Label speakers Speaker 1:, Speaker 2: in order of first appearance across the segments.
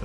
Speaker 1: The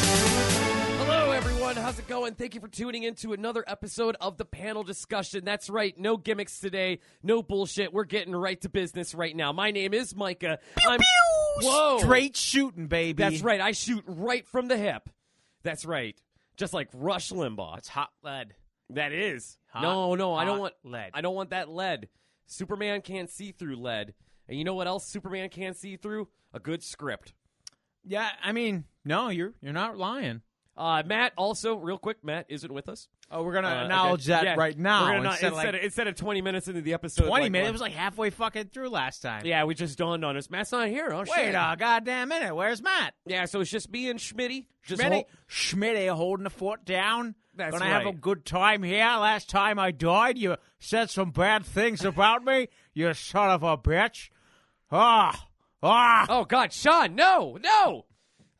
Speaker 2: Hello, everyone. How's it going? Thank you for tuning in to another episode of the panel discussion. That's right. No gimmicks today. No bullshit. We're getting right to business right now. My name is Micah. I'm Whoa.
Speaker 3: Straight shooting, baby.
Speaker 2: That's right. I shoot right from the hip. That's right. Just like Rush Limbaugh.
Speaker 3: It's hot lead.
Speaker 2: That is.
Speaker 3: Hot,
Speaker 2: no, no, I don't
Speaker 3: hot
Speaker 2: want
Speaker 3: lead.
Speaker 2: I don't want that lead. Superman can't see through lead. And you know what else Superman can't see through? A good script.
Speaker 3: Yeah, I mean, no, you're you're not lying.
Speaker 2: Uh, Matt also, real quick, Matt isn't with us.
Speaker 3: Oh, we're gonna
Speaker 2: Uh,
Speaker 3: acknowledge
Speaker 2: okay.
Speaker 3: that
Speaker 2: Yeah,
Speaker 3: right now.
Speaker 2: We're gonna not-
Speaker 3: instead
Speaker 2: instead,
Speaker 3: of, like,
Speaker 2: of, instead of 20 minutes into the episode.
Speaker 3: twenty
Speaker 2: like,
Speaker 3: minutes.
Speaker 2: we're-
Speaker 3: It was like halfway fucking through last time.
Speaker 2: Yeah, we just dawned on us. Matt's not here. Oh,
Speaker 3: Wait
Speaker 2: shit.
Speaker 3: a goddamn minute. Where's Matt?
Speaker 2: Yeah, so it's just me and Schmitty. Just
Speaker 3: Schmitty,
Speaker 2: hol-
Speaker 3: Schmitty holding the fort down.
Speaker 2: That's
Speaker 3: Gonna have a
Speaker 2: right.
Speaker 3: good time here. Last time I died, you said some bad things about me. You son of a bitch. Ah, ah.
Speaker 2: oh God, Sean, no, no.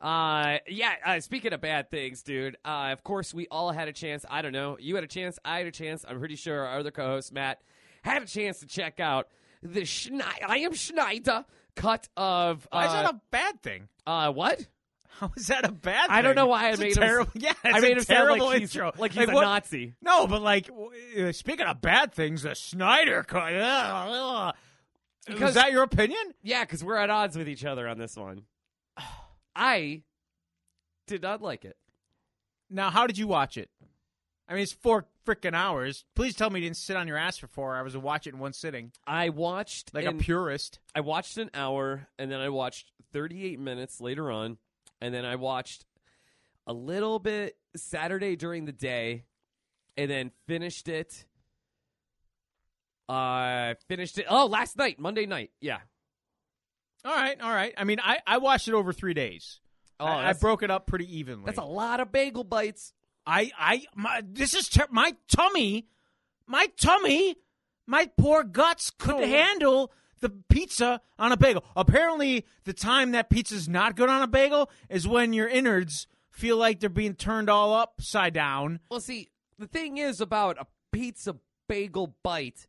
Speaker 2: Uh, yeah. Uh, speaking of bad things, dude. Uh, of course we all had a chance. I don't know. You had a chance. I had a chance. I'm pretty sure our other co-host Matt had a chance to check out the Schne- I am Schneider cut of
Speaker 3: Why Oh, is that
Speaker 2: uh,
Speaker 3: a bad thing?
Speaker 2: uh what?
Speaker 3: How is that a bad thing?
Speaker 2: I don't know why I
Speaker 3: It's a
Speaker 2: made him-
Speaker 3: terrible, Yeah,
Speaker 2: I
Speaker 3: it's
Speaker 2: made
Speaker 3: a
Speaker 2: him sound like
Speaker 3: terrible
Speaker 2: he's-
Speaker 3: intro.
Speaker 2: like he's a Nazi.
Speaker 3: No, but like, w- uh, speaking of bad things, the Snyder cut. Ugh, ugh.
Speaker 2: Because-
Speaker 3: Was that your opinion?
Speaker 2: Yeah, because we're at odds with each other on this one. I did not like it.
Speaker 3: Now, how did you watch it? I mean, it's four freaking hours. Please tell me you didn't sit on your ass for four hours and watch it in one sitting,
Speaker 2: I watched
Speaker 3: like
Speaker 2: an-
Speaker 3: a purist.
Speaker 2: I watched an hour and then I watched 38 minutes later on and then I watched a little bit Saturday during the day and then finished it I finished it oh last night Monday night yeah
Speaker 3: All right, all right. I mean, I, I watched it over three days.
Speaker 2: oh
Speaker 3: I- I,
Speaker 2: that's,
Speaker 3: broke it up pretty evenly.
Speaker 2: that's a lot of bagel bites
Speaker 3: I, I, my, this is ter- my tummy, my tummy, my poor guts couldn't handle the pizza on a bagel. Apparently, the time that pizza's not good on a bagel is when your innards feel like they're being turned all upside down.
Speaker 2: well see the thing is about a pizza bagel bite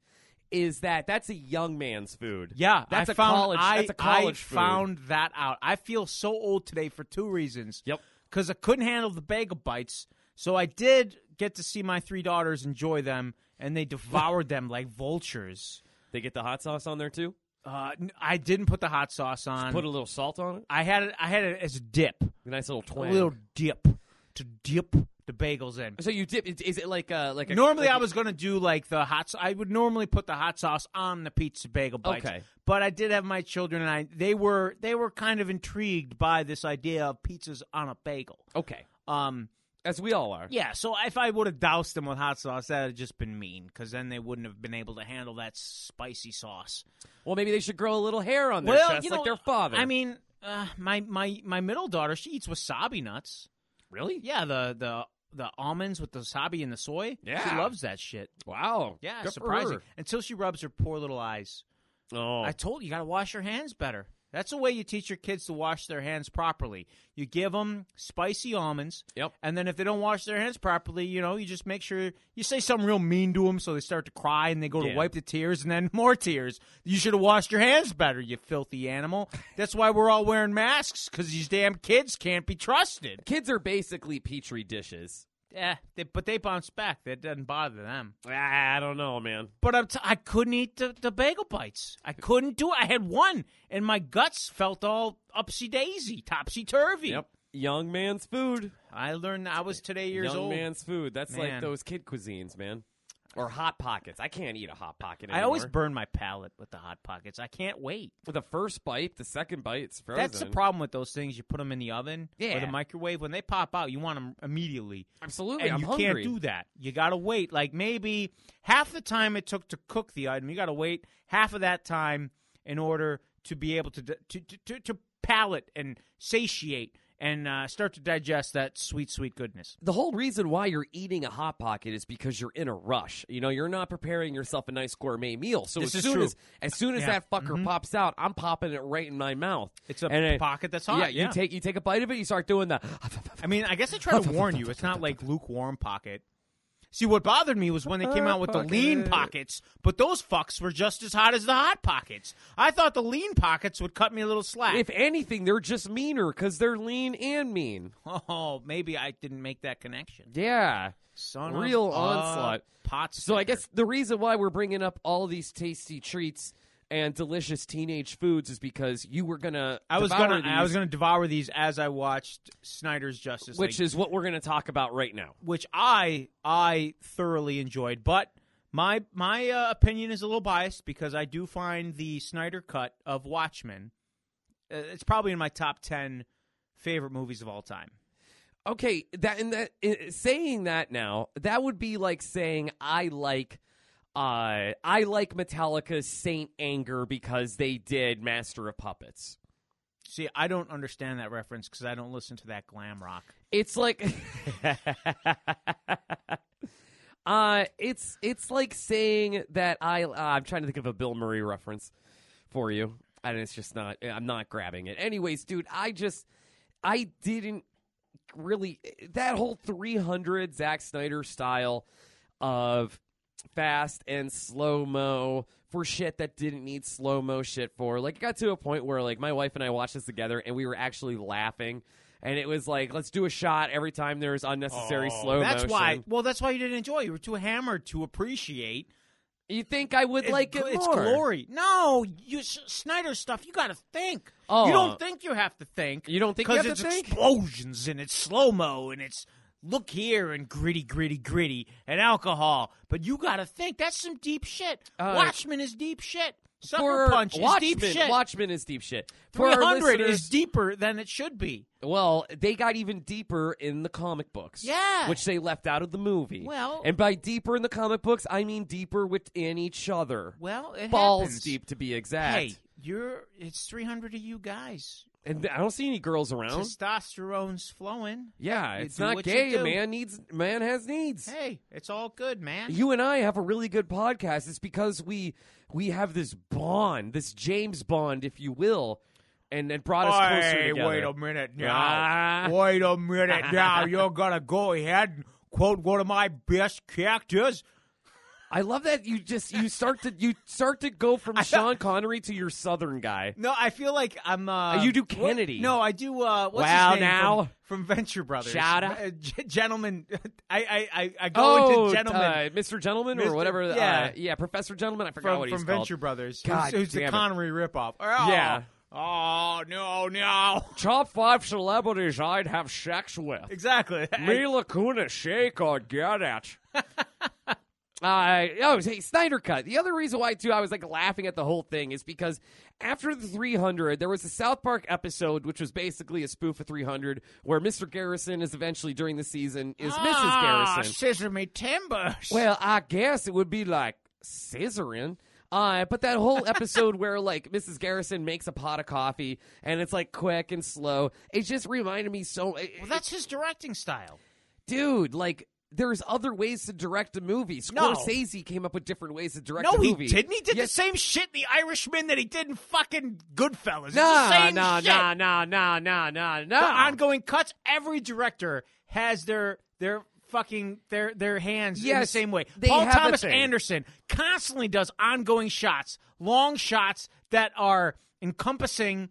Speaker 2: is that that's a young man's food
Speaker 3: Yeah,
Speaker 2: that's
Speaker 3: I
Speaker 2: a
Speaker 3: found,
Speaker 2: college
Speaker 3: I,
Speaker 2: that's a college
Speaker 3: I
Speaker 2: food.
Speaker 3: found that out. I feel so old today for two reasons.
Speaker 2: Yep.
Speaker 3: Because I couldn't handle the bagel bites, so I did get to see my three daughters enjoy them, and they devoured them like vultures.
Speaker 2: they get the hot sauce on there too
Speaker 3: Uh, n- I didn't put the hot sauce on.
Speaker 2: put a little salt on it
Speaker 3: I had it. I had it as a dip,
Speaker 2: a nice little twang
Speaker 3: a little dip to dip the bagels in.
Speaker 2: So you dip? Is it like a like a
Speaker 3: Normally,
Speaker 2: like
Speaker 3: I was gonna do like the hot. sauce. I would normally put the hot sauce on the pizza bagel bites.
Speaker 2: Okay.
Speaker 3: But I did have my children, and I they were they were kind of intrigued by this idea of pizzas on a bagel.
Speaker 2: okay,
Speaker 3: Um,
Speaker 2: as we all are.
Speaker 3: yeah. So if I would have doused them with hot sauce, that would have just been mean, because then they wouldn't have been able to handle that spicy sauce.
Speaker 2: Well, maybe they should grow a little hair on their chest like their father.
Speaker 3: I mean, uh, my my my middle daughter, she eats wasabi nuts.
Speaker 2: really?
Speaker 3: Yeah, the the the almonds with the wasabi and the soy.
Speaker 2: Yeah.
Speaker 3: she loves that shit.
Speaker 2: Wow.
Speaker 3: Yeah,
Speaker 2: Good for
Speaker 3: surprising.
Speaker 2: her.
Speaker 3: Until she rubs her poor little eyes.
Speaker 2: Oh,
Speaker 3: I told you, you got to wash your hands better. That's the way you teach your kids to wash their hands properly. You give them spicy almonds.
Speaker 2: Yep.
Speaker 3: And then if they don't wash their hands properly, you know, you just make sure you say something real mean to them so they start to cry and they go
Speaker 2: Yeah.
Speaker 3: to wipe the tears and then more tears. You should have washed your hands better, you filthy animal. That's why we're all wearing masks because these damn kids can't be trusted.
Speaker 2: kids are basically petri dishes.
Speaker 3: Yeah. Eh, They, but they bounce back. That doesn't bother them.
Speaker 2: Ah, I don't know, man.
Speaker 3: But I'm t- I couldn't eat the, the bagel bites. I couldn't do it. I had one, and my guts felt all upsy daisy, topsy turvy.
Speaker 2: Yep. Young man's food.
Speaker 3: I learned I was today years
Speaker 2: Young
Speaker 3: old.
Speaker 2: man's food. That's like
Speaker 3: Man.
Speaker 2: those kid cuisines, man. Or hot pockets. I can't eat a hot pocket. Anymore.
Speaker 3: I always burn my palate with the hot pockets. I can't wait.
Speaker 2: the first bite, the second bite, it's frozen.
Speaker 3: That's the problem with those things. You put them in the oven or
Speaker 2: Yeah.
Speaker 3: the microwave. When they pop out, you want them immediately,
Speaker 2: Absolutely,
Speaker 3: and
Speaker 2: I'm
Speaker 3: you
Speaker 2: hungry.
Speaker 3: can't do that. You gotta wait. Like maybe half the time it took to cook the item, you gotta wait half of that time in order to be able to to to, to, to palate and satiate and uh, start to digest that sweet, sweet goodness.
Speaker 2: the whole reason why you're eating a hot pocket is because you're in a rush. You know, you're not preparing yourself a nice gourmet meal. So
Speaker 3: This
Speaker 2: as
Speaker 3: is
Speaker 2: soon
Speaker 3: true.
Speaker 2: as as soon as
Speaker 3: Yeah. Mm-hmm.
Speaker 2: that fucker pops out, I'm popping it right in my mouth.
Speaker 3: It's a
Speaker 2: And I-
Speaker 3: pocket that's hot,
Speaker 2: you
Speaker 3: yeah.
Speaker 2: take you take a bite of it, you start doing the
Speaker 3: I mean, I guess I try to warn you. It's not like lukewarm pocket. See, what bothered me was when they came out with the lean pockets, but those fucks were just as hot as the hot pockets. I thought the lean pockets would cut me a little slack.
Speaker 2: if anything, they're just meaner because they're lean and mean.
Speaker 3: oh, maybe I didn't make that connection.
Speaker 2: Yeah.
Speaker 3: Son
Speaker 2: Real
Speaker 3: of a
Speaker 2: onslaught.
Speaker 3: Pot
Speaker 2: So I
Speaker 3: sticker.
Speaker 2: guess the reason why we're bringing up all these tasty treats and delicious teenage foods is because you were gonna.
Speaker 3: I was
Speaker 2: devour
Speaker 3: gonna I
Speaker 2: these,
Speaker 3: was gonna devour these as I watched Snyder's Justice League,
Speaker 2: which is what we're gonna talk about right now.
Speaker 3: which I I thoroughly enjoyed, but my my uh, opinion is a little biased because I do find the Snyder cut of Watchmen. Uh, it's probably in my top ten favorite movies of all time.
Speaker 2: Okay, that and that i- saying that now, that would be like saying I like uh I like Metallica's Saint Anger because they did Master of Puppets.
Speaker 3: See, I don't understand that reference because I don't listen to that glam rock.
Speaker 2: It's like uh it's it's like saying that I uh, I'm trying to think of a Bill Murray reference for you. And it's just not I'm not grabbing it. Anyways, dude, I just I didn't really that whole 300 Zack Snyder style of fast and slow mo for shit that didn't need slow mo shit for. Like it got to a point where like my wife and I watched this together and we were actually laughing and it was like let's do a shot every time there's unnecessary
Speaker 3: Oh.
Speaker 2: slow mo.
Speaker 3: that's why. Well, that's why you didn't enjoy. it. You were too hammered to appreciate.
Speaker 2: you think I would
Speaker 3: It's
Speaker 2: like
Speaker 3: gl-
Speaker 2: it
Speaker 3: it's
Speaker 2: more.
Speaker 3: glory. No, you S- Snyder stuff. You got to think.
Speaker 2: Oh.
Speaker 3: you don't think you have to think.
Speaker 2: You don't think you
Speaker 3: because
Speaker 2: have
Speaker 3: it's
Speaker 2: to think?
Speaker 3: explosions and it's slow mo and it's look here and gritty, gritty, gritty and alcohol. But you got to think. That's some deep shit.
Speaker 2: Uh,
Speaker 3: Watchmen is deep shit. Sucker
Speaker 2: For
Speaker 3: Punch
Speaker 2: Watchmen,
Speaker 3: is deep shit.
Speaker 2: Watchmen is deep shit. For our
Speaker 3: 300
Speaker 2: listeners-
Speaker 3: is deeper than it should be.
Speaker 2: Well, they got even deeper in the comic books.
Speaker 3: Yeah.
Speaker 2: Which they left out of the movie.
Speaker 3: Well-
Speaker 2: And by deeper in the comic books, I mean deeper within each other.
Speaker 3: Well, it
Speaker 2: Balls
Speaker 3: happens.
Speaker 2: deep to be exact.
Speaker 3: Hey, you're. It's 300 of you guys.
Speaker 2: And I don't see any girls around.
Speaker 3: Testosterone's flowing.
Speaker 2: yeah,
Speaker 3: you
Speaker 2: it's
Speaker 3: do
Speaker 2: not
Speaker 3: what you
Speaker 2: gay. A
Speaker 3: do.
Speaker 2: man needs man has needs.
Speaker 3: Hey, it's all good, man.
Speaker 2: You and I have a really good podcast. It's because we we have this bond, this James Bond, if you will, and it brought us closer
Speaker 3: Hey,
Speaker 2: together.
Speaker 3: wait a minute now.
Speaker 2: Ah.
Speaker 3: Wait a minute now. You're gonna go ahead and quote one of my best characters.
Speaker 2: I love that you just you start to you start to go from Sean Connery to your Southern guy.
Speaker 3: No, I feel like I'm. Uh,
Speaker 2: You do
Speaker 3: what-
Speaker 2: Kennedy.
Speaker 3: no, I do. Uh, what's
Speaker 2: Wow,
Speaker 3: his name
Speaker 2: now.
Speaker 3: from, from Venture Brothers.
Speaker 2: Shout out.
Speaker 3: Uh, g- gentlemen. I I I, I go
Speaker 2: Oh,
Speaker 3: into gentlemen
Speaker 2: uh, Mr. Gentleman or
Speaker 3: Mr.
Speaker 2: whatever.
Speaker 3: yeah.
Speaker 2: Uh, yeah, Professor Gentleman. I forgot
Speaker 3: from,
Speaker 2: what he's
Speaker 3: from
Speaker 2: called.
Speaker 3: Venture Brothers.
Speaker 2: God
Speaker 3: who's, who's the
Speaker 2: damn it.
Speaker 3: Connery ripoff? Oh,
Speaker 2: Yeah.
Speaker 3: Oh no no.
Speaker 2: Top five celebrities I'd have sex with.
Speaker 3: Exactly.
Speaker 2: Mila Kunis, shake or get it. Uh, oh, hey, Snyder Cut. The other reason why, too, I was like laughing at the whole thing is because after the 300, there was a South Park episode, which was basically a spoof of 300, where Mr. Garrison is eventually during the season is Mrs.
Speaker 3: Ah,
Speaker 2: Garrison.
Speaker 3: Sesame Timbers.
Speaker 2: Well, I guess it would be like scissoring. Uh, but that whole episode where like Mrs. Garrison makes a pot of coffee and it's like quick and slow, it just reminded me so. it-
Speaker 3: Well, that's his directing style.
Speaker 2: dude, like there's other ways to direct a movie.
Speaker 3: No.
Speaker 2: Scorsese came up with different ways to direct
Speaker 3: No,
Speaker 2: a
Speaker 3: he
Speaker 2: movie.
Speaker 3: didn't. He did
Speaker 2: Yes.
Speaker 3: the same shit in The Irishman that he did in fucking Goodfellas. It's the
Speaker 2: Nah,
Speaker 3: same
Speaker 2: nah,
Speaker 3: shit.
Speaker 2: nah, nah, nah, nah, nah,
Speaker 3: The
Speaker 2: nah.
Speaker 3: ongoing cuts. Every director has their their fucking their their hands in the
Speaker 2: Yes,
Speaker 3: same way.
Speaker 2: they
Speaker 3: Paul
Speaker 2: have a
Speaker 3: Thomas
Speaker 2: thing.
Speaker 3: Anderson constantly does ongoing shots, long shots that are encompassing.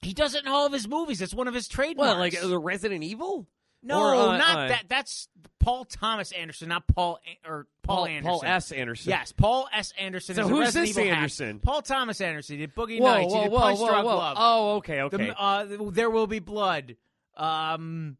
Speaker 3: He does it in all of his movies. It's one of his trademarks.
Speaker 2: What, like the Resident Evil?
Speaker 3: no,
Speaker 2: Or, uh,
Speaker 3: not
Speaker 2: uh,
Speaker 3: that. That's Paul Thomas Anderson, not Paul An- or Paul,
Speaker 2: Paul,
Speaker 3: Anderson.
Speaker 2: Paul S. Anderson.
Speaker 3: Yes, Paul S. Anderson.
Speaker 2: So
Speaker 3: is
Speaker 2: who's
Speaker 3: a Resident
Speaker 2: this
Speaker 3: Evil hack.
Speaker 2: Anderson?
Speaker 3: Paul Thomas Anderson. He did Boogie
Speaker 2: Whoa,
Speaker 3: Nights.
Speaker 2: whoa,
Speaker 3: he did
Speaker 2: whoa,
Speaker 3: Punch
Speaker 2: whoa,
Speaker 3: Drunk
Speaker 2: whoa.
Speaker 3: Love. uh,
Speaker 2: Oh, okay, okay.
Speaker 3: The, uh, there will be blood. Um,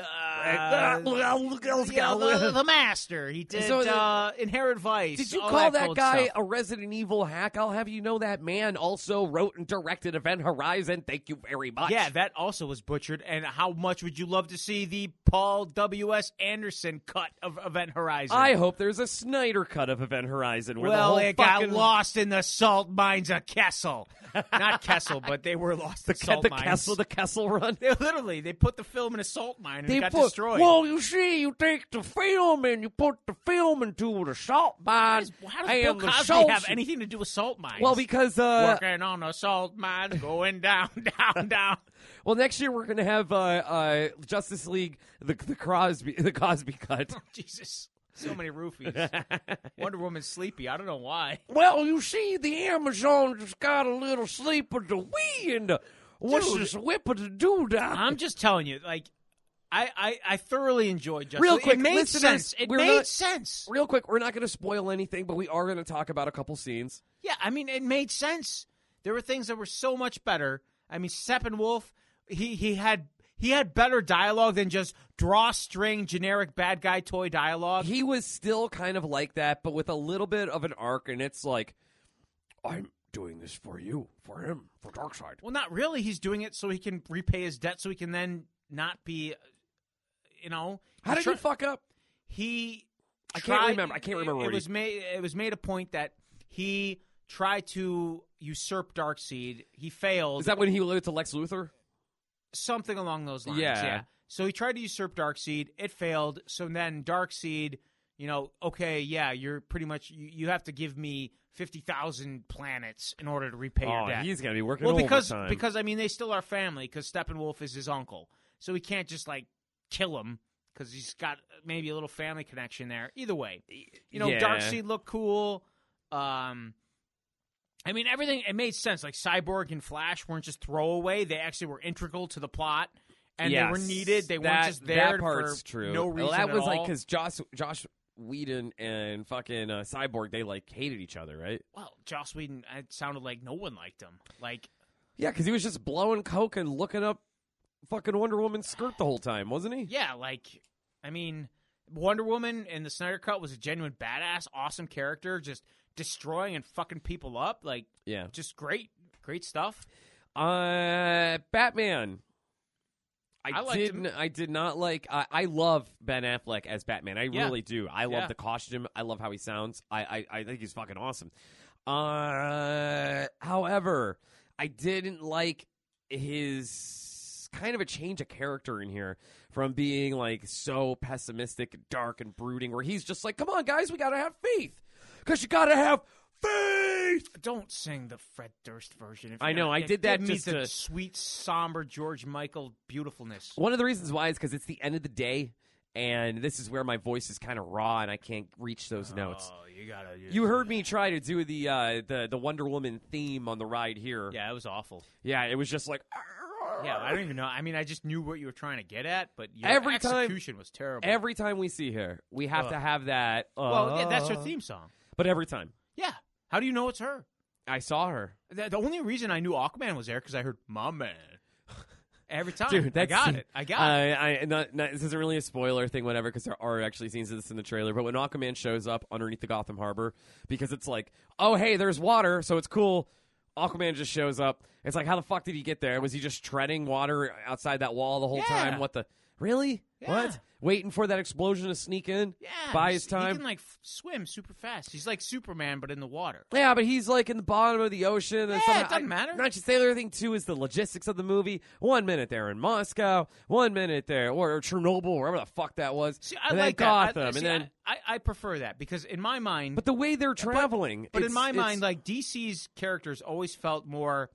Speaker 2: Ah,
Speaker 3: Uh, yeah, the, the master. He did
Speaker 2: So the-
Speaker 3: uh, Inherent Vice.
Speaker 2: Did you
Speaker 3: all
Speaker 2: call that,
Speaker 3: that, old
Speaker 2: guy
Speaker 3: stuff.
Speaker 2: a Resident Evil hack? I'll have you know that man also wrote and directed Event Horizon. Thank you very much.
Speaker 3: Yeah, that also was butchered. And how much would you love to see the Paul W. S. Anderson cut of Event Horizon?
Speaker 2: I hope there's a Snyder cut of Event Horizon. Where
Speaker 3: well,
Speaker 2: the whole
Speaker 3: it got
Speaker 2: fucking-
Speaker 3: lost in the salt mines of Kessel. Not Kessel, but they were lost in
Speaker 2: the,
Speaker 3: salt
Speaker 2: the
Speaker 3: mines.
Speaker 2: Kessel, the Kessel run.
Speaker 3: They literally they put the film in a salt mine and it got
Speaker 2: put,
Speaker 3: destroyed.
Speaker 2: Well, you see, you take the film and you put the film into the salt mine.
Speaker 3: How does
Speaker 2: and
Speaker 3: Bill
Speaker 2: the
Speaker 3: Cosby
Speaker 2: salt-
Speaker 3: have anything to do with salt mines?
Speaker 2: Well, because uh,
Speaker 3: working on a salt mine, going down, down, down.
Speaker 2: well, next year we're gonna have uh, uh, Justice League the the Crosby the Cosby cut.
Speaker 3: Oh, Jesus, so many roofies. Wonder Woman's sleepy. I don't know why.
Speaker 2: Well, you see, the Amazon just got a little sleep of the wee and the, what's
Speaker 3: Dude.
Speaker 2: this whip of the doodah?
Speaker 3: I'm just telling you, like, I, I, I thoroughly enjoyed Justice.
Speaker 2: Real
Speaker 3: League.
Speaker 2: quick,
Speaker 3: it made
Speaker 2: listeners,
Speaker 3: sense. It
Speaker 2: we're
Speaker 3: made
Speaker 2: not-
Speaker 3: sense.
Speaker 2: Real quick, we're not going to spoil anything, but we are going to talk about a couple scenes.
Speaker 3: Yeah, I mean, it made sense. There were things that were so much better. I mean, Steppenwolf, he he had he had better dialogue than just draw string generic bad guy toy dialogue.
Speaker 2: He was still kind of like that, but with a little bit of an arc, and it's like, I'm doing this for you, for him, for Darkseid.
Speaker 3: well, not really. He's doing it so he can repay his debt, so he can then not be, you know.
Speaker 2: How did
Speaker 3: tr-
Speaker 2: you fuck up?
Speaker 3: he
Speaker 2: I can't
Speaker 3: tried-
Speaker 2: remember. I can't remember
Speaker 3: It,
Speaker 2: what
Speaker 3: it
Speaker 2: he-
Speaker 3: was made. It was made a point that he tried to usurp Darkseid. He failed.
Speaker 2: Is that when he alluded to Lex Luthor?
Speaker 3: something along those lines?
Speaker 2: Yeah.
Speaker 3: So he tried to usurp Darkseid. It failed. So then Darkseid, you know, okay, yeah, you're pretty much you, you have to give me fifty thousand planets in order to repay your debt.
Speaker 2: Oh, he's gonna be working
Speaker 3: well, because because I mean they still are family because Steppenwolf is his uncle, so he can't just like kill him because he's got maybe a little family connection there. Either way, you know,
Speaker 2: yeah.
Speaker 3: Darkseid looked cool. Um, I mean, everything it made sense. Like Cyborg and Flash weren't just throwaway; they actually were integral to the plot, and they were
Speaker 2: Yes,
Speaker 3: needed. They
Speaker 2: that-
Speaker 3: weren't just there
Speaker 2: That part's
Speaker 3: for
Speaker 2: true.
Speaker 3: no
Speaker 2: Well,
Speaker 3: reason.
Speaker 2: that
Speaker 3: at
Speaker 2: was like
Speaker 3: all.
Speaker 2: because Josh Josh Whedon and fucking uh, Cyborg they like hated each other, right?
Speaker 3: well, Joss Whedon. It sounded like no one liked him. Like
Speaker 2: Yeah, because he was just blowing coke and looking up fucking Wonder Woman's skirt the whole time, wasn't he?
Speaker 3: Yeah, like I mean, Wonder Woman in the Snyder Cut was a genuine badass, awesome character, just destroying and fucking people up. Like,
Speaker 2: Yeah.
Speaker 3: just great, great stuff.
Speaker 2: Uh, Batman. I,
Speaker 3: I liked
Speaker 2: did.
Speaker 3: him.
Speaker 2: n- I did not like. I I love Ben Affleck as Batman. I
Speaker 3: Yeah.
Speaker 2: really do. I love
Speaker 3: Yeah.
Speaker 2: the costume. I love how he sounds. I, I I think he's fucking awesome. Uh, however, I didn't like his kind of a change of character in here from being like so pessimistic, dark, and brooding, where he's just like, "Come on, guys, we gotta have faith, because you gotta have faith."
Speaker 3: Don't sing the Fred Durst version. If
Speaker 2: I
Speaker 3: you're
Speaker 2: know,
Speaker 3: gonna-
Speaker 2: I
Speaker 3: it-
Speaker 2: did that
Speaker 3: give me
Speaker 2: just
Speaker 3: the
Speaker 2: to-
Speaker 3: sweet, somber George Michael beautifulness.
Speaker 2: One of the reasons why is because it's the end of the day, and this is where my voice is kind of raw, and I can't reach those notes.
Speaker 3: Oh, you gotta.
Speaker 2: You heard me try to do the uh, the the Wonder Woman theme on the ride here.
Speaker 3: Yeah, it was awful.
Speaker 2: yeah, it was just like
Speaker 3: Yeah, I don't even know. I mean, I just knew what you were trying to get at, but your
Speaker 2: Every time-
Speaker 3: execution was terrible.
Speaker 2: every time we see her, we have to have that. Uh,
Speaker 3: well, yeah, that's her theme song.
Speaker 2: But every time
Speaker 3: Yeah. How do you know it's her?
Speaker 2: I saw her,
Speaker 3: The, the only reason I knew Aquaman was there because I heard "my man" every time.
Speaker 2: dude,
Speaker 3: I
Speaker 2: that
Speaker 3: got
Speaker 2: scene-
Speaker 3: it. I got it.
Speaker 2: Uh, I, I- not, not- this isn't really a spoiler thing, whatever, because there are actually scenes of this in the trailer. But when Aquaman shows up underneath the Gotham Harbor, because it's like, oh hey, there's water, so it's cool. Aquaman just shows up. It's like, how the fuck did he get there? Was he just treading water outside that wall the whole
Speaker 3: Yeah.
Speaker 2: time? What the? Really?
Speaker 3: Yeah.
Speaker 2: What? Waiting for that explosion to sneak in?
Speaker 3: Yeah,
Speaker 2: Buy
Speaker 3: he's-
Speaker 2: his time.
Speaker 3: He can like f- swim super fast. He's like Superman, but in the water.
Speaker 2: Yeah, but he's like in the bottom of the ocean. And
Speaker 3: Yeah,
Speaker 2: somehow-
Speaker 3: it doesn't matter.
Speaker 2: I, not just the other thing too is the logistics of the movie. One minute they're in Moscow, one minute they're or, Chernobyl, wherever the fuck that was.
Speaker 3: See, I
Speaker 2: and
Speaker 3: like
Speaker 2: then
Speaker 3: that.
Speaker 2: Gotham,
Speaker 3: I,
Speaker 2: and
Speaker 3: see,
Speaker 2: then
Speaker 3: I, I, I prefer that because in my mind,
Speaker 2: but the way they're traveling.
Speaker 3: but in
Speaker 2: it's-
Speaker 3: my
Speaker 2: it's-
Speaker 3: mind, like DC's characters always felt more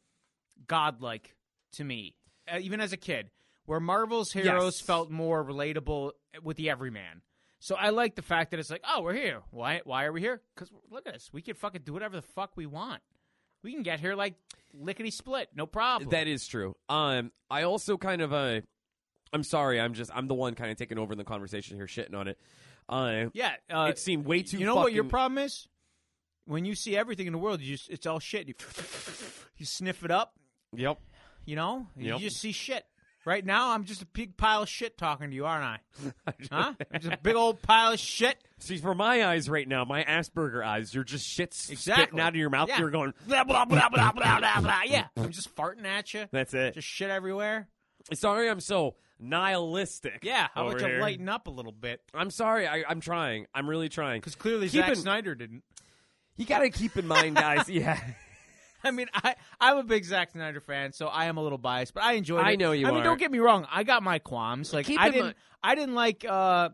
Speaker 3: godlike to me, uh, even as a kid. Where Marvel's heroes
Speaker 2: Yes.
Speaker 3: felt more relatable with the everyman. So I like the fact that it's like, oh, we're here. Why? Why are we here? Because look at us. We can fucking do whatever the fuck we want. We can get here like lickety split, no problem.
Speaker 2: that is true. Um, I also kind of uh, I'm sorry, I'm just I'm the one kind of taking over in the conversation here, shitting on it. Uh,
Speaker 3: yeah, uh,
Speaker 2: it seemed way too.
Speaker 3: You know what your
Speaker 2: fucking-
Speaker 3: problem is? When you see everything in the world, you just, it's all shit. You, you sniff it up.
Speaker 2: Yep.
Speaker 3: You know, you
Speaker 2: Yep.
Speaker 3: just see shit. Right now, I'm just a big pile of shit talking to you, aren't I? Huh? I'm just a big old pile of shit.
Speaker 2: See, for my eyes right now, my Asperger eyes, you're just shit spitting
Speaker 3: Exactly.
Speaker 2: out of your mouth.
Speaker 3: Yeah.
Speaker 2: You're going,
Speaker 3: Blah, blah, blah, blah, blah, blah, blah. Yeah. I'm just farting at you.
Speaker 2: that's it.
Speaker 3: Just shit everywhere.
Speaker 2: Sorry I'm so nihilistic.
Speaker 3: Yeah. How about
Speaker 2: over
Speaker 3: you
Speaker 2: here.
Speaker 3: lighten up a little bit?
Speaker 2: I'm sorry. I, I'm trying. I'm really trying.
Speaker 3: Because clearly
Speaker 2: Keep
Speaker 3: Zack
Speaker 2: in-
Speaker 3: Snyder didn't.
Speaker 2: You got to keep in mind, guys. Yeah.
Speaker 3: I mean, I, I'm a big Zack Snyder fan, so I am a little biased, but I enjoyed it.
Speaker 2: I know you
Speaker 3: I
Speaker 2: are.
Speaker 3: mean, don't get me wrong. I got my qualms. Like,
Speaker 2: Keep
Speaker 3: I
Speaker 2: in
Speaker 3: didn't,
Speaker 2: mind-
Speaker 3: I didn't like uh,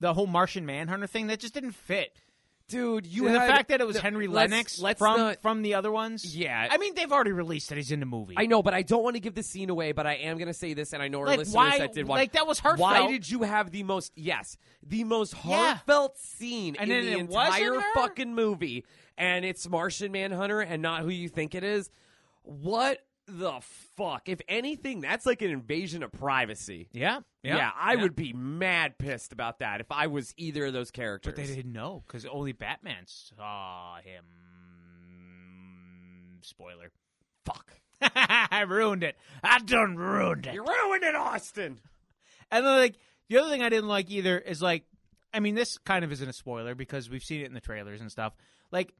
Speaker 3: the whole Martian Manhunter thing. That just didn't fit.
Speaker 2: Dude, you
Speaker 3: And the
Speaker 2: had-
Speaker 3: fact that it was
Speaker 2: the-
Speaker 3: Henry
Speaker 2: let's-
Speaker 3: Lennox
Speaker 2: let's
Speaker 3: from
Speaker 2: not-
Speaker 3: from the other ones.
Speaker 2: Yeah.
Speaker 3: I mean, they've already released that he's in the movie.
Speaker 2: I know, but I don't want to give the scene away. But I am going to say this, and I know our
Speaker 3: Like,
Speaker 2: listeners
Speaker 3: why-
Speaker 2: that did watch.
Speaker 3: like, that was heartfelt.
Speaker 2: Why did you have the most? Yes, the most heartfelt scene
Speaker 3: And
Speaker 2: in
Speaker 3: then
Speaker 2: the
Speaker 3: it wasn't
Speaker 2: entire
Speaker 3: her?
Speaker 2: fucking movie, and it's Martian Manhunter, and not who you think it is. What the fuck? If anything, that's like an invasion of privacy.
Speaker 3: Yeah,
Speaker 2: Yeah, I would be mad pissed about that if I was either of those characters.
Speaker 3: But they didn't know because only Batman saw him. Spoiler.
Speaker 2: Fuck.
Speaker 3: I ruined it. I done ruined it.
Speaker 2: You ruined it, Austin.
Speaker 3: And then, like the other thing I didn't like either is like, I mean, this kind of isn't a spoiler because we've seen it in the trailers and stuff. Like,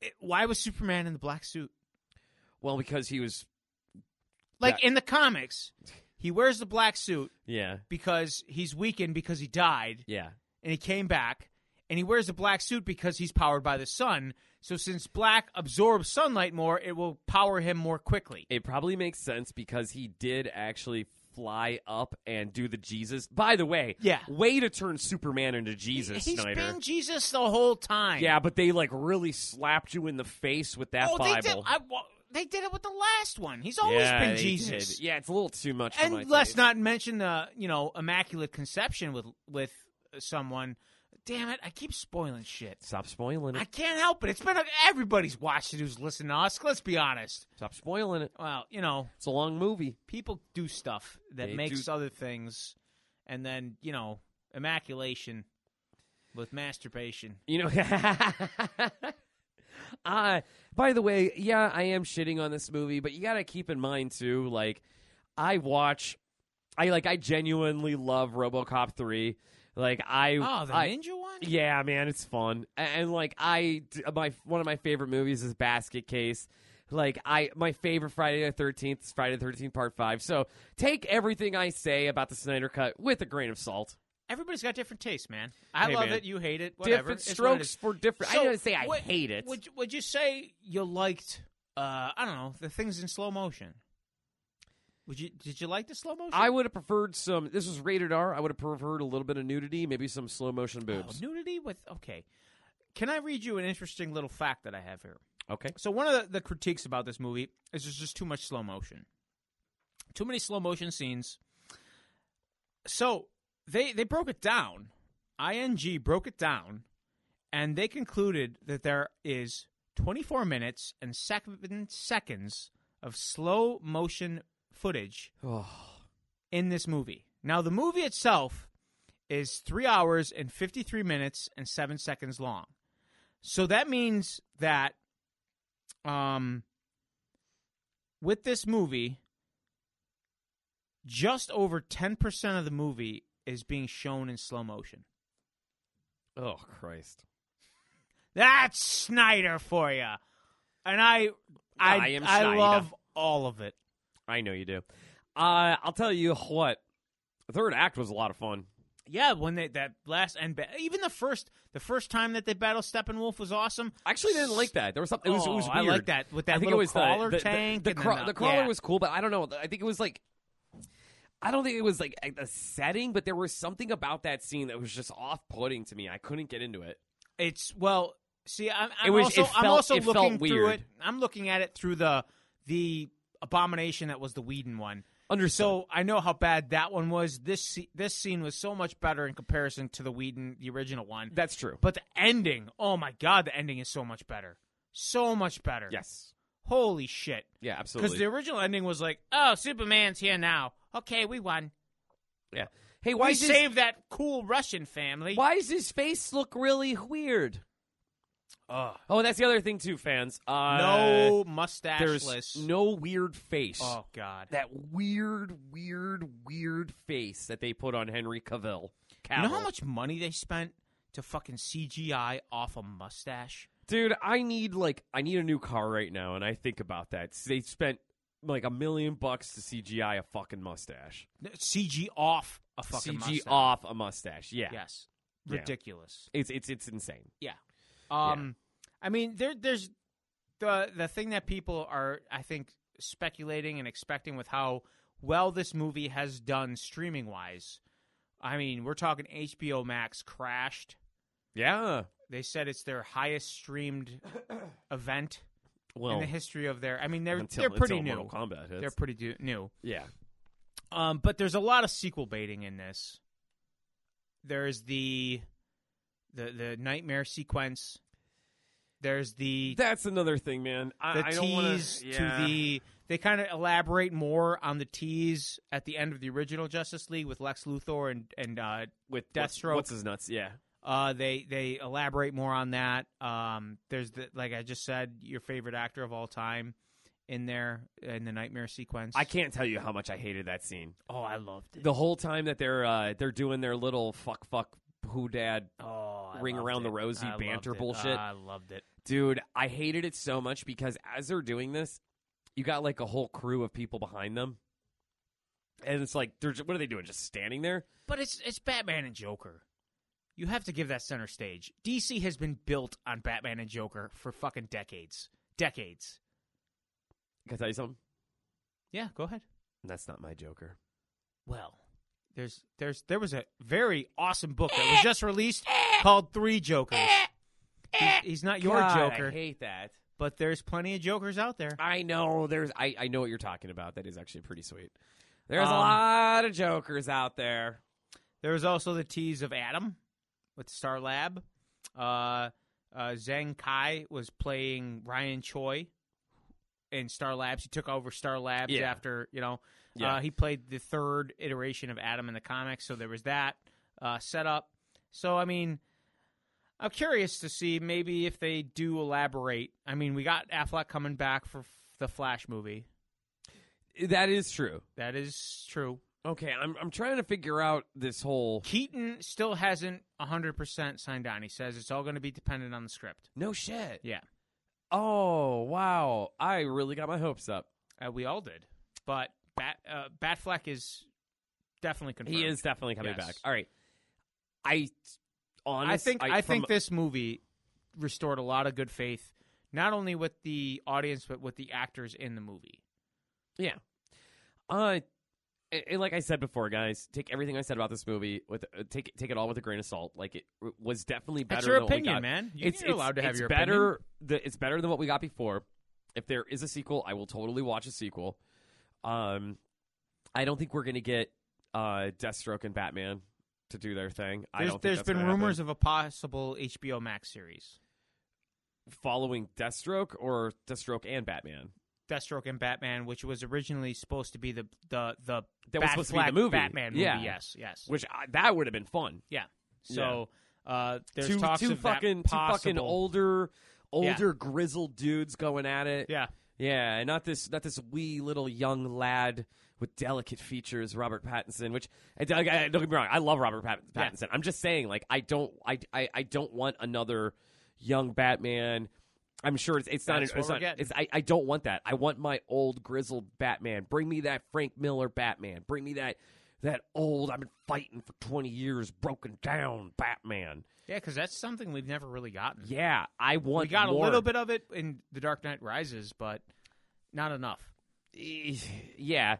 Speaker 3: it, why was Superman in the black suit?
Speaker 2: Well, because he was.
Speaker 3: Like in the comics, he wears the black suit
Speaker 2: Yeah.
Speaker 3: because he's weakened because he died
Speaker 2: Yeah.
Speaker 3: and he came back and he wears the black suit because he's powered by the sun. So since black absorbs sunlight more, it will power him more quickly.
Speaker 2: It probably makes sense because he did actually fly up and do the Jesus. By the way,
Speaker 3: Yeah.
Speaker 2: way to turn Superman into Jesus,
Speaker 3: He's
Speaker 2: Snyder.
Speaker 3: been Jesus the whole time.
Speaker 2: yeah, but they like really slapped you in the face with that
Speaker 3: oh,
Speaker 2: Bible.
Speaker 3: they did. I, well, they did it with the last one. He's always
Speaker 2: yeah,
Speaker 3: been
Speaker 2: they
Speaker 3: Jesus.
Speaker 2: did. Yeah, it's a little too much. for my
Speaker 3: And let's
Speaker 2: taste.
Speaker 3: not mention the you know immaculate conception with with someone. Damn it! I keep spoiling shit.
Speaker 2: stop spoiling
Speaker 3: I
Speaker 2: it.
Speaker 3: can't help it. It's been everybody's watched it who's listening to us. Let's be honest.
Speaker 2: Stop spoiling it.
Speaker 3: Well, you know,
Speaker 2: It's a long movie.
Speaker 3: people do stuff that
Speaker 2: They
Speaker 3: makes
Speaker 2: do-
Speaker 3: other things, and then you know, immaculation with masturbation.
Speaker 2: You know. uh, by the way, yeah, I am shitting on this movie, but you got to keep in mind too like I watch I like I genuinely love RoboCop 3. Like I
Speaker 3: Oh, the
Speaker 2: I-
Speaker 3: ninja one.
Speaker 2: Yeah, man, it's fun. A- And, like I d- my one of my favorite movies is Basket Case. Like I my favorite Friday the 13th is Friday the 13th part 5. So take everything I say about the Snyder cut with a grain of salt.
Speaker 3: Everybody's got different tastes, man. I
Speaker 2: Hey,
Speaker 3: love
Speaker 2: man.
Speaker 3: it. You hate it. Whatever.
Speaker 2: Different
Speaker 3: It's what it
Speaker 2: strokes
Speaker 3: is.
Speaker 2: for different I
Speaker 3: So,
Speaker 2: didn't say I
Speaker 3: what-
Speaker 2: hate it.
Speaker 3: Would would you say you liked? Uh, I don't know the things in slow motion. Would you did you like the slow motion?
Speaker 2: I would have preferred some. This was rated R. I would have preferred a little bit of nudity, maybe some slow motion
Speaker 3: Oh,
Speaker 2: boobs.
Speaker 3: nudity with okay. Can I read you an interesting little fact that I have here?
Speaker 2: Okay.
Speaker 3: So one of the, the critiques about this movie is there's just too much slow motion, too many slow motion scenes. So they they broke it down. Ing broke it down, and they concluded that there is 24 minutes and seven seconds of slow motion footage
Speaker 2: Oh,
Speaker 3: in this movie. Now the movie itself is three hours and 53 minutes and seven seconds long. So that means that um, with this movie, just over 10% of the movie is being shown in slow motion.
Speaker 2: Oh Christ!
Speaker 3: That's Snyder for you. And I, I,
Speaker 2: I am
Speaker 3: I
Speaker 2: Snyder.
Speaker 3: love all of it.
Speaker 2: I know you do. Uh, I'll tell you what. The third act was a lot of fun.
Speaker 3: Yeah, when they that last and ba- even the first the first time that they battled Steppenwolf was awesome.
Speaker 2: I actually didn't like that. There was something. It was, it was
Speaker 3: Oh,
Speaker 2: weird.
Speaker 3: I like that with that
Speaker 2: I think
Speaker 3: little
Speaker 2: it was the-
Speaker 3: crawler
Speaker 2: the, the,
Speaker 3: tank.
Speaker 2: The,
Speaker 3: and
Speaker 2: craw-
Speaker 3: then
Speaker 2: the crawler
Speaker 3: yeah.
Speaker 2: was cool, but I don't know. I think it was like. I don't think it was like a a setting, but there was something about that scene that was just off-putting to me. I couldn't get into it.
Speaker 3: It's well, see, I'm, I'm
Speaker 2: It was-
Speaker 3: also
Speaker 2: it felt-
Speaker 3: I'm also
Speaker 2: it felt
Speaker 3: looking through
Speaker 2: weird.
Speaker 3: it. I'm looking at it through the the abomination that was the Whedon one.
Speaker 2: Understood.
Speaker 3: So I know how bad that one was. This sce- this scene was so much better in comparison to the Whedon, the original one.
Speaker 2: That's true.
Speaker 3: but the ending, oh my god, the ending is so much better, so much better.
Speaker 2: Yes.
Speaker 3: holy shit.
Speaker 2: Yeah. Absolutely.
Speaker 3: Because the original ending was like, oh, Superman's here now. Okay, we won.
Speaker 2: yeah. Hey, why
Speaker 3: we
Speaker 2: is this-
Speaker 3: saved that cool Russian family.
Speaker 2: Why does his face look really weird?
Speaker 3: Ugh.
Speaker 2: Oh, that's the other thing too, fans. Uh,
Speaker 3: no mustache
Speaker 2: there's no weird face.
Speaker 3: oh God.
Speaker 2: That weird, weird, weird face that they put on Henry Cavill.
Speaker 3: You know
Speaker 2: Cavill.
Speaker 3: how much money they spent to fucking CGI off a mustache?
Speaker 2: Dude, I need like I need a new car right now, and I think about that. They spent like a million bucks to CGI a fucking mustache.
Speaker 3: CG off a fucking
Speaker 2: CG
Speaker 3: mustache.
Speaker 2: off a mustache. Yeah.
Speaker 3: Yes.
Speaker 2: Yeah.
Speaker 3: Ridiculous.
Speaker 2: It's it's it's insane.
Speaker 3: Um, I mean, there, there's the the thing that people are, I think, speculating and expecting with how well this movie has done streaming wise. I mean, we're talking HBO Max crashed.
Speaker 2: Yeah.
Speaker 3: They said it's their highest streamed event in
Speaker 2: Well,
Speaker 3: the history of their. I mean, they're
Speaker 2: until,
Speaker 3: they're pretty
Speaker 2: until
Speaker 3: new.
Speaker 2: Mortal Kombat hits.
Speaker 3: They're pretty do- new.
Speaker 2: yeah.
Speaker 3: Um, but there's a lot of sequel baiting in this. There's the the the nightmare sequence. There's the
Speaker 2: That's another thing, man. I,
Speaker 3: the
Speaker 2: I don't wanna,
Speaker 3: tease
Speaker 2: yeah.
Speaker 3: to the they kind of elaborate more on the tease at the end of the original Justice League with Lex Luthor and and uh,
Speaker 2: with what's-
Speaker 3: Deathstroke.
Speaker 2: What's his nuts? Yeah.
Speaker 3: uh, they they elaborate more on that. Um, there's the like I just said, your favorite actor of all time in there in the nightmare sequence.
Speaker 2: I can't tell you how much I hated that scene.
Speaker 3: Oh, I loved it.
Speaker 2: The whole time that they're uh, they're doing their little fuck fuck who dad
Speaker 3: oh, I
Speaker 2: ring
Speaker 3: loved
Speaker 2: around the
Speaker 3: it.
Speaker 2: rosy
Speaker 3: I loved
Speaker 2: banter
Speaker 3: it. Oh,
Speaker 2: bullshit.
Speaker 3: I loved it.
Speaker 2: Dude, I hated it so much because as they're doing this, you got like a whole crew of people behind them. And it's like, they're just, what are they doing? Just standing there?
Speaker 3: But it's it's Batman and Joker. You have to give that center stage. DC has been built on Batman and Joker for fucking decades. Decades.
Speaker 2: Can I tell you something?
Speaker 3: Yeah, go ahead.
Speaker 2: That's not my Joker.
Speaker 3: Well, there's there's there was a very awesome book that was just released called Three Jokers. He's, he's not your
Speaker 2: I
Speaker 3: Joker,
Speaker 2: hate that.
Speaker 3: but there's plenty of Jokers out there.
Speaker 2: I know. There's. I, I know what you're talking about. That is actually pretty sweet. There's a
Speaker 3: Um,
Speaker 2: lot of Jokers out there.
Speaker 3: There was also the tease of Adam with Star Lab. Uh, uh, Zhang Kai was playing Ryan Choi in Star Labs. He took over Star Labs
Speaker 2: Yeah.
Speaker 3: after you know.
Speaker 2: Yeah.
Speaker 3: Uh, he played the third iteration of Adam in the comics, so there was that uh, setup. So I mean, I'm curious to see maybe if they do elaborate. I mean, we got Affleck coming back for f- the Flash movie.
Speaker 2: That is true.
Speaker 3: That is true.
Speaker 2: Okay, I'm I'm trying to figure out this whole.
Speaker 3: Keaton still hasn't 100% signed on. He says it's all going to be dependent on the script.
Speaker 2: No shit.
Speaker 3: Yeah.
Speaker 2: Oh wow! I really got my hopes up.
Speaker 3: Uh, we all did. But Bat, uh, Batfleck is definitely confirmed.
Speaker 2: He is definitely coming
Speaker 3: Yes.
Speaker 2: back. All right. I honestly,
Speaker 3: I think I, think
Speaker 2: from-
Speaker 3: this movie restored a lot of good faith not only with the audience but with the actors in the movie.
Speaker 2: uh, and- and like I said before, guys, take everything I said about this movie with uh, take take it all with a grain of salt. Like it w- was definitely better.
Speaker 3: That's your
Speaker 2: than what we
Speaker 3: opinion,
Speaker 2: got.
Speaker 3: man. You- You're
Speaker 2: it's, it's-
Speaker 3: allowed to have
Speaker 2: it's
Speaker 3: your opinion.
Speaker 2: better. The, it's better than what we got before. If there is a sequel, I will totally watch a sequel. Um, I don't think we're gonna get uh Deathstroke and Batman to do their thing. I
Speaker 3: There's,
Speaker 2: don't. Think
Speaker 3: there's
Speaker 2: that's
Speaker 3: been
Speaker 2: gonna happen.
Speaker 3: rumors of a possible HBO Max series.
Speaker 2: following Deathstroke or Deathstroke and Batman.
Speaker 3: Deathstroke and Batman, which was originally supposed to be the the the
Speaker 2: That was supposed to be the
Speaker 3: Batfleck
Speaker 2: movie.
Speaker 3: Batman movie.
Speaker 2: Yeah.
Speaker 3: Yes, yes.
Speaker 2: Which I, that would have been fun.
Speaker 3: So uh, there's
Speaker 2: two
Speaker 3: talks
Speaker 2: two
Speaker 3: of that
Speaker 2: fucking two
Speaker 3: possible.
Speaker 2: fucking older older grizzled dudes going at it.
Speaker 3: Yeah,
Speaker 2: Yeah, and not this not this wee little young lad with delicate features, Robert Pattinson. Which I, I, I- don't get me wrong, I love Robert Pat-
Speaker 3: Yeah.
Speaker 2: Pattinson. I'm just saying, like I don't I, I, I don't want another young Batman. I'm sure it's, it's not.
Speaker 3: That's
Speaker 2: an- it's
Speaker 3: what we're
Speaker 2: not.
Speaker 3: getting.
Speaker 2: It's, I, I don't want that. I want my old grizzled Batman. Bring me that Frank Miller Batman. Bring me that that old. I've been fighting for 20 years, broken down Batman.
Speaker 3: yeah, because that's something we've never really gotten.
Speaker 2: Yeah, I want.
Speaker 3: we got
Speaker 2: more.
Speaker 3: a little bit of it in The Dark Knight Rises, but not enough.
Speaker 2: yeah,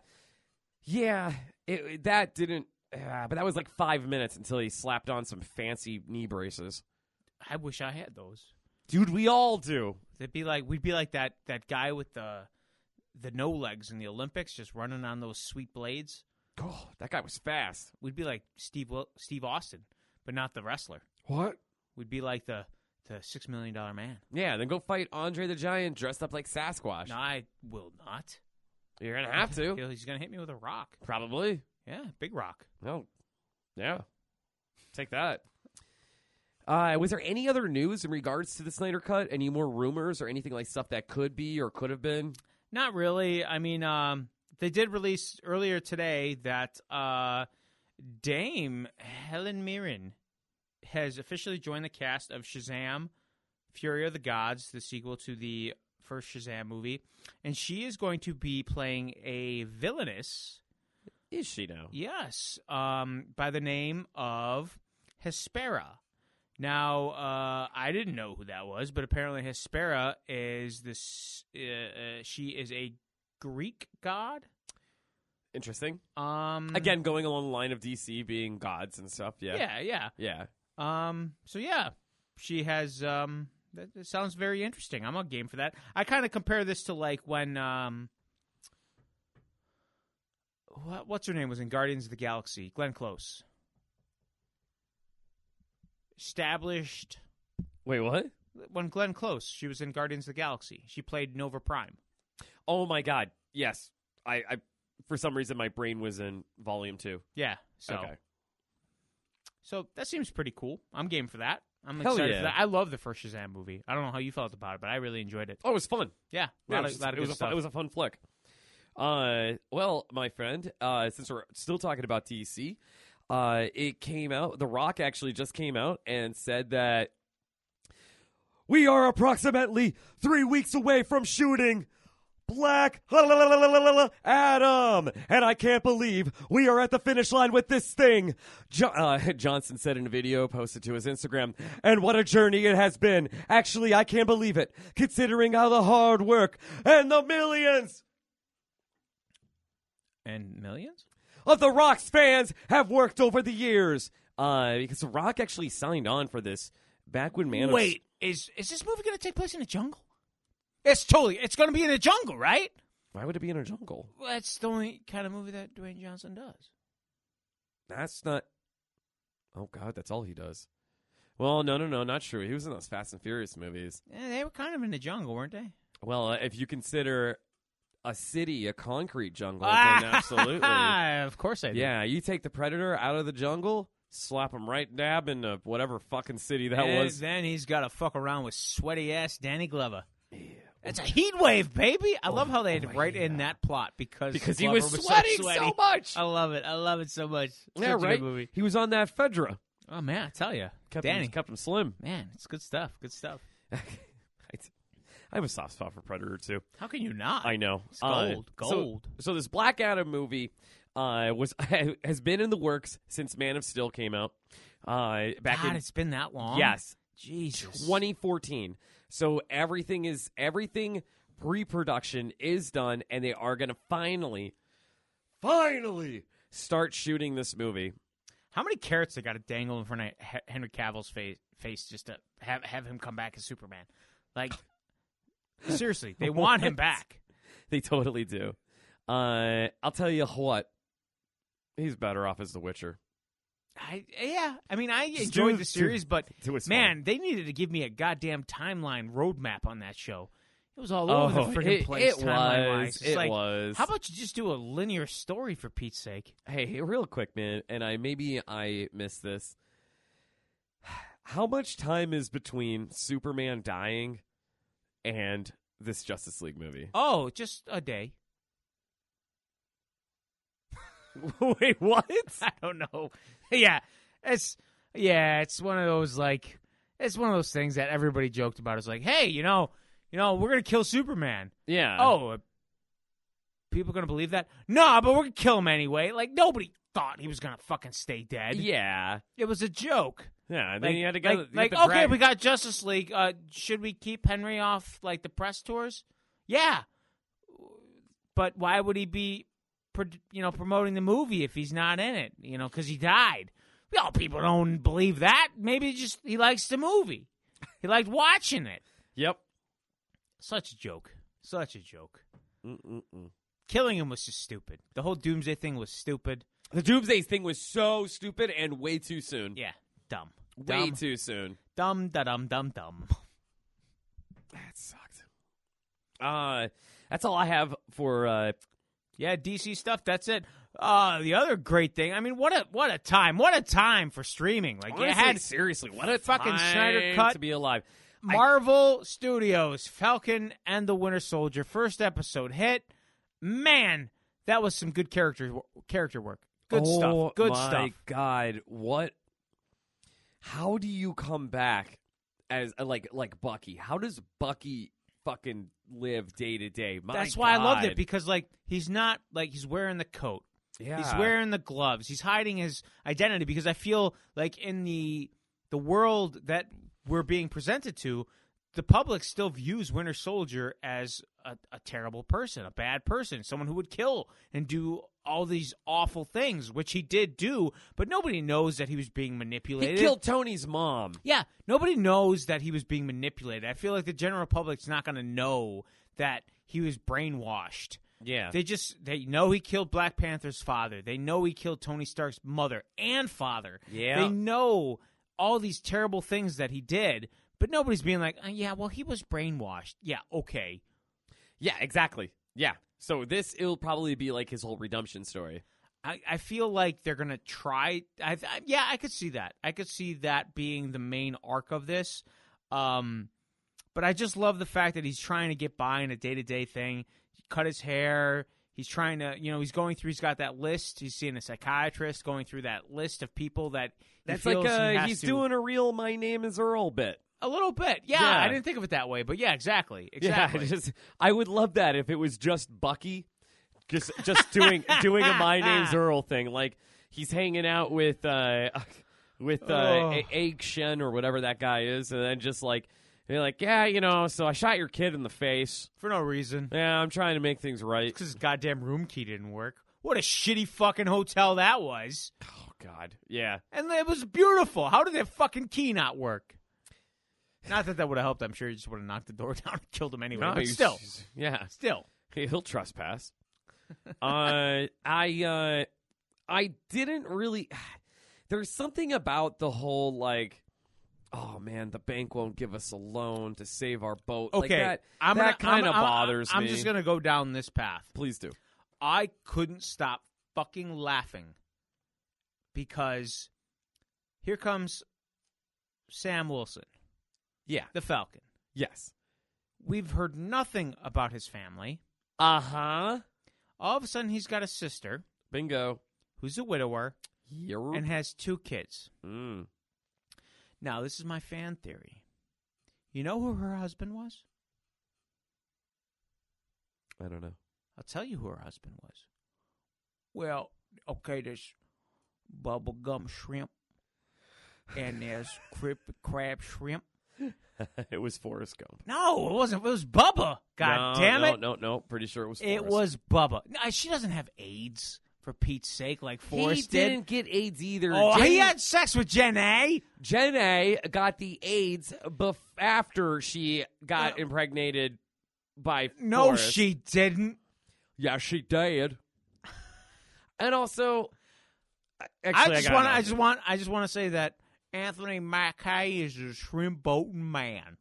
Speaker 2: yeah. It, it- that didn't, uh, but that was like five minutes until he slapped on some fancy knee braces.
Speaker 3: I wish I had those.
Speaker 2: Dude, we all do.
Speaker 3: It'd be like we'd be like that that guy with the the no legs in the Olympics, just running on those sweet blades.
Speaker 2: God, that guy was fast.
Speaker 3: We'd be like Steve Wil- Steve Austin, but not the wrestler.
Speaker 2: What?
Speaker 3: We'd be like the the six million dollar man.
Speaker 2: Yeah, then go fight Andre the Giant dressed up like Sasquatch.
Speaker 3: No, I will not.
Speaker 2: You're gonna have to,
Speaker 3: He'll- He's gonna hit me with a rock.
Speaker 2: probably.
Speaker 3: Yeah, big rock.
Speaker 2: No, yeah, take that. Uh, was there any other news in regards to the Snyder Cut? Any more rumors or anything like stuff that could be or could have been?
Speaker 3: Not really. I mean, um, they did release earlier today that uh, Dame Helen Mirren has officially joined the cast of Shazam: Fury of the Gods, the sequel to the first Shazam movie, and she is going to be playing a villainess.
Speaker 2: Is she now?
Speaker 3: Yes, um, by the name of Hespera. Now, uh, I didn't know who that was, but apparently Hespera is this. Uh, uh, she is a Greek god.
Speaker 2: Interesting.
Speaker 3: Um,
Speaker 2: Again, going along the line of DC being gods and stuff. Mm-hmm. Yeah.
Speaker 3: yeah, yeah.
Speaker 2: Yeah.
Speaker 3: Um, so yeah, she has. Um, that, that sounds very interesting. I'm on game for that. I kind of compare this to like when um, what what's her name was in Guardians of the Galaxy, Glenn Close. Established
Speaker 2: Wait, what?
Speaker 3: when Glenn Close, she was in Guardians of the Galaxy. She played Nova Prime.
Speaker 2: Oh my God. Yes. I, I for some reason my brain was in volume two.
Speaker 3: Yeah. So
Speaker 2: Okay.
Speaker 3: so that seems pretty cool. I'm game for that. I'm
Speaker 2: Hell
Speaker 3: excited
Speaker 2: yeah.
Speaker 3: for that. I love the first Shazam movie. I don't know how you felt about it, but I really enjoyed it.
Speaker 2: Oh, it was fun.
Speaker 3: Yeah.
Speaker 2: Yeah,
Speaker 3: lot
Speaker 2: it was,
Speaker 3: of-
Speaker 2: just-
Speaker 3: lot of
Speaker 2: it, was
Speaker 3: good
Speaker 2: a fun,
Speaker 3: stuff.
Speaker 2: it was a fun flick. Uh, well, my friend, uh, since we're still talking about DC, uh, it came out. The Rock actually just came out and said that we are approximately three weeks away from shooting Black Adam, and I can't believe we are at the finish line with this thing. Jo- uh, Johnson said in a video posted to his Instagram, and what a journey it has been. Actually, I can't believe it, considering all the hard work and the millions
Speaker 3: and millions?
Speaker 2: of the Rock's fans have worked over the years. Uh, because the Rock actually signed on for this back when Man of-
Speaker 3: Wait, is is this movie going to take place in a jungle? It's totally. It's going to be in a jungle, right?
Speaker 2: why would it be in a jungle?
Speaker 3: Well, that's the only kind of movie that Dwayne Johnson does.
Speaker 2: That's not. Oh God, that's all he does. Well, no, no, no, not true. He was in those Fast and Furious movies.
Speaker 3: Yeah, they were kind of in the jungle, weren't they?
Speaker 2: Well, uh, if you consider a city a concrete jungle,
Speaker 3: Ah,
Speaker 2: then absolutely.
Speaker 3: of course I did.
Speaker 2: Yeah, you take the Predator out of the jungle, slap him right dab into whatever fucking city that
Speaker 3: And
Speaker 2: was.
Speaker 3: Then he's got to fuck around with sweaty ass Danny Glover. That's a heat wave, baby. I
Speaker 2: Oh,
Speaker 3: love how they had to write in that plot because
Speaker 2: Because he
Speaker 3: Glover
Speaker 2: was sweating so
Speaker 3: so, sweaty.
Speaker 2: much.
Speaker 3: I love it. I love it so much. Such
Speaker 2: yeah,
Speaker 3: a good
Speaker 2: right.
Speaker 3: movie.
Speaker 2: He was on that Fedra.
Speaker 3: Oh man, I tell you,
Speaker 2: Kept
Speaker 3: Danny,
Speaker 2: him, kept him slim.
Speaker 3: man, it's good stuff. Good stuff.
Speaker 2: I have a soft spot for Predator too.
Speaker 3: How can you not?
Speaker 2: I know. Uh,
Speaker 3: It's gold,
Speaker 2: so-
Speaker 3: gold.
Speaker 2: So, this Black Adam movie uh, was has been in the works since Man of Steel came out. Uh, back
Speaker 3: God,
Speaker 2: in
Speaker 3: it's been that long.
Speaker 2: yes,
Speaker 3: Jesus.
Speaker 2: 2014. So everything is everything pre-production is done, and they are going to finally, finally start shooting this movie.
Speaker 3: How many carrots they got to dangle in front of H- Henry Cavill's face, face just to have have him come back as Superman? Like, seriously, they want him
Speaker 2: What?
Speaker 3: back.
Speaker 2: They totally do. Uh, I'll tell you what, he's better off as The Witcher.
Speaker 3: I yeah. I mean, I
Speaker 2: Just
Speaker 3: enjoyed
Speaker 2: do-
Speaker 3: the series,
Speaker 2: do-
Speaker 3: but
Speaker 2: do what's
Speaker 3: man, they needed to give me a goddamn timeline roadmap on that show. It was all over
Speaker 2: Oh,
Speaker 3: the freaking
Speaker 2: it-
Speaker 3: place.
Speaker 2: it
Speaker 3: timeline-wise.
Speaker 2: was,
Speaker 3: It's
Speaker 2: it
Speaker 3: like,
Speaker 2: was.
Speaker 3: How about you just do a linear story for Pete's sake?
Speaker 2: Hey, hey, real quick, man, and I maybe I missed this. How much time is between Superman dying and this Justice League movie?
Speaker 3: Oh, just a day.
Speaker 2: Wait, what?
Speaker 3: I don't know. Yeah, it's yeah, it's one of those like it's one of those things that everybody joked about. It's like, hey, you know, you know, we're gonna kill Superman.
Speaker 2: Yeah.
Speaker 3: oh, uh, people gonna believe that? Nah, but we're gonna kill him anyway. Like nobody thought he was gonna fucking stay dead.
Speaker 2: yeah.
Speaker 3: It was a joke.
Speaker 2: Yeah. And
Speaker 3: like,
Speaker 2: then you had to go.
Speaker 3: like,
Speaker 2: you had
Speaker 3: like,
Speaker 2: to
Speaker 3: okay,
Speaker 2: drag-
Speaker 3: we got Justice League. Uh, should we keep Henry off like the press tours? Yeah, but why would he be, pro- you know, promoting the movie if he's not in it? You know, because he died. Well, people don't believe that. Maybe he just he likes the movie. He liked watching it.
Speaker 2: Yep.
Speaker 3: Such a joke. Such a joke.
Speaker 2: Mm-mm-mm.
Speaker 3: Killing him was just stupid. The whole Doomsday thing was stupid.
Speaker 2: The Doomsday thing was so stupid and way too soon.
Speaker 3: Yeah, dumb.
Speaker 2: Way
Speaker 3: Dumb.
Speaker 2: too soon.
Speaker 3: Dumb. Da dum dum dum.
Speaker 2: That sucked. Uh, that's all I have for. Uh,
Speaker 3: Yeah, DC stuff. That's it. Uh, the other great thing. I mean, what a what a time! What a time for streaming! Like
Speaker 2: Honestly,
Speaker 3: you had
Speaker 2: seriously, what a
Speaker 3: fucking
Speaker 2: time
Speaker 3: Snyder cut.
Speaker 2: to be alive. I-
Speaker 3: Marvel Studios, Falcon and the Winter Soldier, first episode hit. Man, that was some good character character work. Good
Speaker 2: Oh
Speaker 3: stuff. Good
Speaker 2: my
Speaker 3: stuff.
Speaker 2: God, what? How do you come back as uh, like like Bucky? How does Bucky fucking live day to day? My
Speaker 3: That's why I loved
Speaker 2: God.
Speaker 3: it because like he's not like he's wearing the coat.
Speaker 2: yeah.
Speaker 3: He's wearing the gloves. He's hiding his identity because I feel like in the the world that we're being presented to, the public still views Winter Soldier as a, a terrible person, a bad person, someone who would kill and do all these awful things, which he did do, but nobody knows that he was being
Speaker 2: He
Speaker 3: manipulated.
Speaker 2: killed Tony's mom.
Speaker 3: Yeah, nobody knows that he was being manipulated. I feel like the general public's not going to know that he was brainwashed.
Speaker 2: Yeah.
Speaker 3: They just they know he killed Black Panther's father. They know he killed Tony Stark's mother and father.
Speaker 2: Yeah.
Speaker 3: They know all these terrible things that he did, but nobody's being like, "Uh, "Yeah, well, he was brainwashed." Yeah, okay.
Speaker 2: yeah, exactly. Yeah. So this it'll probably be like his whole redemption story.
Speaker 3: I, I feel like they're gonna try. I, I yeah, I could see that. I could see that being the main arc of this. Um, but I just love the fact that he's trying to get by in a day to day thing. He cut his hair. He's trying to, you know, he's going through. He's got that list. He's seeing a psychiatrist, going through that list of people that he
Speaker 2: That's
Speaker 3: feels
Speaker 2: like
Speaker 3: he
Speaker 2: uh,
Speaker 3: has
Speaker 2: he's
Speaker 3: to-
Speaker 2: doing a real "My Name Is Earl" bit.
Speaker 3: a little bit. Yeah,
Speaker 2: Yeah.
Speaker 3: I didn't think of it that way, but yeah, exactly, exactly.
Speaker 2: Yeah, I just I would love that if it was just Bucky, just just doing doing a My Name's Earl thing. Like he's hanging out with uh with uh,
Speaker 3: Oh.
Speaker 2: A- Egg Shen or whatever that guy is, and then just like they're like, yeah, you know, so I shot your kid in the face.
Speaker 3: For no reason,
Speaker 2: Yeah, I'm trying to make things right.
Speaker 3: because his goddamn room key didn't work. What a shitty fucking hotel that was.
Speaker 2: Oh God, yeah.
Speaker 3: And it was beautiful. How did that fucking key not work? Not that that would have helped. I'm sure you just would have knocked the door down and killed him anyway. but
Speaker 2: you-
Speaker 3: still,
Speaker 2: yeah.
Speaker 3: still.
Speaker 2: Hey, He'll trespass. uh, I uh, I didn't really. There's something about the whole like, oh man, the bank won't give us a loan to save our boat. like
Speaker 3: Okay,
Speaker 2: that,
Speaker 3: I'm
Speaker 2: that
Speaker 3: gonna- I'm-
Speaker 2: kind of
Speaker 3: I'm-
Speaker 2: bothers
Speaker 3: I'm
Speaker 2: me.
Speaker 3: just gonna go down this path.
Speaker 2: Please do.
Speaker 3: I couldn't stop fucking laughing because here comes Sam Wilson,
Speaker 2: Yeah.
Speaker 3: the Falcon.
Speaker 2: Yes.
Speaker 3: We've heard nothing about his family.
Speaker 2: Uh huh.
Speaker 3: All of a sudden, he's got a sister
Speaker 2: Bingo.
Speaker 3: who's a widower
Speaker 2: Yer-
Speaker 3: and has two kids.
Speaker 2: Mm.
Speaker 3: Now, this is my fan theory. You know who her husband was?
Speaker 2: I don't know.
Speaker 3: I'll tell you who her husband was. Well, okay, there's bubblegum shrimp, and there's crispy crab shrimp.
Speaker 2: it was Forrest Gump.
Speaker 3: No, it wasn't. It was Bubba. God
Speaker 2: No,
Speaker 3: damn
Speaker 2: no,
Speaker 3: it.
Speaker 2: No, no, Pretty sure it was.
Speaker 3: It
Speaker 2: Forrest.
Speaker 3: was Bubba. No, she doesn't have AIDS, for Pete's sake, like
Speaker 2: He
Speaker 3: Forrest did.
Speaker 2: didn't get AIDS either.
Speaker 3: Oh, he
Speaker 2: Jenny-
Speaker 3: had sex with Jen A.
Speaker 2: Jen A got the AIDS bef- after she got
Speaker 3: Uh,
Speaker 2: impregnated by
Speaker 3: No,
Speaker 2: Forrest.
Speaker 3: she didn't.
Speaker 2: yeah she did. and also,
Speaker 3: I
Speaker 2: actually,
Speaker 3: just
Speaker 2: got
Speaker 3: want. I
Speaker 2: nothing.
Speaker 3: just want. I just want to say that Anthony Mackay is a shrimp boating man.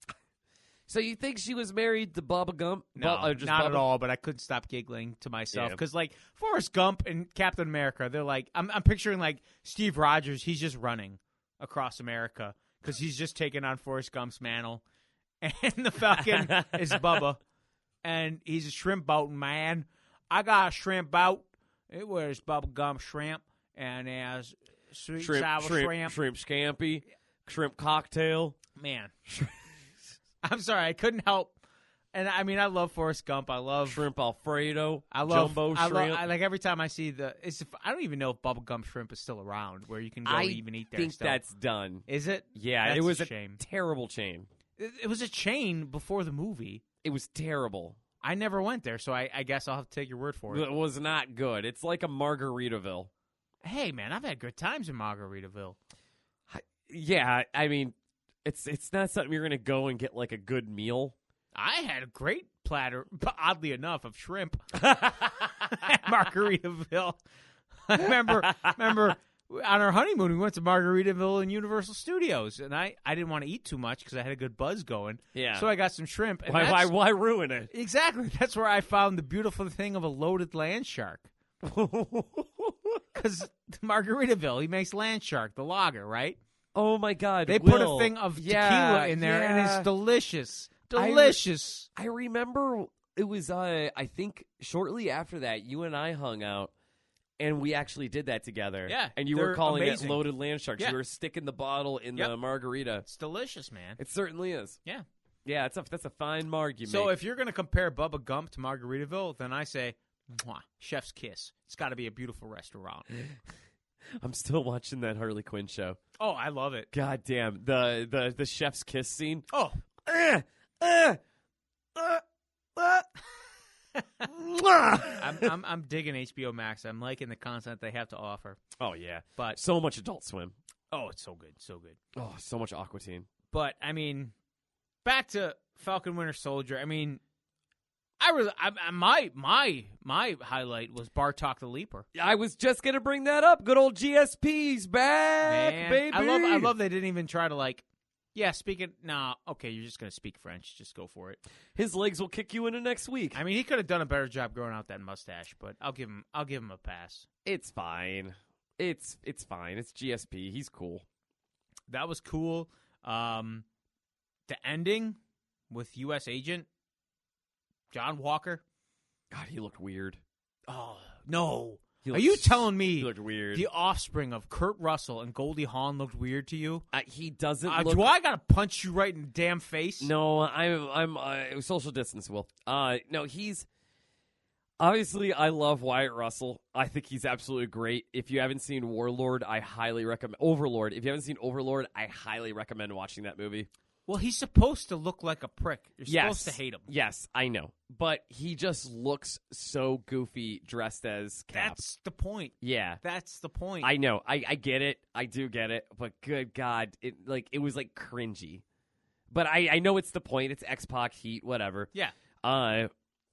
Speaker 2: So you think she was married to Bubba Gump? Bu- uh, just
Speaker 3: not at
Speaker 2: Bubba-
Speaker 3: all. But I couldn't stop giggling to myself
Speaker 2: Yeah.
Speaker 3: because, like, Forrest Gump and Captain America, they're like, I'm, I'm picturing like Steve Rogers. He's just running across America because he's just taking on Forrest Gump's mantle, and the Falcon is Bubba, and he's a shrimp boating man. I got a shrimp boat. It was bubble gum shrimp, and as sweet sour
Speaker 2: Shrimp, shrimp,
Speaker 3: shrimp.
Speaker 2: shrimp scampi, shrimp cocktail.
Speaker 3: Man, I'm sorry, I couldn't help. And I mean, I love Forrest Gump. I love
Speaker 2: Shrimp Alfredo,
Speaker 3: I love
Speaker 2: jumbo
Speaker 3: I
Speaker 2: shrimp.
Speaker 3: Love, I, like every time I see the, it's, I don't even know if bubblegum shrimp is still around where you can go
Speaker 2: I
Speaker 3: even eat there.
Speaker 2: think
Speaker 3: still.
Speaker 2: that's done.
Speaker 3: is it?
Speaker 2: Yeah,
Speaker 3: That's
Speaker 2: it was
Speaker 3: a
Speaker 2: a,
Speaker 3: shame.
Speaker 2: terrible chain.
Speaker 3: It, it was a chain before the movie.
Speaker 2: It was terrible.
Speaker 3: I never went there, so I, I guess I'll have to take your word for it.
Speaker 2: It was not good. It's like a Margaritaville.
Speaker 3: Hey, man, I've had good times in Margaritaville.
Speaker 2: Yeah, I mean, it's it's not something you're gonna go and get like a good meal.
Speaker 3: I had a great platter, oddly enough, of shrimp at Margaritaville. I remember, remember on our honeymoon, we went to Margaritaville and Universal Studios, and I, I didn't want to eat too much because I had a good buzz going.
Speaker 2: Yeah.
Speaker 3: So I got some shrimp. And
Speaker 2: why,
Speaker 3: that's-
Speaker 2: why why ruin it?
Speaker 3: Exactly. That's where I found the beautiful thing of a loaded land shark. because Margaritaville, he makes Land Shark, the lager, right?
Speaker 2: Oh my god.
Speaker 3: They put
Speaker 2: Will.
Speaker 3: a thing of
Speaker 2: Yeah,
Speaker 3: tequila in there, and
Speaker 2: yeah.
Speaker 3: it's delicious.
Speaker 2: I re-
Speaker 3: Delicious.
Speaker 2: I remember it was uh I think shortly after that you and I hung out and we actually did that together.
Speaker 3: Yeah,
Speaker 2: And you were
Speaker 3: they're
Speaker 2: calling
Speaker 3: amazing.
Speaker 2: it loaded land sharks.
Speaker 3: Yeah.
Speaker 2: You were sticking the bottle in
Speaker 3: Yep.
Speaker 2: the margarita.
Speaker 3: it's delicious, man.
Speaker 2: It certainly is.
Speaker 3: Yeah.
Speaker 2: Yeah, it's a that's a fine marg you
Speaker 3: So
Speaker 2: make.
Speaker 3: if you're going to compare Bubba Gump to Margaritaville, then I say, Mwah, chef's kiss. It's got to be a beautiful restaurant.
Speaker 2: I'm still watching that Harley Quinn show.
Speaker 3: oh, I love it.
Speaker 2: God damn. The the the chef's kiss scene.
Speaker 3: Oh,
Speaker 2: Uh, uh, uh, uh, mwah.
Speaker 3: I'm, I'm, I'm digging HBO Max. I'm liking the content they have to offer.
Speaker 2: oh yeah.
Speaker 3: But
Speaker 2: So much adult swim.
Speaker 3: oh, it's so good, so good.
Speaker 2: Oh, so much aqua teen.
Speaker 3: But I mean, back to Falcon Winter Soldier. I mean, I really, I, I, my my my highlight was Bartok the Leaper.
Speaker 2: I was just gonna bring that up. Good old GSP's back,
Speaker 3: Man,
Speaker 2: baby.
Speaker 3: I love I love they didn't even try to like. Yeah, speaking. Nah, okay, you're just gonna speak French. Just go for it.
Speaker 2: his legs will kick you into next week.
Speaker 3: I mean, he could have done a better job growing out that mustache, but I'll give him. I'll give him a pass.
Speaker 2: It's fine. It's it's fine. It's GSP. He's cool.
Speaker 3: That was cool. Um, the ending with U.S. Agent John Walker.
Speaker 2: God, he looked weird.
Speaker 3: Oh no!
Speaker 2: He
Speaker 3: Are
Speaker 2: looked
Speaker 3: you
Speaker 2: s-
Speaker 3: telling
Speaker 2: He
Speaker 3: me
Speaker 2: looked weird.
Speaker 3: the offspring of Kurt Russell and Goldie Hawn looked weird to you?
Speaker 2: Uh, he doesn't
Speaker 3: Uh,
Speaker 2: look.
Speaker 3: do I gotta punch you right in the damn face?
Speaker 2: No, I'm I'm uh, social distance. Will. Uh, no, he's obviously. I love Wyatt Russell. I think he's absolutely great. If you haven't seen Warlord, I highly recommend Overlord. If you haven't seen Overlord, I highly recommend watching that movie.
Speaker 3: Well, he's supposed to look like a prick. You're supposed to hate him.
Speaker 2: Yes, I know. But he just looks so goofy dressed as Cap.
Speaker 3: That's the point.
Speaker 2: yeah.
Speaker 3: That's the point.
Speaker 2: I know. I, I get it. I do get it. But good God, it like it was like cringy. But I, I know it's the point. It's X Pac heat, whatever.
Speaker 3: yeah,
Speaker 2: Uh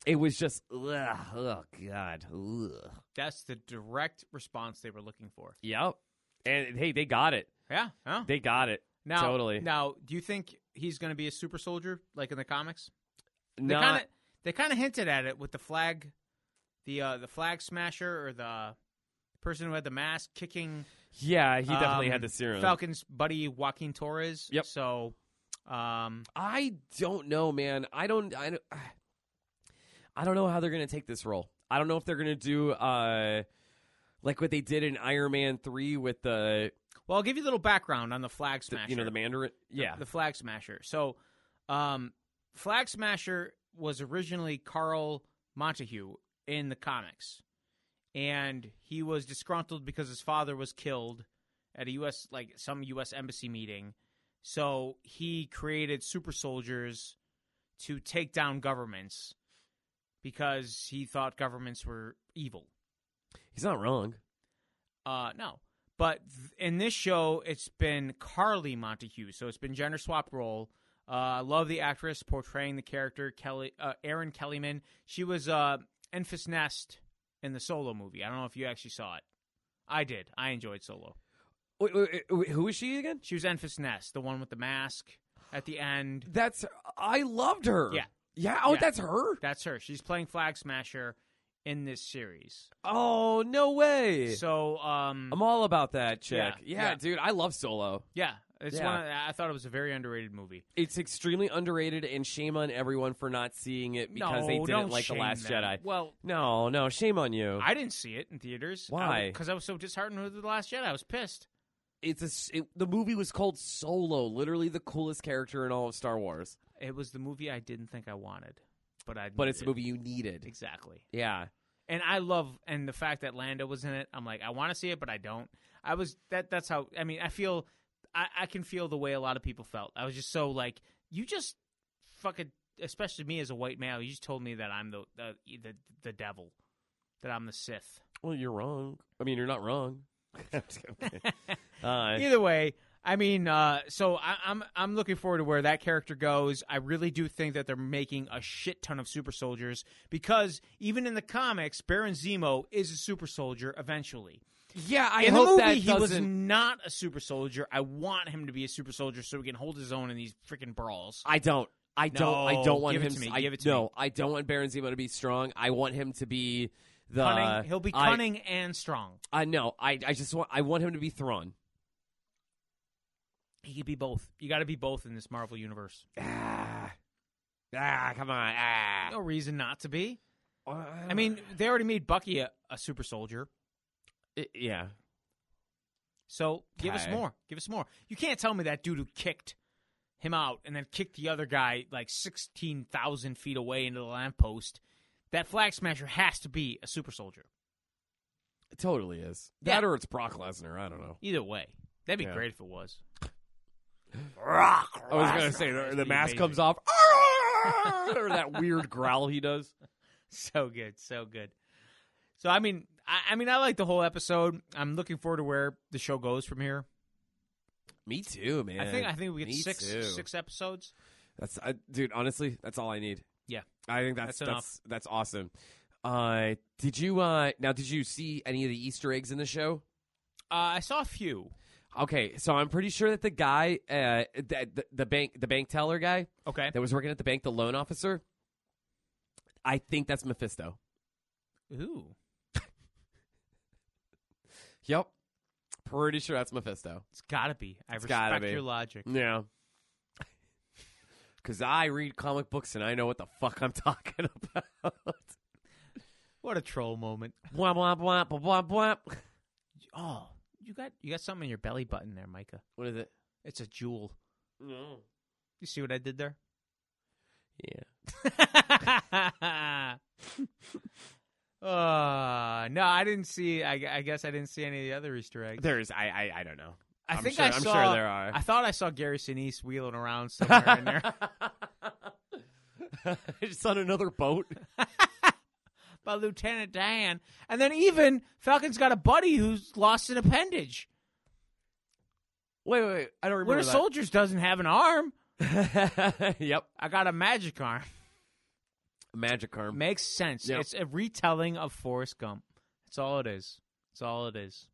Speaker 2: it was just ugh, oh God. Ugh.
Speaker 3: that's the direct response they were looking for.
Speaker 2: Yep. And hey, they got it.
Speaker 3: Yeah. Huh?
Speaker 2: They got it.
Speaker 3: Now,
Speaker 2: totally.
Speaker 3: Now, do you think he's going to be a super soldier like in the comics? They
Speaker 2: Not-
Speaker 3: kinda, they kind of hinted at it with the flag, the uh, the flag smasher or the person who had the mask kicking.
Speaker 2: yeah, he definitely
Speaker 3: um,
Speaker 2: had the serum.
Speaker 3: Falcons buddy Joaquin Torres.
Speaker 2: Yep.
Speaker 3: So, um,
Speaker 2: I don't know, man. I don't. I don't. I don't know how they're gonna take this role. I don't know if they're gonna do uh, like what they did in Iron Man three with the,
Speaker 3: well, I'll give you a little background on the flag
Speaker 2: the
Speaker 3: smasher.
Speaker 2: you know the Mandarin. Yeah,
Speaker 3: the flag smasher. So, um, flag smasher was originally Carl Montague in the comics, and he was disgruntled because his father was killed at a U.S. like some U.S. embassy meeting. So he created super soldiers to take down governments because he thought governments were evil.
Speaker 2: he's not wrong.
Speaker 3: Uh, no. But th- in this show, it's been Carly Montague, so it's been gender swap role. Uh, I love the actress portraying the character Kelly, uh, Aaron Kellyman. She was uh, Enfys Nest in the Solo movie. I don't know if you actually saw it. I did. I enjoyed Solo.
Speaker 2: Wait, wait, wait, who is she again?
Speaker 3: She was Enfys Nest, the one with the mask at the end.
Speaker 2: That's I loved her.
Speaker 3: Yeah.
Speaker 2: yeah. Oh,
Speaker 3: Yeah.
Speaker 2: that's her.
Speaker 3: That's her. She's playing Flag Smasher in this series.
Speaker 2: Oh no way.
Speaker 3: So, um,
Speaker 2: I'm all about that chick. Yeah,
Speaker 3: Yeah, yeah.
Speaker 2: dude, I love Solo.
Speaker 3: yeah, it's
Speaker 2: Yeah.
Speaker 3: one. Of, I thought it was a very underrated movie.
Speaker 2: It's extremely underrated, and shame on everyone for not seeing it because
Speaker 3: no,
Speaker 2: they didn't
Speaker 3: don't
Speaker 2: like the
Speaker 3: shame
Speaker 2: Last
Speaker 3: them.
Speaker 2: Jedi.
Speaker 3: Well,
Speaker 2: No, no, shame on you.
Speaker 3: I didn't see it in theaters.
Speaker 2: Why?
Speaker 3: Because I, was so disheartened with the Last Jedi. I was pissed.
Speaker 2: it's a s it, the movie was called Solo, literally the coolest character in all of Star Wars,
Speaker 3: It was the movie I didn't think I wanted, but I.
Speaker 2: but it's the
Speaker 3: needed.
Speaker 2: movie you needed.
Speaker 3: exactly.
Speaker 2: Yeah,
Speaker 3: And I love and the fact that Lando was in it. I'm like, I want to see it, but I don't. I was that. That's how. I mean, I feel. I, I can feel the way a lot of people felt. I was just so like, you just fucking, especially me as a white male. You just told me that I'm the the the, the devil, that I'm the Sith.
Speaker 2: well, you're wrong. I mean, you're not wrong. I'm just kidding. uh,
Speaker 3: Either way, I mean, uh, so I, I'm I'm looking forward to where that character goes. I really do think that they're making a shit ton of super soldiers because even in the comics, Baron Zemo is a super soldier eventually.
Speaker 2: yeah, I
Speaker 3: in the
Speaker 2: hope
Speaker 3: movie,
Speaker 2: that
Speaker 3: he was
Speaker 2: doesn't-
Speaker 3: not a super soldier. I want him to be a super soldier so he can hold his own in these freaking brawls.
Speaker 2: I don't. I don't. I
Speaker 3: No,
Speaker 2: don't want
Speaker 3: give it
Speaker 2: him.
Speaker 3: to me,
Speaker 2: I,
Speaker 3: give it to
Speaker 2: no,
Speaker 3: me.
Speaker 2: I don't want Baron Zemo to be strong. I want him to be the
Speaker 3: cunning. He'll be
Speaker 2: uh, I-
Speaker 3: cunning and strong.
Speaker 2: I know. I, I just want I want him to be Thrawn.
Speaker 3: He could be both. You got to be both in this Marvel universe.
Speaker 2: Ah, ah come on.
Speaker 3: No
Speaker 2: Ah.
Speaker 3: reason not to be. uh, I mean, they already made Bucky a, a super soldier.
Speaker 2: I- yeah.
Speaker 3: So give us
Speaker 2: Okay.
Speaker 3: more. Give us more. You can't tell me that dude who kicked him out and then kicked the other guy like 16,000 feet away into the lamppost. That flag smasher has to be a super soldier.
Speaker 2: It totally is.
Speaker 3: Yeah.
Speaker 2: That or it's Brock Lesnar. I don't know.
Speaker 3: Either way. That'd be
Speaker 2: Yeah.
Speaker 3: great if it was.
Speaker 2: I was going to say the, the mask comes off. or that weird growl he does.
Speaker 3: So good. So good. So, I mean, I, I mean, I like the whole episode. I'm looking forward to where the show goes from here.
Speaker 2: Me too, man.
Speaker 3: I think I think we get
Speaker 2: Me
Speaker 3: six
Speaker 2: too.
Speaker 3: six episodes.
Speaker 2: That's I, dude. Honestly, that's all I need.
Speaker 3: Yeah.
Speaker 2: I think that's that's
Speaker 3: That's enough.
Speaker 2: that's, awesome. Uh, did you uh now did you see any of the Easter eggs in the show?
Speaker 3: Uh, I saw a few.
Speaker 2: Okay, so I'm pretty sure that the guy, uh, that the, the bank, the bank teller guy
Speaker 3: Okay.
Speaker 2: that was working at the bank, the loan officer. I think that's Mephisto.
Speaker 3: Ooh.
Speaker 2: Yep, pretty sure that's Mephisto.
Speaker 3: It's got to be. I
Speaker 2: It's gotta
Speaker 3: respect
Speaker 2: be.
Speaker 3: your logic.
Speaker 2: Yeah. Because I read comic books and I know what the fuck I'm talking about.
Speaker 3: What a troll moment.
Speaker 2: blah, blah, blah, blah, blah, blah.
Speaker 3: Oh, you got you got something in your belly button there, Micah.
Speaker 2: What is it?
Speaker 3: It's a jewel.
Speaker 2: No.
Speaker 3: You see what I did there?
Speaker 2: Yeah.
Speaker 3: uh, no, I didn't see. I, I guess I didn't see any of the other Easter eggs.
Speaker 2: There's, I, I, I don't know.
Speaker 3: I
Speaker 2: I'm
Speaker 3: think
Speaker 2: sure,
Speaker 3: I
Speaker 2: am
Speaker 3: saw.
Speaker 2: sure there are.
Speaker 3: I thought I saw Gary Sinise wheeling around somewhere in there.
Speaker 2: Just on another boat.
Speaker 3: by Lieutenant Dan. And then even Falcon's got a buddy who's lost an appendage.
Speaker 2: Wait, wait, wait, I don't
Speaker 3: Winter
Speaker 2: remember
Speaker 3: Soldiers doesn't have an arm.
Speaker 2: that. yep,
Speaker 3: I got a magic arm.
Speaker 2: magic arm.
Speaker 3: Makes sense.
Speaker 2: Yep.
Speaker 3: It's a retelling of Forrest Gump. That's all it is. That's all it is.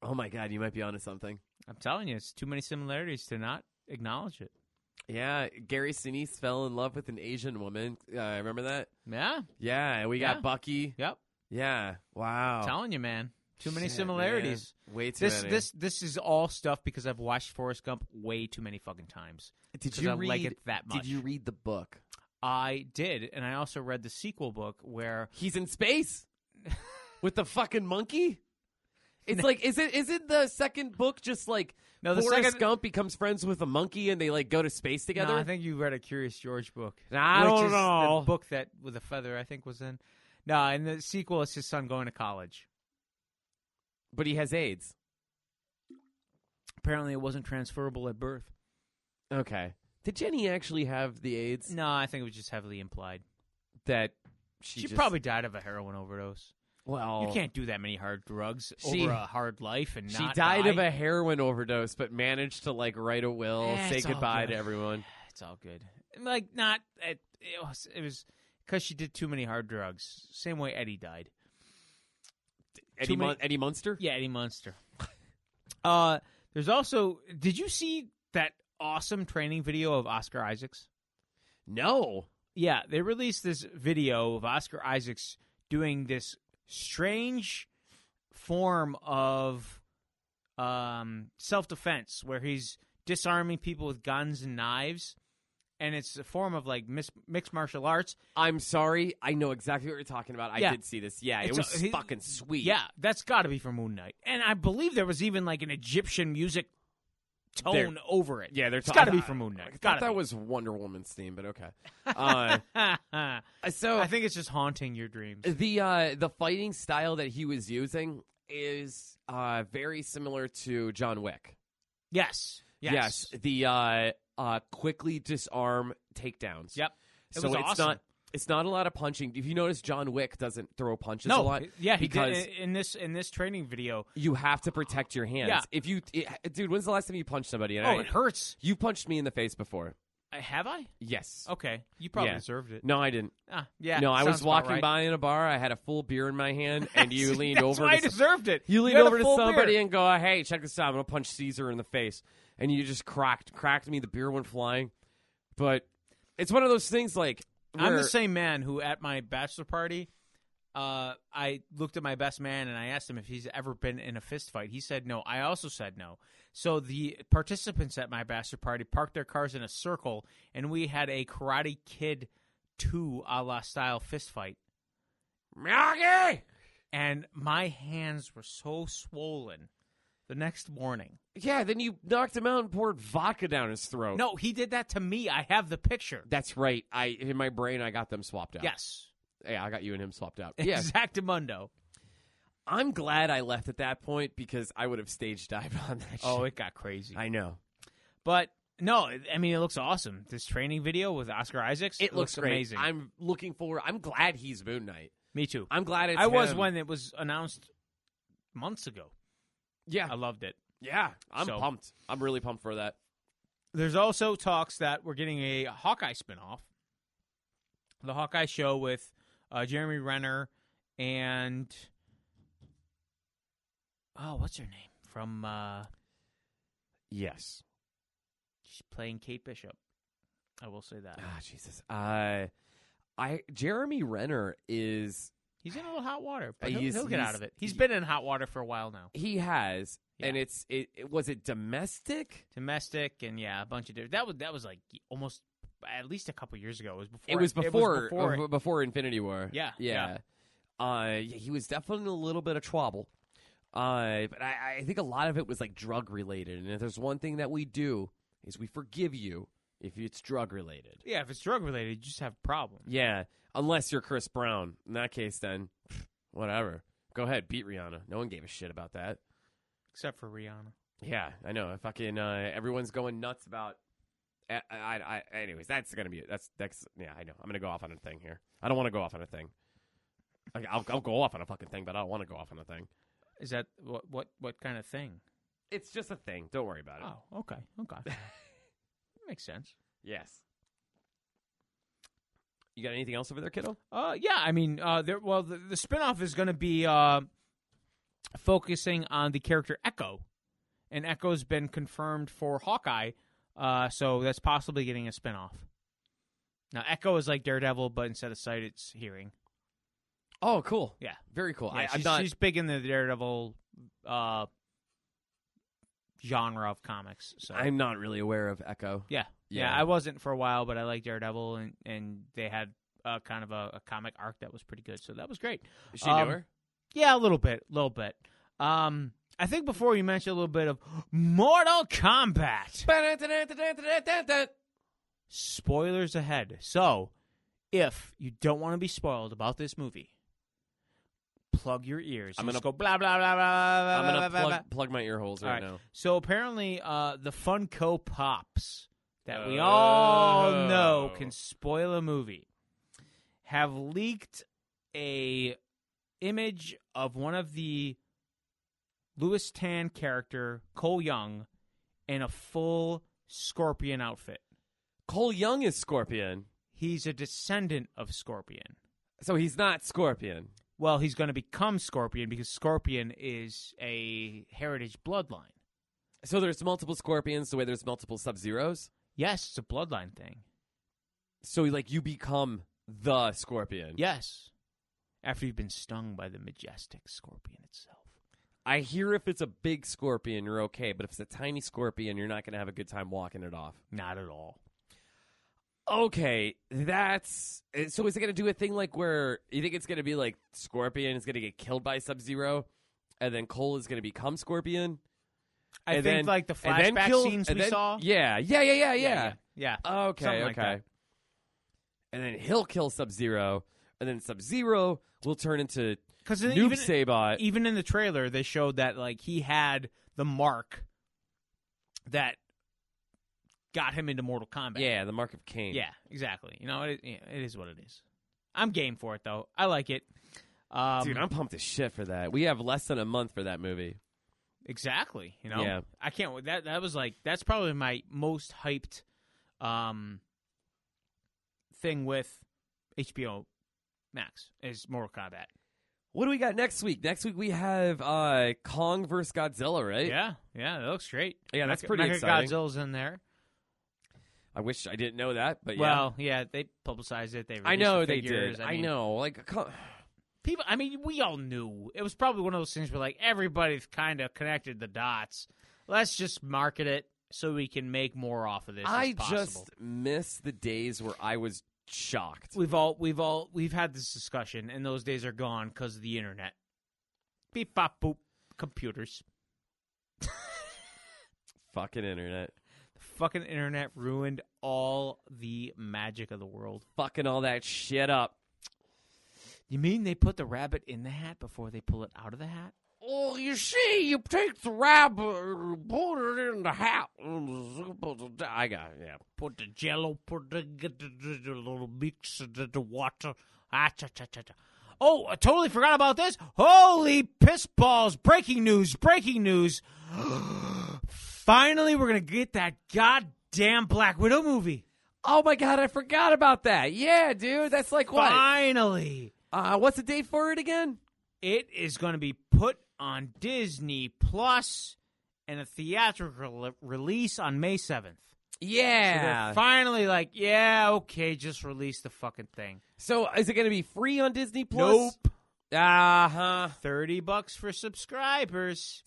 Speaker 2: oh my god, you might be onto something.
Speaker 3: I'm telling you, it's too many similarities to not acknowledge it.
Speaker 2: Yeah, Gary Sinise fell in love with an Asian woman. Uh, remember that?
Speaker 3: Yeah.
Speaker 2: Yeah, and we
Speaker 3: Yeah.
Speaker 2: got Bucky.
Speaker 3: Yep.
Speaker 2: Yeah, wow.
Speaker 3: telling you, man. Too many
Speaker 2: Oh. Shit,
Speaker 3: similarities.
Speaker 2: man. Way too
Speaker 3: This
Speaker 2: many.
Speaker 3: this this is all stuff because I've watched Forrest Gump way too many fucking times.
Speaker 2: did
Speaker 3: 'cause
Speaker 2: you
Speaker 3: I
Speaker 2: read?
Speaker 3: like it that much.
Speaker 2: Did you read the book?
Speaker 3: I did, and I also read the sequel book where
Speaker 2: He's in space with the fucking monkey. It's like is it is it the second book just like
Speaker 3: No, the
Speaker 2: Forrest
Speaker 3: second-
Speaker 2: Gump becomes friends with a monkey and they like go to space together?
Speaker 3: No, I think you read a Curious George book.
Speaker 2: I
Speaker 3: which
Speaker 2: don't
Speaker 3: is
Speaker 2: know.
Speaker 3: The book that with a feather, I think, was in. No, and the sequel is his son going to college.
Speaker 2: but he has AIDS.
Speaker 3: Apparently, it wasn't transferable at birth.
Speaker 2: Okay. Did Jenny actually have the AIDS
Speaker 3: No, I think it was just heavily implied.
Speaker 2: that
Speaker 3: She,
Speaker 2: she, just-
Speaker 3: probably died of a heroin overdose.
Speaker 2: well
Speaker 3: You can't do that many hard drugs
Speaker 2: She-
Speaker 3: over a hard life and
Speaker 2: she
Speaker 3: not.
Speaker 2: died
Speaker 3: die.
Speaker 2: of a heroin overdose, but managed to like write a will,
Speaker 3: Eh,
Speaker 2: say
Speaker 3: it's all
Speaker 2: goodbye
Speaker 3: good.
Speaker 2: to everyone.
Speaker 3: It's all good. Like not. It, it was. It was because she did too many hard drugs. Same way Eddie died.
Speaker 2: Eddie,
Speaker 3: many-
Speaker 2: Mun- Eddie Munster?
Speaker 3: Yeah, Eddie Munster. uh, there's also. Did you see that awesome training video of Oscar Isaacs?
Speaker 2: No.
Speaker 3: Yeah, they released this video of Oscar Isaacs doing this strange form of um, self defense where he's disarming people with guns and knives. And it's a form of like mis- mixed martial arts.
Speaker 2: I'm sorry. I know exactly what you're talking about. I
Speaker 3: Yeah.
Speaker 2: did see this. Yeah,
Speaker 3: It's
Speaker 2: it was
Speaker 3: a- he-
Speaker 2: fucking sweet.
Speaker 3: Yeah, that's got to be from Moon Knight. And I believe there was even like an Egyptian music tone
Speaker 2: There-
Speaker 3: over it.
Speaker 2: Yeah, they're
Speaker 3: It's got to be from Moon Knight.
Speaker 2: I
Speaker 3: It's
Speaker 2: thought
Speaker 3: gotta
Speaker 2: that
Speaker 3: be.
Speaker 2: was Wonder Woman's theme, but okay. Uh, so
Speaker 3: I think it's just haunting your dreams.
Speaker 2: the uh, the fighting style that he was using is uh, very similar to John Wick.
Speaker 3: Yes. Yes.
Speaker 2: the uh, uh, quickly disarm takedowns.
Speaker 3: Yep. It
Speaker 2: so
Speaker 3: was
Speaker 2: it's
Speaker 3: awesome.
Speaker 2: not it's not a lot of punching. If you notice, John Wick doesn't throw punches a
Speaker 3: No.
Speaker 2: lot.
Speaker 3: yeah, he
Speaker 2: because
Speaker 3: did in this in this training video.
Speaker 2: you have to protect your hands.
Speaker 3: Yeah.
Speaker 2: If you, it- dude, when's the last time you punched somebody? And
Speaker 3: Oh,
Speaker 2: I-
Speaker 3: it hurts.
Speaker 2: You punched me in the face before.
Speaker 3: Uh, have I?
Speaker 2: Yes.
Speaker 3: Okay, you probably
Speaker 2: Yeah.
Speaker 3: deserved it.
Speaker 2: No, I didn't.
Speaker 3: Ah, yeah.
Speaker 2: no, I
Speaker 3: sounds
Speaker 2: was
Speaker 3: about
Speaker 2: walking
Speaker 3: right.
Speaker 2: by in a bar. I had a full beer in my hand, and you
Speaker 3: That's-
Speaker 2: leaned
Speaker 3: that's
Speaker 2: over.
Speaker 3: Why I
Speaker 2: to, s-
Speaker 3: deserved it.
Speaker 2: you leaned
Speaker 3: had a
Speaker 2: over to
Speaker 3: full beer.
Speaker 2: somebody and go, "Hey, check this out! I'm gonna punch Caesar in the face," and you just cracked cracked me. The beer went flying, but it's one of those things like
Speaker 3: I'm
Speaker 2: where-
Speaker 3: the same man who, at my bachelor party, uh, I looked at my best man and I asked him if he's ever been in a fist fight. He said no. I also said no. So the participants at my bachelor party parked their cars in a circle, and we had a Karate Kid two a la style fist fight.
Speaker 2: Miyagi!
Speaker 3: And my hands were so swollen. The next morning,
Speaker 2: Yeah, then you knocked him out and poured vodka down his throat.
Speaker 3: no, he did that to me. I have the picture.
Speaker 2: That's right. I in my brain I got them swapped out.
Speaker 3: Yes,
Speaker 2: Yeah, I got you and him swapped out. Yeah.
Speaker 3: exactamundo.
Speaker 2: I'm glad I left at that point because I would have stage dived on that
Speaker 3: Oh,
Speaker 2: shit.
Speaker 3: it got crazy.
Speaker 2: I know.
Speaker 3: But no, I mean it looks awesome. This training video with Oscar Isaacs.
Speaker 2: It looks, great.
Speaker 3: amazing.
Speaker 2: I'm looking forward. I'm glad he's Moon Knight.
Speaker 3: Me too.
Speaker 2: I'm glad it's
Speaker 3: I was
Speaker 2: him.
Speaker 3: when it was announced months ago.
Speaker 2: Yeah.
Speaker 3: I loved it.
Speaker 2: yeah. I'm
Speaker 3: So-
Speaker 2: pumped. I'm really pumped for that.
Speaker 3: There's also talks that we're getting a Hawkeye spinoff, the Hawkeye show with uh, Jeremy Renner and oh, what's her name from? Uh,
Speaker 2: Yes.
Speaker 3: she's playing Kate Bishop. I will say that
Speaker 2: Ah, Jesus. Uh I Jeremy Renner is
Speaker 3: he's in a little hot water, but he'll,
Speaker 2: He's-
Speaker 3: he'll get
Speaker 2: he's-
Speaker 3: out of it. Uh, He's
Speaker 2: he-
Speaker 3: been in hot water for a while now.
Speaker 2: he has and
Speaker 3: Yeah.
Speaker 2: it's it, it was it domestic?
Speaker 3: domestic and yeah, a bunch of different. That was that was like almost at least a couple years ago. It was before.
Speaker 2: It was before uh,
Speaker 3: before-
Speaker 2: before, before Infinity War.
Speaker 3: Yeah,
Speaker 2: yeah. Uh, yeah, he was definitely in a little bit of trouble. Uh, but I, I think a lot of it was like drug related. And if there's one thing that we do is we forgive you if it's drug related.
Speaker 3: yeah, if it's drug related, you just have problems.
Speaker 2: Yeah, unless you're Chris Brown. In that case, then whatever. Go ahead, beat Rihanna. No one gave a shit about that.
Speaker 3: Except for Rihanna.
Speaker 2: Yeah, I know. Fucking uh, everyone's going nuts about. I, I, I, anyways, that's gonna be it. That's that's yeah. I know. I'm gonna go off on a thing here. I don't want to go off on a thing. Like, I'll I'll go off on a fucking thing, but I don't want to go off on a thing.
Speaker 3: Is that what what what kind of thing?
Speaker 2: It's just a thing. Don't worry about it.
Speaker 3: Oh, okay, okay, makes sense.
Speaker 2: Yes. You got anything else over there, kiddo?
Speaker 3: Uh, yeah, I mean, uh, there. Well, the, the spinoff is going to be uh, focusing on the character Echo, and Echo's been confirmed for Hawkeye, uh, so that's possibly getting a spinoff. Now, Echo is like Daredevil, but instead of sight, it's hearing.
Speaker 2: Oh, cool.
Speaker 3: Yeah.
Speaker 2: Very cool.
Speaker 3: Yeah,
Speaker 2: I, I'm
Speaker 3: she's,
Speaker 2: not.
Speaker 3: she's big in the Daredevil uh, genre of comics. So
Speaker 2: I'm not really aware of Echo.
Speaker 3: yeah. yeah,
Speaker 2: Yeah.
Speaker 3: I wasn't for a while, but I like Daredevil, and and they had uh, kind of a, a comic arc that was pretty good, so that was great.
Speaker 2: Is she
Speaker 3: Um,
Speaker 2: newer?
Speaker 3: Yeah, a little bit, a little bit. Um, I think before you mentioned a little bit of Mortal Kombat. Spoilers ahead. So, if you don't want to be spoiled about this movie, plug your ears.
Speaker 2: I'm
Speaker 3: You
Speaker 2: gonna-
Speaker 3: just go blah blah blah blah.
Speaker 2: I'm
Speaker 3: blah, blah,
Speaker 2: gonna
Speaker 3: blah, blah.
Speaker 2: plug, plug my ear holes
Speaker 3: All
Speaker 2: right,
Speaker 3: right.
Speaker 2: now.
Speaker 3: So apparently, uh, the Funko Pops that we all know
Speaker 2: Oh.
Speaker 3: can spoil a movie have leaked a image of one of the Louis Tan character Cole Young in a full Scorpion outfit.
Speaker 2: Cole Young is Scorpion,
Speaker 3: He's a descendant of Scorpion.
Speaker 2: so he's not Scorpion.
Speaker 3: Well, he's going to become Scorpion because Scorpion is a heritage bloodline.
Speaker 2: So there's multiple Scorpions, the way there's multiple Sub Zeros.
Speaker 3: Yes, it's a bloodline thing.
Speaker 2: So like you become the Scorpion.
Speaker 3: Yes. After you've been stung by the majestic scorpion itself.
Speaker 2: I hear if it's a big Scorpion, you're okay, but if it's a tiny Scorpion, you're not gonna have a good time walking it off.
Speaker 3: Not at all.
Speaker 2: Okay, that's uh, so. Is it gonna do a thing like where you think it's gonna be like Scorpion is gonna get killed by Sub Zero, and then Cole is gonna become Scorpion?
Speaker 3: I
Speaker 2: and
Speaker 3: think
Speaker 2: then-
Speaker 3: like the
Speaker 2: and then
Speaker 3: flashback
Speaker 2: kill-
Speaker 3: scenes
Speaker 2: and
Speaker 3: we
Speaker 2: then-
Speaker 3: saw.
Speaker 2: Yeah, yeah, yeah, yeah, yeah.
Speaker 3: yeah. yeah.
Speaker 2: Okay,
Speaker 3: Something like
Speaker 2: okay. And then he'll kill Sub Zero, and then Sub Zero will turn into
Speaker 3: Because
Speaker 2: Noob
Speaker 3: even,
Speaker 2: Sabot.
Speaker 3: even in the trailer, they showed that like he had the mark that got him into Mortal Kombat.
Speaker 2: yeah, the Mark of Cain.
Speaker 3: Yeah, exactly. You know, it, yeah, it is what it is. I'm game for it though. I like it. Um,
Speaker 2: Dude, I'm pumped as shit for that. We have less than a month for that movie.
Speaker 3: Exactly. You know,
Speaker 2: Yeah.
Speaker 3: I can't. wait. That that was like that's probably my most hyped, um, thing with HBO Max is Mortal Kombat.
Speaker 2: What do we got next week? Next week we have uh, Kong versus Godzilla, right?
Speaker 3: yeah, yeah, that looks great.
Speaker 2: Yeah, that's
Speaker 3: Mecha-
Speaker 2: pretty
Speaker 3: Mecha
Speaker 2: exciting.
Speaker 3: Godzilla's in there.
Speaker 2: I wish I didn't know that, but yeah.
Speaker 3: Well, yeah, they publicized it. They
Speaker 2: I
Speaker 3: released
Speaker 2: know
Speaker 3: the
Speaker 2: they
Speaker 3: figures.
Speaker 2: did. I,
Speaker 3: mean,
Speaker 2: know. Like, Kong-
Speaker 3: People, I mean, we all knew it was probably one of those things where like everybody's kind of connected the dots. Let's just market it so we can make more off of this. as
Speaker 2: I
Speaker 3: possible.
Speaker 2: just miss the days where I was shocked.
Speaker 3: we've all we've all we've had this discussion, and those days are gone because of the internet. Beep bop boop, computers.
Speaker 2: Fucking internet.
Speaker 3: The fucking internet ruined all the magic of the world.
Speaker 2: Fucking all that shit up.
Speaker 3: You mean they put the rabbit in the hat before they pull it out of the hat?
Speaker 2: Well, you see, you take the rabbit, put it in the hat. I got yeah.
Speaker 3: Put the jello, put the, get the, the, the little mix, the, the water. Ah, cha, cha, cha, cha. Oh, I totally forgot about this. Holy piss balls. Breaking news, breaking news. Finally, we're going to get that goddamn Black Widow movie.
Speaker 2: Oh my god, I forgot about that. Yeah, dude, that's like what?
Speaker 3: Finally.
Speaker 2: Uh, what's the date for it again?
Speaker 3: It is going to be put on Disney Plus and a theatrical re- release on May 7th. So they're
Speaker 2: Yeah.
Speaker 3: finally like, yeah, okay, just release the fucking thing.
Speaker 2: So, is it going to be free on Disney Plus?
Speaker 3: Nope.
Speaker 2: Uh huh.
Speaker 3: 30 bucks for subscribers.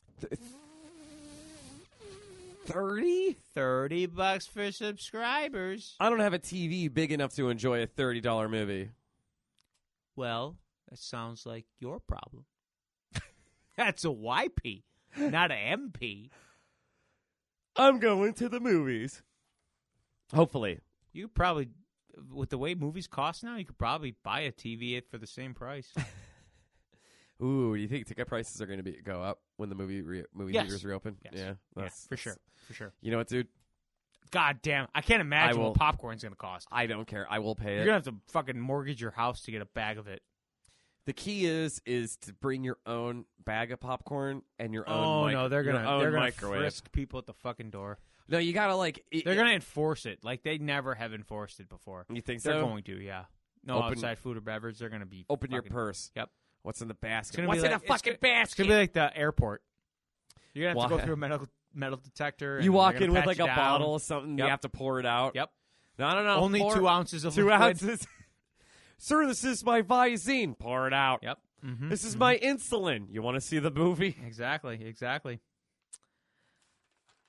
Speaker 2: Thirty?
Speaker 3: 30 bucks for subscribers.
Speaker 2: I don't have a TV big enough to enjoy a thirty dollar movie.
Speaker 3: Well, that sounds like your problem. That's a YP, not a MP.
Speaker 2: I'm going to the movies. Hopefully.
Speaker 3: You could probably, with the way movies cost now, you could probably buy a TV it for the same price.
Speaker 2: Ooh, do you think ticket prices are going to be go up when the movie re- movie
Speaker 3: Yes.
Speaker 2: theaters reopen?
Speaker 3: Yes.
Speaker 2: Yeah,
Speaker 3: yeah,
Speaker 2: that's-
Speaker 3: for sure,
Speaker 2: that's-
Speaker 3: for sure.
Speaker 2: You know what, dude?
Speaker 3: God damn, I can't imagine
Speaker 2: will-
Speaker 3: what popcorn's gonna cost.
Speaker 2: I don't care. I will pay
Speaker 3: You're
Speaker 2: it.
Speaker 3: gonna have to fucking mortgage your house to get a bag of it.
Speaker 2: The key is is to bring your own bag of popcorn and your own.
Speaker 3: Oh
Speaker 2: mic-
Speaker 3: no, they're
Speaker 2: your
Speaker 3: gonna
Speaker 2: own
Speaker 3: they're gonna
Speaker 2: microwave.
Speaker 3: frisk people at the fucking door.
Speaker 2: No, you gotta like. i-
Speaker 3: They're gonna enforce it like they never have enforced it before.
Speaker 2: e- You think
Speaker 3: They're
Speaker 2: so?
Speaker 3: going to, yeah. No
Speaker 2: Open-
Speaker 3: outside food or beverage. They're gonna be
Speaker 2: open your
Speaker 3: fucking-
Speaker 2: purse.
Speaker 3: Yep.
Speaker 2: What's in the
Speaker 3: It's
Speaker 2: basket?
Speaker 3: gonna
Speaker 2: What's
Speaker 3: be
Speaker 2: in
Speaker 3: like,
Speaker 2: a fucking
Speaker 3: it's gonna, It's gonna be
Speaker 2: basket?
Speaker 3: like the airport. You're gonna have to
Speaker 2: Why?
Speaker 3: go through a metal metal detector. And
Speaker 2: you
Speaker 3: they're
Speaker 2: walk
Speaker 3: gonna
Speaker 2: in with
Speaker 3: pat
Speaker 2: like
Speaker 3: you
Speaker 2: a
Speaker 3: down.
Speaker 2: bottle of something. You
Speaker 3: Yep.
Speaker 2: have to pour it out.
Speaker 3: Yep.
Speaker 2: No, no, no.
Speaker 3: Only
Speaker 2: pour-
Speaker 3: two ounces of
Speaker 2: Two
Speaker 3: liquid.
Speaker 2: ounces. Sir, this is my Visine. Pour it out.
Speaker 3: Yep. hmm
Speaker 2: This is my insulin. You want to see the movie?
Speaker 3: Exactly. Exactly.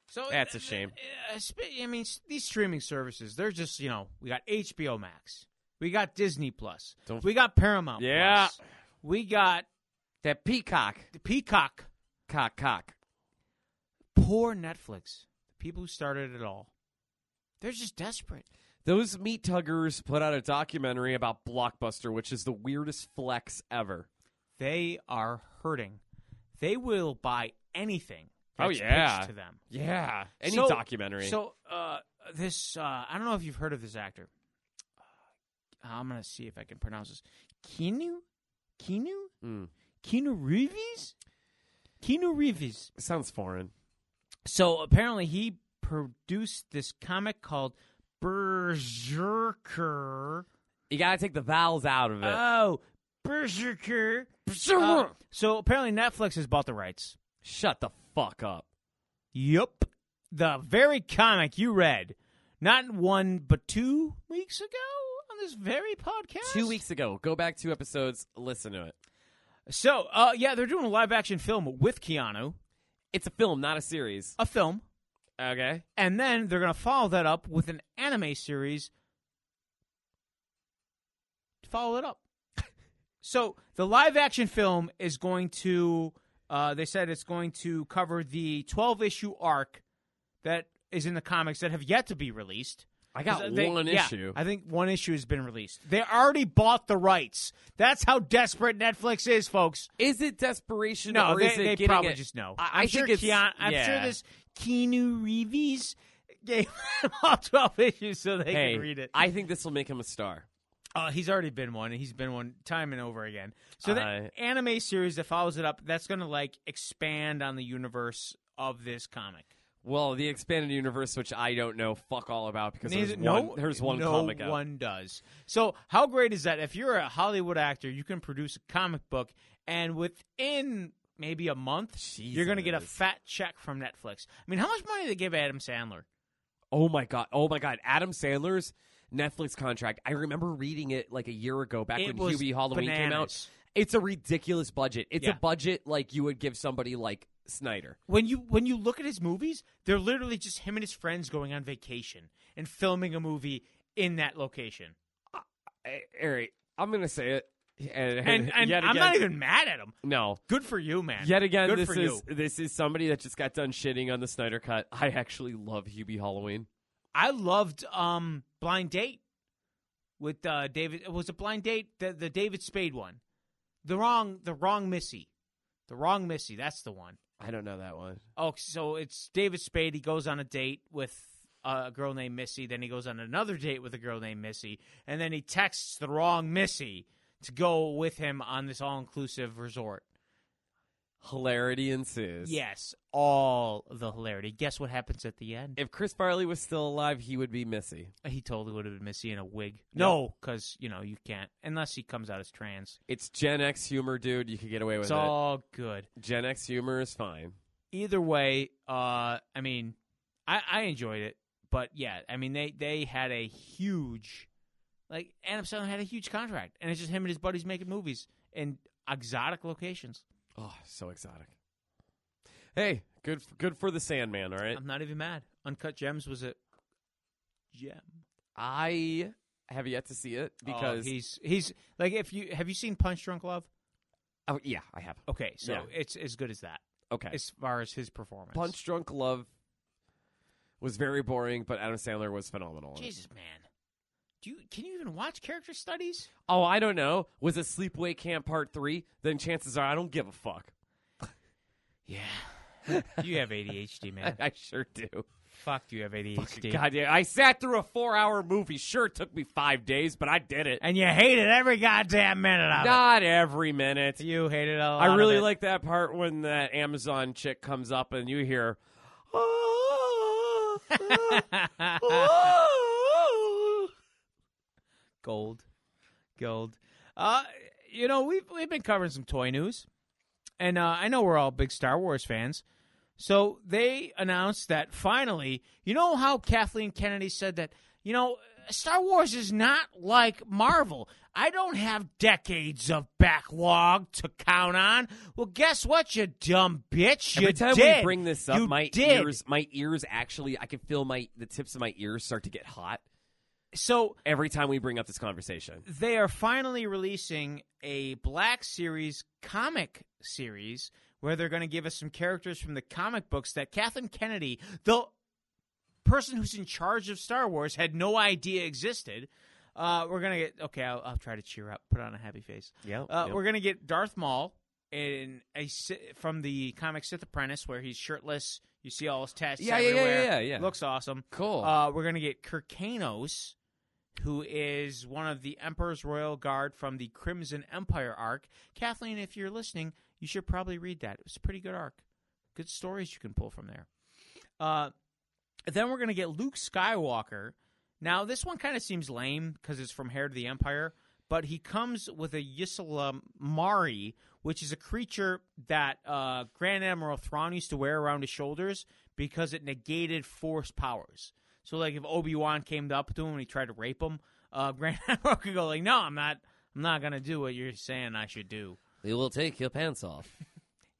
Speaker 3: So
Speaker 2: That's a shame.
Speaker 3: uh, sp- I mean, s- these streaming services—they're just you know we got HBO Max, we got Disney Plus,
Speaker 2: Don't-
Speaker 3: we got Paramount,
Speaker 2: Yeah.
Speaker 3: Plus, we got
Speaker 2: That peacock.
Speaker 3: the Peacock.
Speaker 2: Cock, cock.
Speaker 3: Poor Netflix. The people who started it all—they're just desperate.
Speaker 2: Those meat tuggers put out a documentary about Blockbuster, which is the weirdest flex ever.
Speaker 3: They are hurting. They will buy anything.
Speaker 2: Oh,
Speaker 3: That's
Speaker 2: yeah.
Speaker 3: pitched to them.
Speaker 2: Yeah. Any
Speaker 3: So-
Speaker 2: documentary.
Speaker 3: So uh, this uh, I don't know if you've heard of this actor. Uh, I'm gonna see if I can pronounce this. Keanu, Keanu,
Speaker 2: Mm.
Speaker 3: Keanu Reeves, Keanu Reeves.
Speaker 2: Sounds foreign.
Speaker 3: So apparently he produced this comic called Berserker.
Speaker 2: You got to take the vowels out of it.
Speaker 3: Oh, Berserker. Uh, so apparently Netflix has bought the rights.
Speaker 2: Shut the fuck up.
Speaker 3: Yup. The very comic you read, not one but two weeks ago on this very podcast.
Speaker 2: Two weeks ago. Go back two episodes. Listen to it.
Speaker 3: So, uh, yeah, they're doing a live action film with Keanu,
Speaker 2: It's a film, not a series.
Speaker 3: a film,
Speaker 2: Okay.
Speaker 3: and then they're gonna follow that up with an anime series. To follow it up. so the live action film is going to. Uh, they said it's going to cover the 12 issue arc that is in the comics that have yet to be released.
Speaker 2: I got
Speaker 3: 'Cause they-
Speaker 2: one
Speaker 3: yeah,
Speaker 2: issue.
Speaker 3: I think one issue has been released. They already bought the rights. That's how desperate Netflix is, folks.
Speaker 2: Is it desperation?
Speaker 3: No,
Speaker 2: or
Speaker 3: they,
Speaker 2: is it
Speaker 3: they
Speaker 2: getting
Speaker 3: probably
Speaker 2: it-
Speaker 3: just know.
Speaker 2: I-
Speaker 3: am
Speaker 2: I
Speaker 3: sure
Speaker 2: think it's-
Speaker 3: Keanu, I'm
Speaker 2: yeah.
Speaker 3: sure this Keanu Reeves gave them all 12 issues so they
Speaker 2: Hey,
Speaker 3: can read it.
Speaker 2: I think this will make him a star.
Speaker 3: Uh, he's already been one, and he's been one time and over again. So
Speaker 2: I-
Speaker 3: that anime series that follows it up, that's going to like expand on the universe of this comic.
Speaker 2: Well, the expanded universe, which I don't know fuck all about because there's
Speaker 3: Neither-
Speaker 2: one,
Speaker 3: no,
Speaker 2: there's one
Speaker 3: no
Speaker 2: comic out.
Speaker 3: one does. So how great is that? If you're a Hollywood actor, you can produce a comic book, and within maybe a month, you're going to get a
Speaker 2: Jesus.
Speaker 3: fat check from Netflix. I mean, how much money did they give Adam Sandler?
Speaker 2: Oh my god! Oh my god! Adam Sandler's Netflix contract. I remember reading it like a year ago, back
Speaker 3: It
Speaker 2: when
Speaker 3: was
Speaker 2: Hubie Halloween came out,
Speaker 3: bananas.
Speaker 2: It's a ridiculous budget. It's
Speaker 3: Yeah.
Speaker 2: a budget like you would give somebody like Snyder.
Speaker 3: when you when you look at his movies, they're literally just him and his friends going on vacation and filming a movie in that location.
Speaker 2: Eric, I'm gonna say it. And,
Speaker 3: Eh, And, and
Speaker 2: yet
Speaker 3: I'm
Speaker 2: again-
Speaker 3: not even mad at him.
Speaker 2: no.
Speaker 3: Good for you, man.
Speaker 2: Yet again,
Speaker 3: Good
Speaker 2: this
Speaker 3: for
Speaker 2: is
Speaker 3: you.
Speaker 2: this is somebody that just got done shitting on the Snyder cut. I actually love Hubie Halloween.
Speaker 3: I loved um Blind Date with uh David it was a Blind Date the the David Spade one. The wrong the wrong Missy. The wrong Missy, that's the one.
Speaker 2: I don't know that one.
Speaker 3: Oh, so it's David Spade. He goes on a date with uh, a girl named Missy. Then he goes on another date with a girl named Missy, and then he texts the wrong Missy to go with him on this all-inclusive resort.
Speaker 2: Hilarity ensues.
Speaker 3: Yes, all the hilarity. Guess what happens at the end?
Speaker 2: If Chris Farley was still alive, he would be Missy.
Speaker 3: He totally would have been Missy in a wig. No, because you know you can't unless he comes out as trans.
Speaker 2: It's Gen X humor, dude. You could get away with
Speaker 3: It's
Speaker 2: it.
Speaker 3: all good.
Speaker 2: Gen X humor is fine.
Speaker 3: Either way, uh, I mean, I, I enjoyed it, but yeah, I mean they they had a huge, like Adam Sandler had a huge contract, and it's just him and his buddies making movies in exotic locations.
Speaker 2: Oh, so exotic. Hey, good good for the Sandman, all right?
Speaker 3: I'm not even mad. Uncut Gems was a gem Oh,
Speaker 2: I have yet to see it because
Speaker 3: Oh, he's he's like if you have you seen Punch Drunk Love?
Speaker 2: Oh, yeah, I have.
Speaker 3: Okay, so
Speaker 2: Yeah.
Speaker 3: it's as good as that
Speaker 2: Okay.
Speaker 3: as far as his performance.
Speaker 2: Punch Drunk Love was very boring, but Adam Sandler was phenomenal. in it.
Speaker 3: Jesus, man. Do you can you even watch character studies?
Speaker 2: Oh, I don't know. Was it Sleepaway Camp Part 3? Then chances are I don't give a fuck.
Speaker 3: Yeah. you have ADHD, man.
Speaker 2: I sure do.
Speaker 3: Fuck, you have ADHD.
Speaker 2: Goddamn. I sat through a four hour movie. Sure, it took me five days, but I did it.
Speaker 3: And you hated every goddamn minute of
Speaker 2: Not every minute.
Speaker 3: it. You hated a lot.
Speaker 2: I really
Speaker 3: of it.
Speaker 2: like that part when that Amazon chick comes up and you hear, "Ah, ah, ah."
Speaker 3: gold, gold. Uh, you know we've we've been covering some toy news, and uh, I know we're all big Star Wars fans. So they announced that finally, you know how Kathleen Kennedy said that you know Star Wars is not like Marvel. I don't have decades of backlog to count on. Well, guess what, you dumb bitch?
Speaker 2: Every
Speaker 3: you
Speaker 2: time
Speaker 3: did.
Speaker 2: we bring this up,
Speaker 3: You
Speaker 2: my
Speaker 3: did.
Speaker 2: ears, my ears actually, I can feel my the tips of my ears start to get hot
Speaker 3: So
Speaker 2: every time we bring up this conversation.
Speaker 3: they are finally releasing a Black Series comic series where they're going to give us some characters from the comic books that Kathleen Kennedy, the person who's in charge of Star Wars, had no idea existed. Uh, we're going to get, okay, I'll, I'll try to cheer up, put on a happy face.
Speaker 2: Yeah,
Speaker 3: Uh, We're going to get Darth Maul in a, Sith- from the comic Sith Apprentice where he's shirtless. You see all his tats
Speaker 2: Yeah, yeah, yeah,
Speaker 3: everywhere.
Speaker 2: yeah, yeah.
Speaker 3: Looks awesome.
Speaker 2: cool.
Speaker 3: Uh, we're gonna get Kirkanos, who is one of the Emperor's Royal Guard from the Crimson Empire arc. Kathleen, if you're listening, you should probably read that. It was a pretty good arc. Good stories you can pull from there. Uh, then we're gonna get Luke Skywalker. Now this one kind of seems lame because it's from Heir to the Empire, but he comes with a Ysla Mari, which is a creature that uh, Grand Admiral Thrawn used to wear around his shoulders because it negated Force powers. So like if Obi Wan came up to him and he tried to rape him, uh, Grand Admiral could go like, "No, I'm not. I'm not gonna do what you're saying I should do."
Speaker 2: they will take your pants off.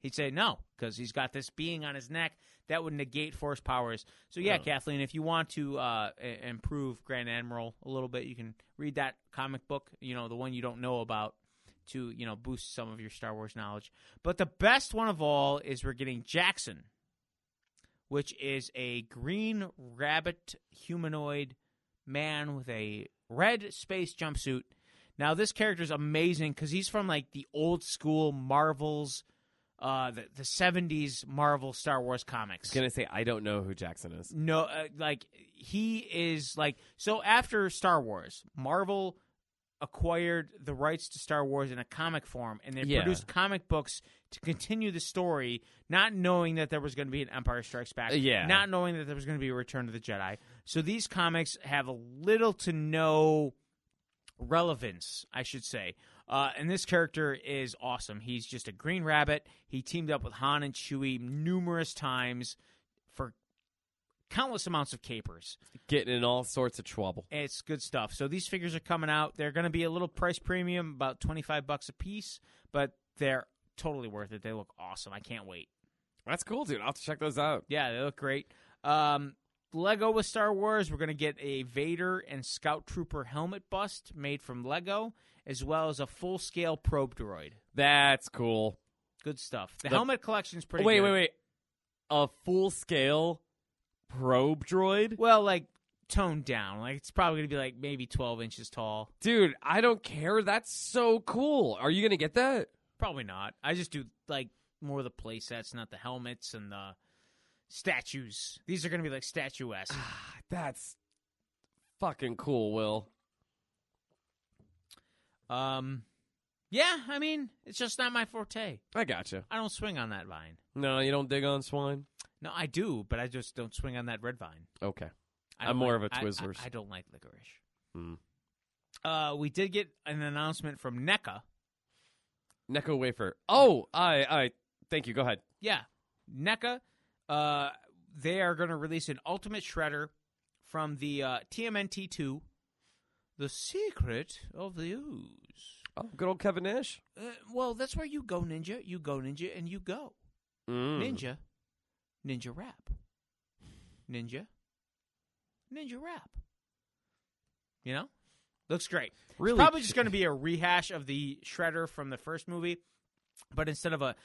Speaker 3: He'd say no because he's got this being on his neck that would negate force powers. So yeah,
Speaker 2: Oh.
Speaker 3: Kathleen, if you want to uh, i- improve Grand Admiral a little bit, you can read that comic book. You know, the one you don't know about to you know boost some of your Star Wars knowledge. But the best one of all is we're getting Jackson, which is a green rabbit humanoid man with a red space jumpsuit. Now this character is amazing because he's from like the old school Marvels, uh, the the seventies Marvel Star Wars comics.
Speaker 2: I was gonna say I don't know who Jackson is.
Speaker 3: No, uh, like he is like so after Star Wars, Marvel acquired the rights to Star Wars in a comic form, and they
Speaker 2: Yeah.
Speaker 3: produced comic books to continue the story, not knowing that there was going to be an Empire Strikes Back,
Speaker 2: Uh, yeah.
Speaker 3: not knowing that there was going to be a Return to the Jedi. So these comics have a little to no relevance, I should say. Uh, and this character is awesome. He's just a green rabbit. He teamed up with Han and Chewie numerous times for countless amounts of capers.
Speaker 2: Getting in all sorts of trouble.
Speaker 3: It's good stuff. So these figures are coming out. They're going to be a little price premium, about 25 bucks a piece, but they're totally worth it. They look awesome. I can't wait.
Speaker 2: That's cool, dude. I'll have to check those out.
Speaker 3: Yeah, they look great. Um, Lego with Star Wars, we're going to get a Vader and Scout Trooper helmet bust made from Lego, as well as a full scale probe droid.
Speaker 2: That's cool.
Speaker 3: Good stuff. The,
Speaker 2: The-
Speaker 3: helmet collection's pretty
Speaker 2: wait,
Speaker 3: good.
Speaker 2: wait, wait. A full scale probe droid?
Speaker 3: Well, like toned down. Like it's probably going to be like maybe 12 inches tall.
Speaker 2: Dude, I don't care. That's so cool. Are you going to get that?
Speaker 3: Probably not. I just do like more of the play sets, not the helmets and the statues. These are going to be like statuesque.
Speaker 2: Ah, That's fucking cool, Will.
Speaker 3: um, yeah, I mean, it's just not my forte.
Speaker 2: I gotcha.
Speaker 3: I don't swing on that vine.
Speaker 2: No, you don't dig on swine?
Speaker 3: No, I do, but I just don't swing on that red vine.
Speaker 2: Okay.
Speaker 3: I
Speaker 2: I'm
Speaker 3: don't
Speaker 2: more
Speaker 3: like-
Speaker 2: of a
Speaker 3: I-
Speaker 2: Twizzlers.
Speaker 3: I, I don't like licorice.
Speaker 2: Mm.
Speaker 3: Uh, we did get an announcement from NECA.
Speaker 2: Necco wafer. Oh, I, I, thank you. Go ahead.
Speaker 3: Yeah, NECA. Uh, they are going to release an Ultimate Shredder from the uh, TMNT two, the secret of the ooze.
Speaker 2: Oh, good old Kevin Nash.
Speaker 3: Uh, well, that's where you go, ninja. You go, ninja, and you go,
Speaker 2: Mm.
Speaker 3: ninja, ninja rap, ninja, ninja rap. You know, looks great.
Speaker 2: Really?
Speaker 3: probably just going to be a rehash of the shredder from the first movie, but instead of a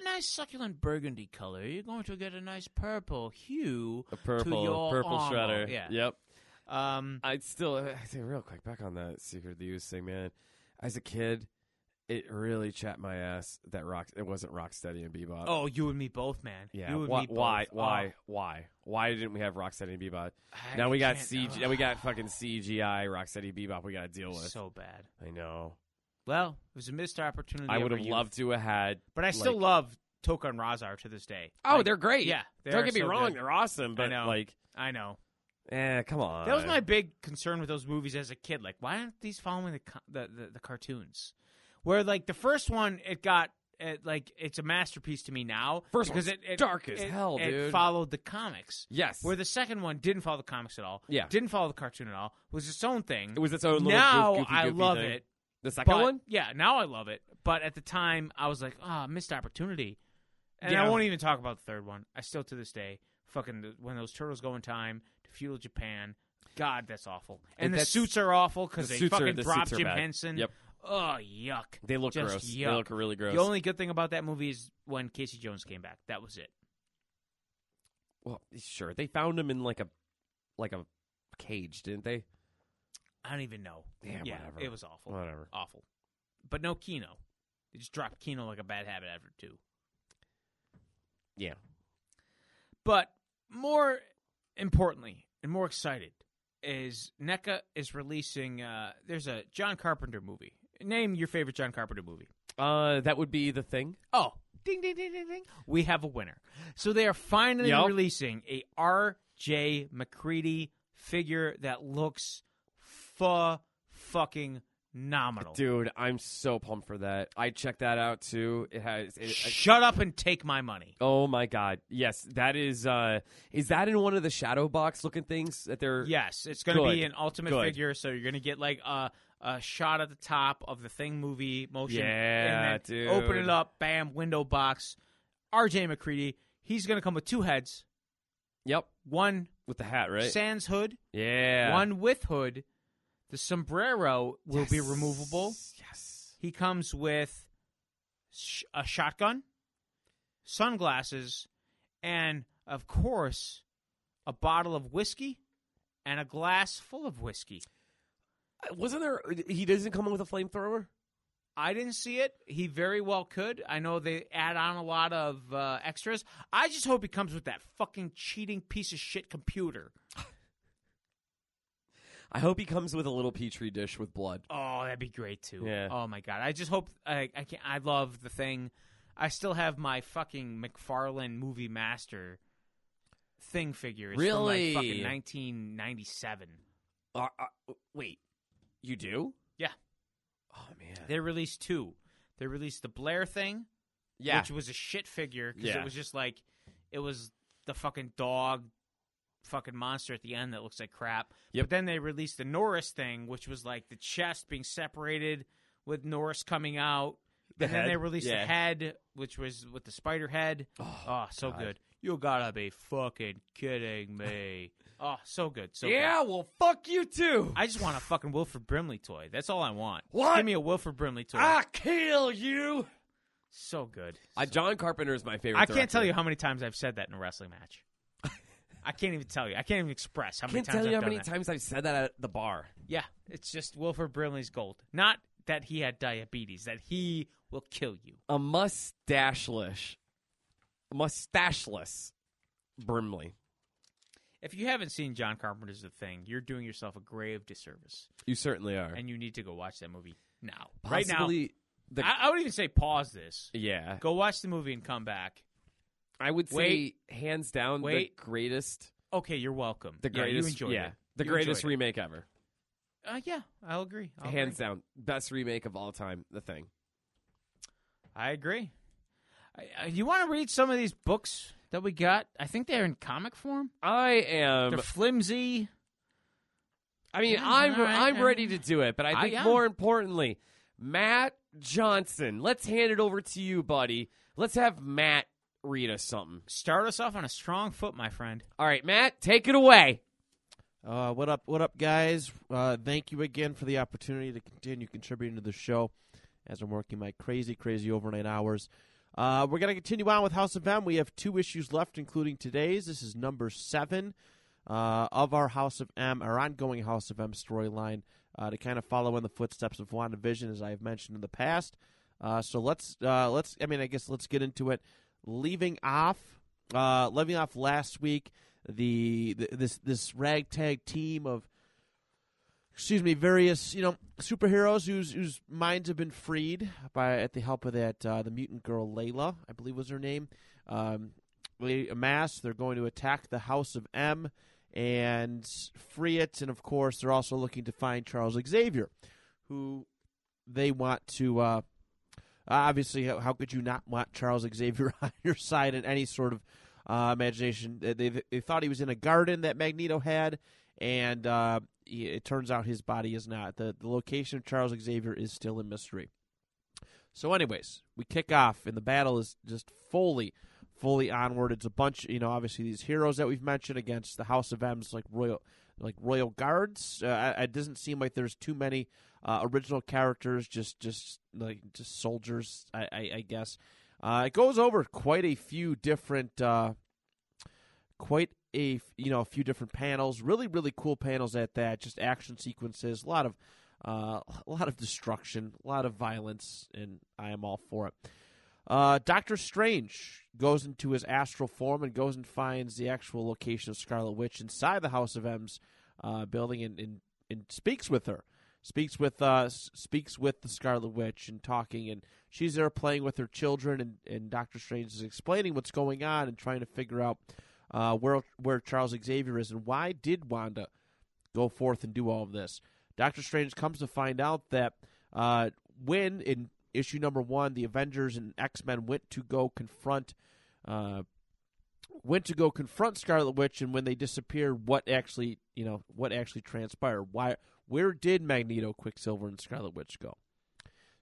Speaker 3: a nice succulent burgundy color, you're going to get a nice purple hue.
Speaker 2: a purple,
Speaker 3: to your
Speaker 2: purple
Speaker 3: armor.
Speaker 2: shredder.
Speaker 3: Yeah.
Speaker 2: Yep.
Speaker 3: Um,
Speaker 2: I'd still uh, I say real quick back on that Secret of the Ooze thing, man. As a kid, it really chapped my ass that rock. It wasn't Rocksteady and Bebop.
Speaker 3: oh, you and me both, man.
Speaker 2: Uh, yeah.
Speaker 3: you and
Speaker 2: why?
Speaker 3: me both.
Speaker 2: Why?
Speaker 3: Oh,
Speaker 2: Why? Why? Why didn't we have Rocksteady and Bebop?
Speaker 3: I
Speaker 2: now we got
Speaker 3: can't-
Speaker 2: CG.
Speaker 3: ugh,
Speaker 2: Now we got fucking CGI Rocksteady Bebop. We got to deal with.
Speaker 3: so bad.
Speaker 2: I know.
Speaker 3: Well, it was a missed opportunity.
Speaker 2: I
Speaker 3: of
Speaker 2: would
Speaker 3: our
Speaker 2: have
Speaker 3: youth.
Speaker 2: loved to have had.
Speaker 3: but I still
Speaker 2: like-
Speaker 3: love Tokan Razar to this day.
Speaker 2: Oh,
Speaker 3: Like,
Speaker 2: they're great.
Speaker 3: yeah, they
Speaker 2: Don't
Speaker 3: are
Speaker 2: get me
Speaker 3: so
Speaker 2: wrong.
Speaker 3: good.
Speaker 2: They're awesome. But
Speaker 3: know.
Speaker 2: like,
Speaker 3: I know.
Speaker 2: eh, come on.
Speaker 3: That was my big concern with those movies as a kid. Like, why aren't these following the co- the, the, the cartoons? Where like the first one, it got it, like it's a masterpiece to me now.
Speaker 2: First
Speaker 3: because
Speaker 2: one's
Speaker 3: it, it
Speaker 2: dark as
Speaker 3: it-
Speaker 2: hell,
Speaker 3: it
Speaker 2: dude.
Speaker 3: followed the comics.
Speaker 2: Yes.
Speaker 3: Where the second one didn't follow the comics at all.
Speaker 2: Yeah.
Speaker 3: didn't follow the cartoon at all. Was its own thing.
Speaker 2: It was its own little
Speaker 3: now
Speaker 2: goof- goofy,
Speaker 3: I
Speaker 2: goofy
Speaker 3: love
Speaker 2: thing.
Speaker 3: it.
Speaker 2: The second
Speaker 3: But,
Speaker 2: one.
Speaker 3: Yeah, now I love it. But at the time, I was like, ah, missed opportunity. And
Speaker 2: Yeah.
Speaker 3: I won't even talk about the third one. I still, to this day, fucking when those turtles go in time to feudal Japan, God, that's awful. And,
Speaker 2: And
Speaker 3: the
Speaker 2: that's-
Speaker 3: suits are awful because
Speaker 2: the
Speaker 3: they
Speaker 2: suits are-
Speaker 3: fucking
Speaker 2: the
Speaker 3: drop
Speaker 2: suits are
Speaker 3: Jim
Speaker 2: bad.
Speaker 3: Henson.
Speaker 2: Yep.
Speaker 3: Oh, yuck.
Speaker 2: They look
Speaker 3: Just
Speaker 2: gross. They
Speaker 3: yuck.
Speaker 2: look really gross.
Speaker 3: The only good thing about that movie is when Casey Jones came back. That was it.
Speaker 2: Well, sure. They found him in like a like a cage, didn't they?
Speaker 3: I don't even know.
Speaker 2: Yeah, whatever.
Speaker 3: It was awful.
Speaker 2: Whatever.
Speaker 3: Awful. But no Kino. They just dropped Kino like a bad habit after two.
Speaker 2: Yeah.
Speaker 3: But more importantly and more excited is NECA is releasing. Uh, there's a John Carpenter movie. Name your favorite John Carpenter movie.
Speaker 2: Uh, that would be the thing.
Speaker 3: Oh, ding ding ding ding ding. We have a winner. So they are finally
Speaker 2: Yep.
Speaker 3: releasing a R.J. McCready figure that looks fa fucking nominal.
Speaker 2: Dude, I'm so pumped for that. I checked that out too. It has. It, I-
Speaker 3: Shut up and take my money.
Speaker 2: oh my god. Yes, that is. Uh, is that in one of the shadow box looking things that they're?
Speaker 3: Yes, it's going to be
Speaker 2: Good.
Speaker 3: an ultimate
Speaker 2: Good.
Speaker 3: figure, so you're going to get like a a shot at the top of the thing movie motion.
Speaker 2: Yeah,
Speaker 3: and then
Speaker 2: dude.
Speaker 3: Open it up, bam, window box. R.J. McCready, he's going to come with two heads,
Speaker 2: Yep.
Speaker 3: one
Speaker 2: With the hat, right?
Speaker 3: sans hood,
Speaker 2: yeah.
Speaker 3: one with hood. The sombrero will be
Speaker 2: Yes.
Speaker 3: removable.
Speaker 2: Yes.
Speaker 3: He comes with sh- a shotgun, sunglasses, and of course, a bottle of whiskey and a glass full of whiskey.
Speaker 2: Uh, Wasn't there? He doesn't come in with a flamethrower.
Speaker 3: I didn't see it. He very well could. I know they add on a lot of uh, extras. I just hope he comes with that fucking cheating piece of shit computer.
Speaker 2: I hope he comes with a little petri dish with blood.
Speaker 3: Oh, that'd be great too.
Speaker 2: Yeah.
Speaker 3: Oh my god. I just hope I I can I love the thing. I still have my fucking McFarlane movie master thing figure. It's from, like,
Speaker 2: Really?
Speaker 3: fucking 1997.
Speaker 2: Uh, uh, wait, you do?
Speaker 3: Yeah.
Speaker 2: Oh man.
Speaker 3: They released two. They released the Blair thing,
Speaker 2: yeah.
Speaker 3: which was a shit figure because
Speaker 2: Yeah.
Speaker 3: it was just like it was the fucking dog fucking monster at the end that looks like crap.
Speaker 2: Yep.
Speaker 3: But then they released the Norris thing, which was like the chest being separated with Norris coming out.
Speaker 2: The
Speaker 3: and then they
Speaker 2: head,
Speaker 3: released
Speaker 2: yeah.
Speaker 3: the head, which was with the spider head. Oh, so good. You gotta be fucking kidding me. oh, so good. So good.
Speaker 2: yeah, well, fuck you too.
Speaker 3: I just want a fucking Wilfred Brimley toy. That's all I want.
Speaker 2: What? Ah!
Speaker 3: Give me a Wilfred Brimley toy.
Speaker 2: I kill you.
Speaker 3: So good.
Speaker 2: Uh, John Carpenter is my favorite.
Speaker 3: I can't tell
Speaker 2: director.
Speaker 3: you how many times I've said that in a wrestling match. I can't even tell you. I can't even express how
Speaker 2: I
Speaker 3: many
Speaker 2: can't
Speaker 3: times
Speaker 2: tell you
Speaker 3: I've
Speaker 2: how
Speaker 3: done
Speaker 2: many
Speaker 3: that.
Speaker 2: times I've said that at the bar.
Speaker 3: Yeah, it's just Wilford Brimley's gold. Not that he had diabetes, that he will kill you.
Speaker 2: A mustacheless, mustacheless Brimley.
Speaker 3: If you haven't seen John Carpenter's The Thing, you're doing yourself a grave disservice,
Speaker 2: You certainly are.
Speaker 3: and you need to go watch that movie now.
Speaker 2: Possibly
Speaker 3: right
Speaker 2: the-
Speaker 3: now, I, I would even say pause this.
Speaker 2: yeah.
Speaker 3: Go watch the movie and come back.
Speaker 2: I would say
Speaker 3: Wait.
Speaker 2: hands down
Speaker 3: Wait.
Speaker 2: the greatest,
Speaker 3: Okay, you're welcome.
Speaker 2: the
Speaker 3: yeah,
Speaker 2: greatest,
Speaker 3: you enjoyed
Speaker 2: yeah,
Speaker 3: it.
Speaker 2: the
Speaker 3: You
Speaker 2: greatest
Speaker 3: enjoyed
Speaker 2: remake ever,
Speaker 3: it. Uh, yeah, I'll agree. I'll
Speaker 2: hands
Speaker 3: agree.
Speaker 2: down, best remake of all time. The thing.
Speaker 3: I agree. I, I, you want to read some of these books that we got? I think they're in comic form.
Speaker 2: I am.
Speaker 4: Um,
Speaker 3: They're flimsy.
Speaker 2: I mean,
Speaker 3: Yeah,
Speaker 2: I'm
Speaker 3: all right,
Speaker 2: I'm
Speaker 3: yeah.
Speaker 2: ready to do it, but I
Speaker 3: I
Speaker 2: think
Speaker 3: am.
Speaker 2: more importantly, Matt Johnson. Let's hand it over to you, buddy. Let's have Matt read us something.
Speaker 3: Start us off on a strong foot, my friend.
Speaker 2: All right, Matt, take it away.
Speaker 5: Uh, what up? What up, guys? Uh, thank you again for the opportunity to continue contributing to the show as I'm working my crazy, crazy overnight hours. Uh, we're going to continue on with House of M. We have two issues left, including today's. This is number seven uh, of our House of M, our ongoing House of M storyline, uh, to kind of follow in the footsteps of WandaVision, as I have mentioned in the past. Uh, so let's uh, let's. I mean, I guess let's get into it. Leaving off, uh, leaving off last week, the, the this this ragtag team of excuse me, various you know superheroes whose whose minds have been freed by at the help of that uh, the mutant girl Layla, I believe was her name. Um, they amass. They're going to attack the House of M and free it, and of course they're also looking to find Charles Xavier, who they want to. Uh, obviously, how, how could you not want Charles Xavier on your side in any sort of uh, imagination? They, they they thought he was in a garden that Magneto had, and uh, he- it turns out his body is not. The, the location of Charles Xavier is still a mystery. So, anyways, we kick off, and the battle is just fully, fully onward. It's a bunch, you know, obviously these heroes that we've mentioned against the House of M's, like royal, like royal guards. Uh, I- it doesn't seem like there's too many uh, original characters, just, just like just soldiers, I, I, I guess. Uh, it goes over quite a few different. Uh, quite a f- you know a few different panels really really cool panels at that just action sequences a lot of uh, a lot of destruction a lot of violence and i am all for it uh, doctor strange goes into his astral form and goes and finds the actual location of scarlet witch inside the house of m's uh, building and, and, and speaks with her speaks with uh, s- speaks with the scarlet witch and talking and she's there playing with her children and, and doctor strange is explaining what's going on and trying to figure out uh, where where Charles Xavier is and why did Wanda go forth and do all of this? Doctor Strange comes to find out that uh, when in issue number one, the Avengers and X Men went to go confront. Uh, went to go confront Scarlet Witch, and when they disappeared, what actually you know what actually transpired? Why where did Magneto, Quicksilver, and Scarlet Witch go?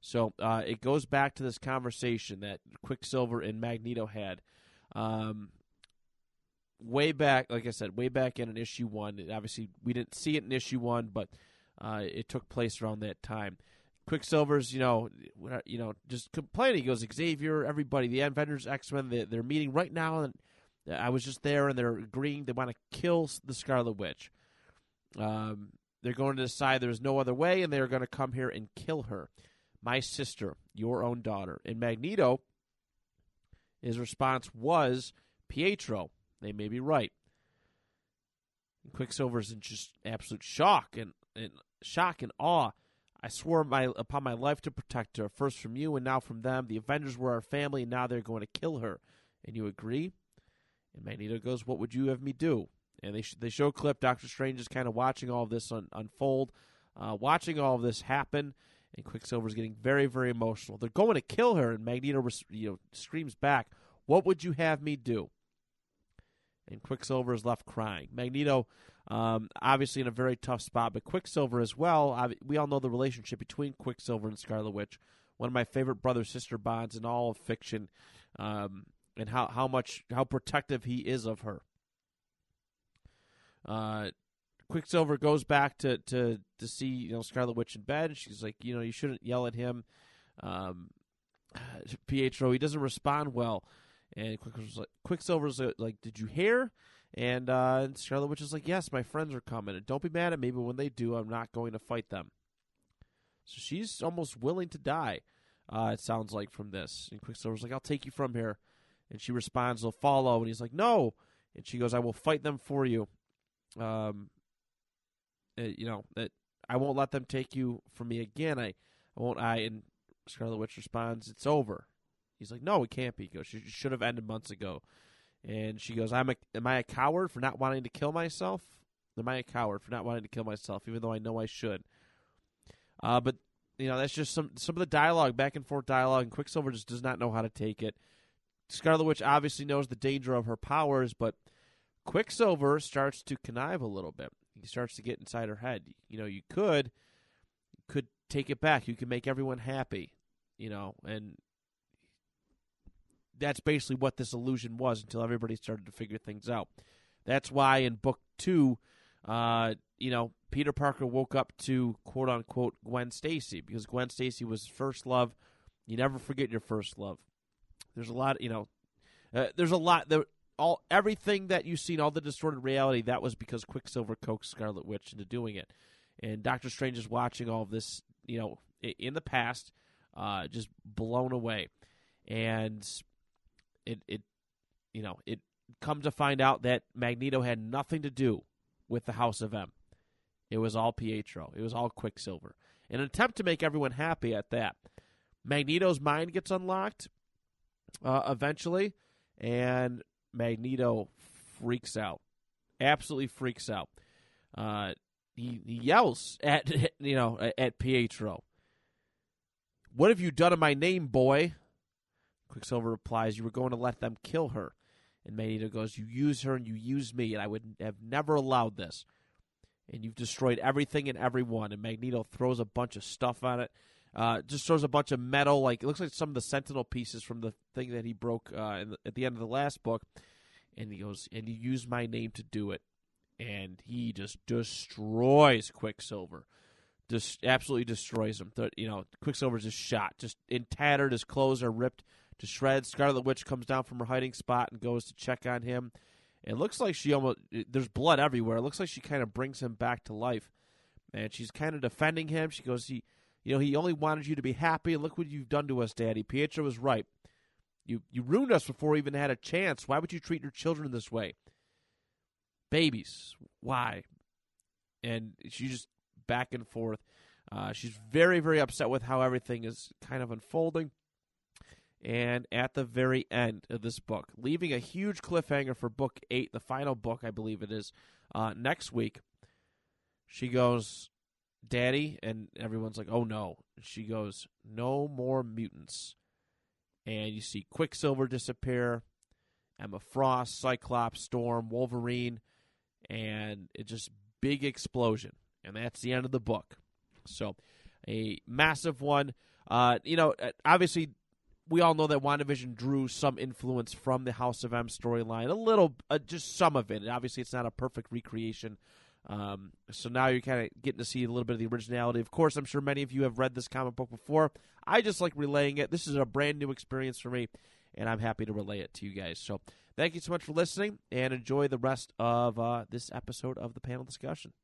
Speaker 5: So uh, it goes back to this conversation that Quicksilver and Magneto had. Um, way back, like I said, way back in an issue one. It- obviously, we didn't see it in issue one, but uh, it took place around that time. Quicksilver's, you know, what are- you know, just complaining. He goes, Xavier, everybody, the Avengers, X Men, they, they're meeting right now, and I was just there, and they're agreeing they want to kill s- the Scarlet Witch. Um, they're going to decide there's no other way, and they are going to come here and kill her, my sister, your own daughter. And Magneto, his response was Pietro. They may be right. And Quicksilver's in just absolute shock and, and shock and awe. I swore my upon my life to protect her, first from you and now from them. The Avengers were our family, and now they're going to kill her. And you agree? And Magneto goes, "What would you have me do?" And they sh- they show a clip. Doctor Strange is kind of watching all of this un- unfold, uh, watching all of this happen. And Quicksilver's getting very very emotional. They're going to kill her, and Magneto res- you know screams back, "What would you have me do?" and Quicksilver is left crying. Magneto, um, obviously in a very tough spot, but Quicksilver as well. ob- we all know the relationship between Quicksilver and Scarlet Witch, one of my favorite brother sister bonds in all of fiction, um, and how how much how protective he is of her. Uh, Quicksilver goes back to to to see you know Scarlet Witch in bed. She's like, you know, you shouldn't yell at him. Um, Pietro, he doesn't respond well, and Quicksilver's like, Quicksilver's uh, like, did you hear? And uh, Scarlet Witch is like, yes, my friends are coming, and don't be mad at me, but when they do, I'm not going to fight them. So she's almost willing to die. Uh, it sounds like from this, and Quicksilver's like, I'll take you from here, and she responds, they'll follow, and he's like, no, and she goes, I will fight them for you. Um, uh, you know that I won't let them take you from me again. I, I won't. I and Scarlet Witch responds, "It's over." He's like, "No, it can't be." He goes, "It should have ended months ago." And she goes, "I'm a, am I a coward for not wanting to kill myself? Am I a coward for not wanting to kill myself, even though I know I should?" Uh, but you know that's just some some of the dialogue, back and forth dialogue, and Quicksilver just does not know how to take it. Scarlet Witch obviously knows the danger of her powers, but Quicksilver starts to connive a little bit. He starts to get inside her head. You know, you could could take it back. You can make everyone happy. You know, and that's basically what this illusion was until everybody started to figure things out. That's why in book two, uh, you know, Peter Parker woke up to quote unquote Gwen Stacy because Gwen Stacy was his first love. You never forget your first love. There's a lot, you know, uh, there's a lot that all everything that you've seen, all the distorted reality, that was because Quicksilver coaxed Scarlet Witch into doing it, and Doctor Strange is watching all of this, you know, i- in the past, uh, just blown away, and it it, you know, it comes to find out that Magneto had nothing to do with the House of M. It was all Pietro. It was all Quicksilver. In an attempt to make everyone happy at that, Magneto's mind gets unlocked uh, eventually, and Magneto freaks out, absolutely freaks out. Uh, he, he yells at you know at Pietro. What have you done to my name, boy? Quicksilver replies, "You were going to let them kill her." And Magneto goes, "You use her and you use me, and I would have never allowed this. And you've destroyed everything and everyone." And Magneto throws a bunch of stuff on it. Uh, just throws a bunch of metal, like it looks like some of the Sentinel pieces from the thing that he broke uh, in the, at the end of the last book. And he goes, and you use my name to do it, and he just destroys Quicksilver, just absolutely destroys him. Th- You know, Quicksilver's just shot, just in tattered. His clothes are ripped to shreds. Scarlet Witch comes down from her hiding spot and goes to check on him. It looks like she almost it- there's blood everywhere. It looks like she kind of brings him back to life, and she's kind of defending him. She goes, he. You know, he only wanted you to be happy. Look what you've done to us, Daddy. Pietro was right. You you ruined us before we even had a chance. Why would you treat your children this way? Babies. Why? And she just back and forth. Uh, she's very, very upset with how everything is kind of unfolding. And at the very end of this book, leaving a huge cliffhanger for book eight, the final book, I believe it is, uh, next week, she goes, daddy and everyone's like oh no she goes no more mutants and you see quicksilver disappear emma frost cyclops storm wolverine and it just big explosion and that's the end of the book so a massive one uh, you know uh, obviously we all know that WandaVision drew some influence from the House of M storyline, a little, uh, just some of it. Obviously, it's not a perfect recreation um, so now you're kind of getting to see a little bit of the originality. Of course, I'm sure many of you have read this comic book before. I just like relaying it. This is a brand new experience for me, and I'm happy to relay it to you guys. So thank you so much for listening, and enjoy the rest of uh, this episode of the panel discussion.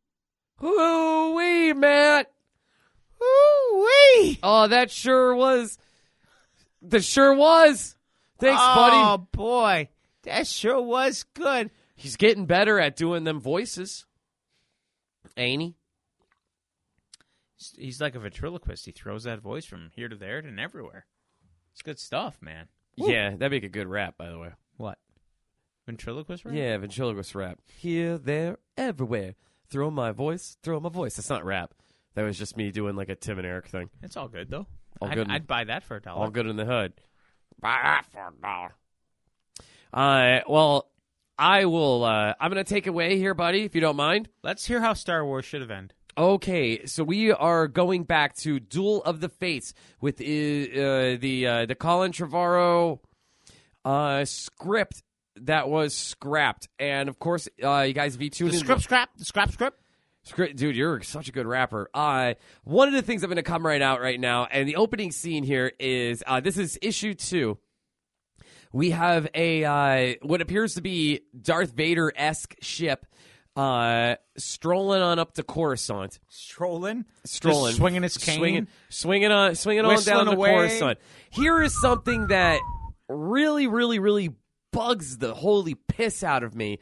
Speaker 2: Hoo wee, Matt.
Speaker 3: Ooh-wee.
Speaker 2: Oh, that sure was. That sure was. Thanks,
Speaker 3: Oh
Speaker 2: buddy.
Speaker 3: boy, that sure was good.
Speaker 2: He's getting better at doing them voices. Ain't he?
Speaker 4: He's like a ventriloquist. He throws that voice from here to there and everywhere. It's good stuff, man.
Speaker 2: Yeah, that'd make a good rap, by the way.
Speaker 4: What? Ventriloquist rap?
Speaker 2: Yeah, ventriloquist rap. Here, there, everywhere. Throw my voice, throw my voice. That's not rap. That was just me doing like a Tim and Eric thing.
Speaker 4: It's all good, though.
Speaker 2: All
Speaker 4: I'd,
Speaker 2: good.
Speaker 4: I'd buy that for a dollar.
Speaker 2: All good in the hood. Buy that for a dollar. Uh, well, I will. Uh, I'm going to take away here, buddy, if you don't mind.
Speaker 4: Let's hear how Star Wars should have ended.
Speaker 2: Okay, so we are going back to Duel of the Fates with uh, uh, the uh, the Colin Trevorrow uh, script that was scrapped, and of course, uh, you guys be tuned
Speaker 3: The
Speaker 2: in.
Speaker 3: script scrap, the scrap script.
Speaker 2: Scri- Dude, you're such a good rapper. Uh, one of the things I'm going to come right out right now, and the opening scene here is uh, this is issue two. We have a uh, what appears to be Darth Vader esque ship uh, strolling on up to Coruscant,
Speaker 4: Strolling,
Speaker 2: strolling,
Speaker 4: Just swinging its cane.
Speaker 2: swinging, swinging on, swinging on
Speaker 4: Whistling
Speaker 2: down to
Speaker 4: away.
Speaker 2: Coruscant. Here is something that really, really, really bugs the holy piss out of me.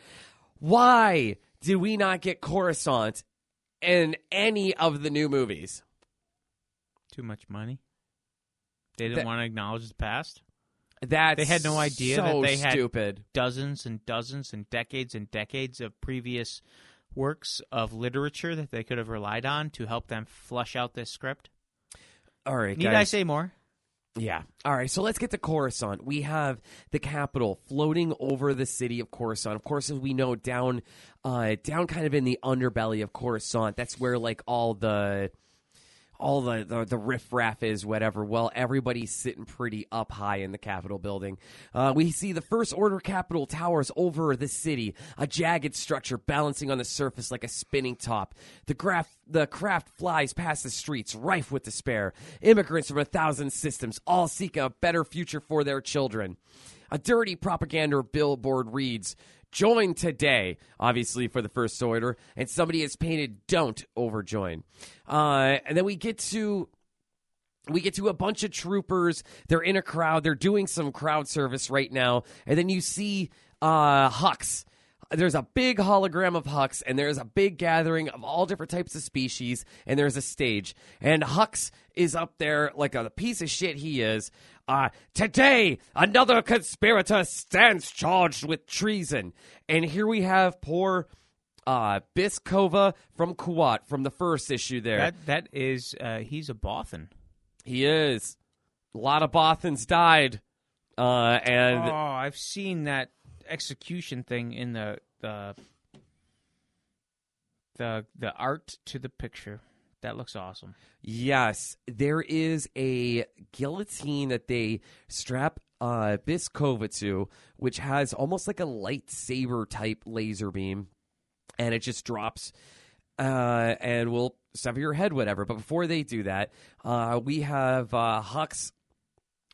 Speaker 2: Why did we not get Coruscant in any of the new movies?
Speaker 4: Too much money. They didn't
Speaker 2: That-
Speaker 4: want to acknowledge the past.
Speaker 2: That's
Speaker 4: They had no idea
Speaker 2: so
Speaker 4: that they had-
Speaker 2: stupid.
Speaker 4: Dozens and dozens and decades and decades of previous works of literature that they could have relied on to help them flush out this script.
Speaker 2: All right,
Speaker 4: Need
Speaker 2: guys.
Speaker 4: I say more?
Speaker 2: Yeah. All right. So let's get to Coruscant. We have the capital floating over the city of Coruscant. Of course, as we know, down, uh, down kind of in the underbelly of Coruscant. That's where like all the, all the the, the riffraff is. Whatever. Well, everybody's sitting pretty up high in the Capitol building. Uh, we see the First Order Capitol towers over the city, a jagged structure balancing on the surface like a spinning top. The graph the craft flies past the streets, rife with despair. Immigrants from a thousand systems all seek a better future for their children. A dirty propaganda billboard reads, Join today, obviously for the first order, and somebody has painted don't over join. Uh, and then we get to we get to a bunch of troopers. They're in a crowd. They're doing some crowd service right now. And then you see uh, Hux. There's a big hologram of Hux, and there's a big gathering of all different types of species, and there's a stage. And Hux is up there like a piece of shit he is. Uh, today, another conspirator stands charged with treason. And here we have poor uh, Biskova from Kuwait from the first issue there.
Speaker 4: That that is uh, he's a bothan.
Speaker 2: He is. A lot of Bothans died. Uh,
Speaker 4: Oh,
Speaker 2: and
Speaker 4: I've seen that execution thing in the the the the art to the picture. That looks awesome.
Speaker 2: yes, there is a guillotine that they strap uh, Biskova to, which has almost like a lightsaber type laser beam, and it just drops uh, and will sever your head, whatever. But before they do that, uh, we have uh, Hux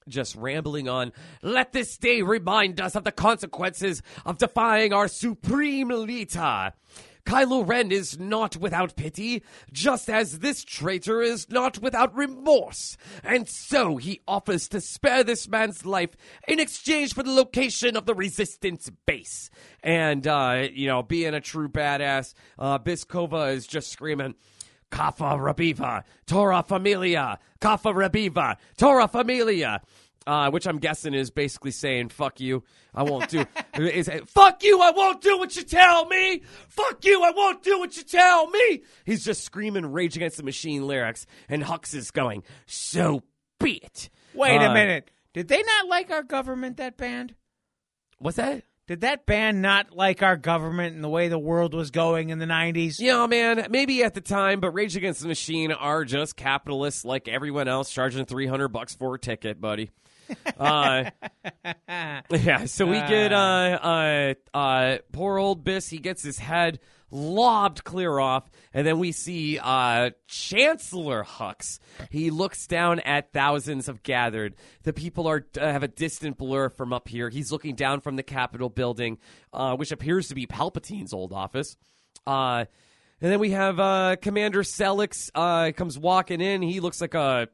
Speaker 2: just rambling on. Let this day remind us of the consequences of defying our supreme leader. Kylo Ren is not without pity, just as this traitor is not without remorse. And so he offers to spare this man's life in exchange for the location of the resistance base. And, uh, you know, being a true badass, uh, Biskova is just screaming, Kafa Rabiva, Torah Familia, Kafa Rabiva, Torah Familia. Uh, which I'm guessing is basically saying "fuck you," I won't do. is "fuck you," I won't do what you tell me. "Fuck you," I won't do what you tell me. He's just screaming "Rage Against the Machine" lyrics, and Hux is going, "So be it."
Speaker 4: Wait a
Speaker 2: Uh,
Speaker 4: minute.
Speaker 3: Did they not like our government? That band.
Speaker 2: What's that?
Speaker 3: Did that band not like our government and the way the world was going in the '90s?
Speaker 2: Yeah, man, maybe at the time, but Rage Against the Machine are just capitalists like everyone else, charging three hundred bucks for a ticket, buddy. Uh, yeah, so we get uh, uh, uh, poor old Biss. He gets his head lobbed clear off, and then we see uh, Chancellor Hux. He looks down at thousands of gathered. The people are uh, have a distant blur from up here. He's looking down from the Capitol building, uh, which appears to be Palpatine's old office. Uh, and then we have uh, Commander Selix uh, comes walking in. He looks like a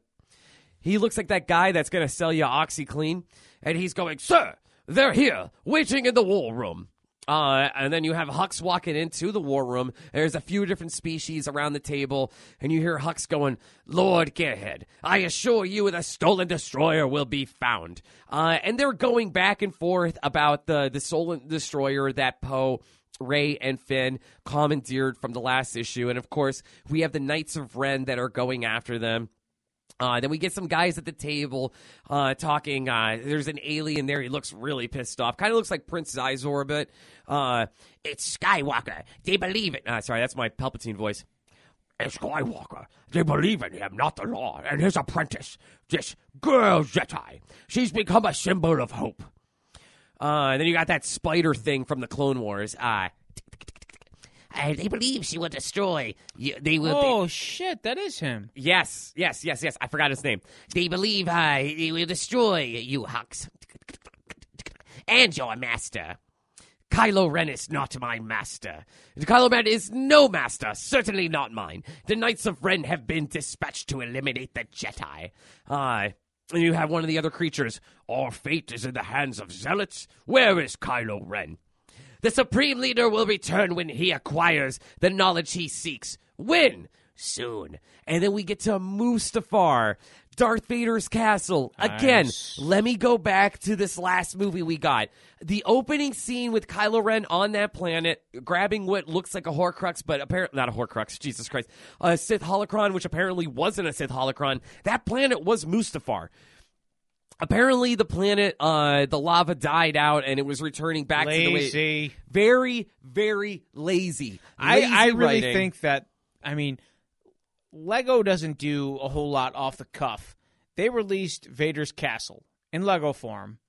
Speaker 2: he looks like that guy that's going to sell you OxyClean. And he's going, Sir, they're here, waiting in the war room. Uh, and then you have Hux walking into the war room. There's a few different species around the table. And you hear Hux going, Lord Gearhead, I assure you the stolen destroyer will be found. Uh, and they're going back and forth about the, the stolen destroyer that Poe Ray and Finn commandeered from the last issue. And of course, we have the Knights of Ren that are going after them Uh, then we get some guys at the table uh, talking. Uh, there's an alien there. He looks really pissed off. Kind of looks like Prince Zizor a bit. Uh, it's Skywalker. They believe it. Uh, sorry, that's my Palpatine voice. It's Skywalker. They believe in him, not the law, and his apprentice, this girl Jedi. She's become a symbol of hope. Uh, and then you got that spider thing from the Clone Wars. Uh, uh, they believe she will destroy. You, they will.
Speaker 3: Oh shit, that is him.
Speaker 2: Yes, yes, yes, yes. I forgot his name. They believe uh, they will destroy you, Hux, and your master. Kylo Ren is not my master. Kylo Ren is no master, certainly not mine. The Knights of Ren have been dispatched to eliminate the Jedi. Aye. and you have one of the other creatures. Our fate is in the hands of zealots. Where is Kylo Ren? The Supreme Leader will return when he acquires the knowledge he seeks. When? Soon. And then we get to Mustafar, Darth Vader's castle. Again, let me go back to this last movie we got. The opening scene with Kylo Ren on that planet, grabbing what looks like a Horcrux, but apparently not a Horcrux, Jesus Christ, a Sith holocron, which apparently wasn't a Sith holocron. That planet was Mustafar. Apparently, the planet, uh, the lava died out, and it was returning back to the way
Speaker 3: Lazy.
Speaker 2: very very lazy.
Speaker 3: I,
Speaker 2: Lazy
Speaker 3: I really
Speaker 2: writing.
Speaker 3: think that I mean Lego doesn't do a whole lot off the cuff. They released Vader's Castle in Lego form.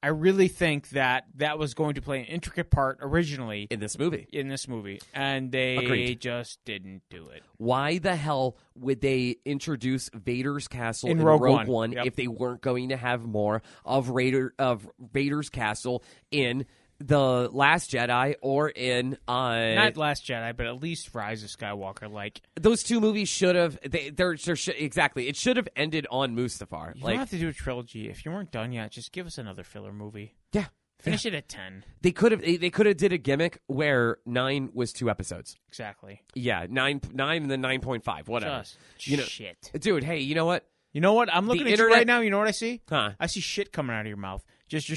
Speaker 3: I really think that that was going to play an intricate part originally
Speaker 2: in this movie.
Speaker 3: in this movie, and they
Speaker 2: Agreed.
Speaker 3: just didn't do it.
Speaker 2: Why the hell would they introduce Vader's castle
Speaker 3: In
Speaker 2: in,
Speaker 3: Rogue
Speaker 2: Rogue,
Speaker 3: One.
Speaker 2: One,
Speaker 3: Yep.
Speaker 2: if they weren't going to have more of Raider of Vader's castle in the Last Jedi or in uh,
Speaker 3: Not Last Jedi, but at least Rise of Skywalker. Like
Speaker 2: those two movies should have they there there should exactly it should have ended on Mustafar
Speaker 3: you
Speaker 2: like
Speaker 3: don't have to do a trilogy if you weren't done yet. Just give us another filler movie.
Speaker 2: yeah
Speaker 3: Finish it at ten
Speaker 2: they could have they, they could have did a gimmick where nine was two episodes
Speaker 3: exactly.
Speaker 2: yeah nine nine and then nine point five whatever
Speaker 3: Just
Speaker 2: You know-
Speaker 3: shit.
Speaker 2: dude hey you know what
Speaker 3: You know what? I'm looking at you
Speaker 2: internet-
Speaker 3: right now. You know what I see?
Speaker 2: Huh.
Speaker 3: I see shit coming out of your mouth. Just you're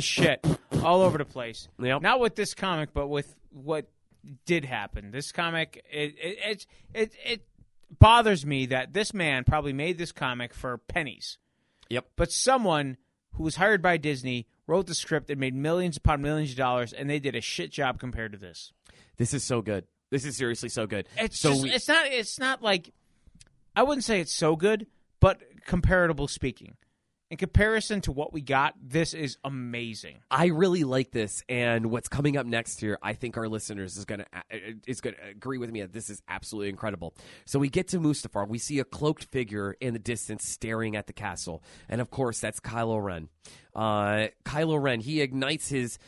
Speaker 3: shit all over the place.
Speaker 2: Yep.
Speaker 3: Not with this comic, but with what did happen. This comic, it it it it, it bothers me that this man probably made this comic for pennies.
Speaker 2: Yep.
Speaker 3: But someone who was hired by Disney wrote the script and made millions upon millions of dollars, and they did a shit job compared to this.
Speaker 2: This is so good. This is seriously so good.
Speaker 3: It's
Speaker 2: so
Speaker 3: just,
Speaker 2: we-
Speaker 3: it's not it's not like I wouldn't say it's so good, but comparable speaking, in comparison to what we got, this is amazing.
Speaker 2: I really like this, and what's coming up next here, I think our listeners is gonna uh, is gonna agree with me that this is absolutely incredible. So we get to Mustafar, we see a cloaked figure in the distance staring at the castle, and of course that's Kylo Ren. Uh, Kylo Ren he ignites his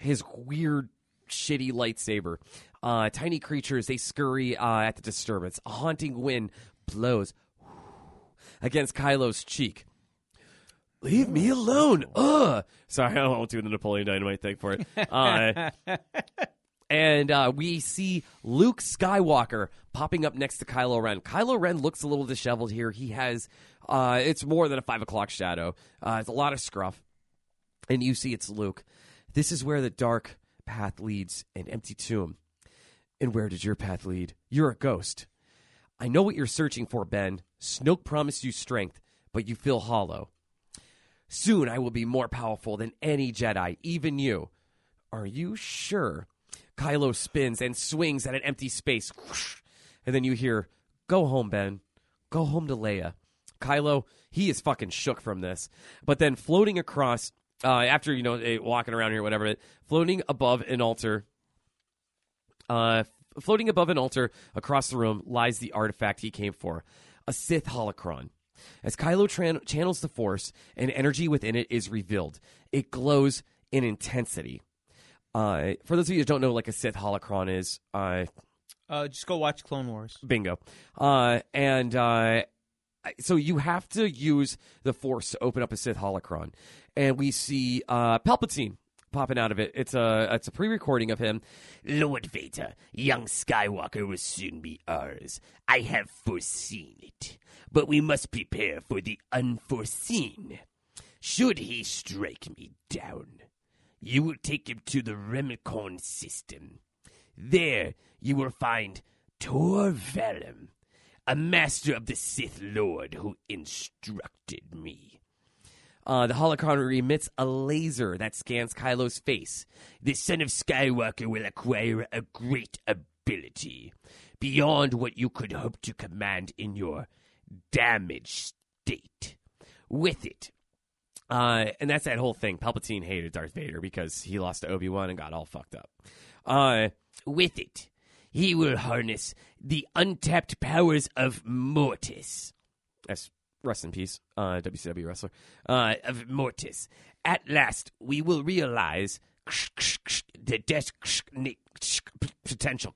Speaker 2: his weird shitty lightsaber. Uh, tiny creatures they scurry uh, at the disturbance. A haunting wind blows against Kylo's cheek. Leave me alone. Ugh. Sorry, I won't do the Napoleon Dynamite thing for it. Uh, and uh, we see Luke Skywalker popping up next to Kylo Ren. Kylo Ren looks a little disheveled here. He has, uh, it's more than a five o'clock shadow, uh, it's a lot of scruff. And you see it's Luke. This is where the dark path leads an empty tomb. And where did your path lead? You're a ghost. I know what you're searching for, Ben. Snoke promised you strength, but you feel hollow. Soon I will be more powerful than any Jedi, even you. Are you sure? Kylo spins and swings at an empty space. Whoosh. And then you hear, Go home, Ben. Go home to Leia. Kylo, he is fucking shook from this. But then floating across, uh, after, you know, eh, walking around here, whatever, floating above an altar, uh, floating above an altar across the room lies the artifact he came for a Sith holocron. As Kylo tran- channels the Force, an energy within it is revealed. It glows in intensity. Uh, for those of you who don't know, like a Sith holocron is, uh,
Speaker 3: Uh, just go watch Clone Wars.
Speaker 2: bingo. Uh, and uh, so you have to use the Force to open up a Sith holocron, and we see uh, Palpatine popping out of it. It's a it's a pre-recording of him. Lord Vader, young Skywalker will soon be ours. I have foreseen it, but we must prepare for the unforeseen. Should he strike me down, you will take him to the Remicon system. There you will find Tor Vellum, a master of the Sith Lord who instructed me. Uh, the holocron emits a laser that scans Kylo's face. The son of Skywalker will acquire a great ability beyond what you could hope to command in your damaged state. With it, uh, and that's that whole thing. Palpatine hated Darth Vader because he lost to Obi Wan and got all fucked up. Uh, with it, he will harness the untapped powers of Mortis. That's rest in peace, uh, WCW wrestler. Uh, of Mortis. At last, we will realize the death potential.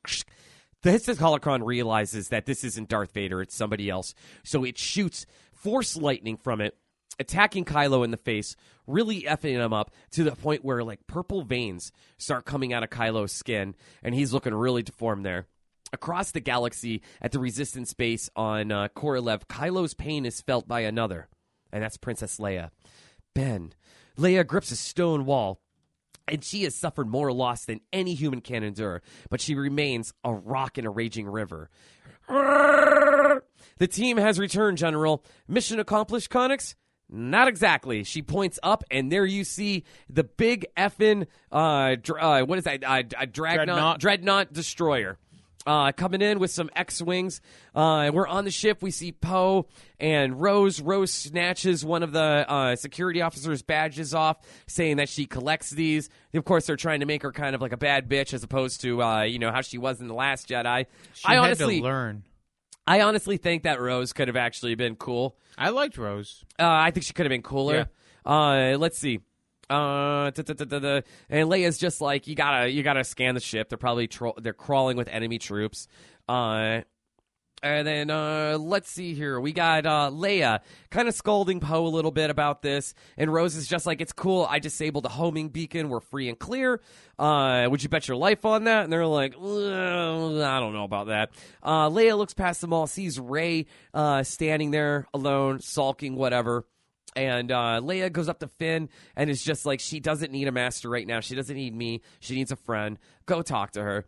Speaker 2: The Hissus Holocron realizes that this isn't Darth Vader, it's somebody else. So it shoots force lightning from it attacking Kylo in the face, really effing him up to the point where like purple veins start coming out of Kylo's skin, and he's looking really deformed there. Across the galaxy at the Resistance base on uh, Korolev, Kylo's pain is felt by another, and that's Princess Leia. Ben, Leia grips a stone wall, and she has suffered more loss than any human can endure, but she remains a rock in a raging river. The team has returned, General. Mission accomplished, Connix? Not exactly. She points up, and there you see the big effin' uh, dr- uh, what is that? Uh, d- uh, dreadnought,
Speaker 4: Dreadnought.
Speaker 2: dreadnought destroyer. Uh, coming in with some X wings. Uh, we're on the ship. We see Poe and Rose. Rose snatches one of the uh, security officers' badges off, saying that she collects these. Of course, they're trying to make her kind of like a bad bitch, as opposed to uh, you know how she was in the Last Jedi.
Speaker 4: She
Speaker 2: I
Speaker 4: had
Speaker 2: honestly,
Speaker 4: to learn.
Speaker 2: I honestly think that Rose could have actually been cool.
Speaker 4: I liked Rose.
Speaker 2: Uh, I think she could have been cooler. Uh, let's see. Uh, da, da, da, da, da. and Leia's just like you gotta you gotta scan the ship. They're probably tro- they're crawling with enemy troops. Uh, and then uh, let's see here. We got uh, Leia kind of scolding Poe a little bit about this, and Rose is just like, "It's cool. I disabled the homing beacon. We're free and clear. Uh, would you bet your life on that?" And they're like, "Ugh, "I don't know about that." Uh, Leia looks past them all, sees Ray uh, standing there alone, sulking, whatever. And uh, Leia goes up to Finn and is just like, "She doesn't need a master right now. She doesn't need me. She needs a friend. Go talk to her."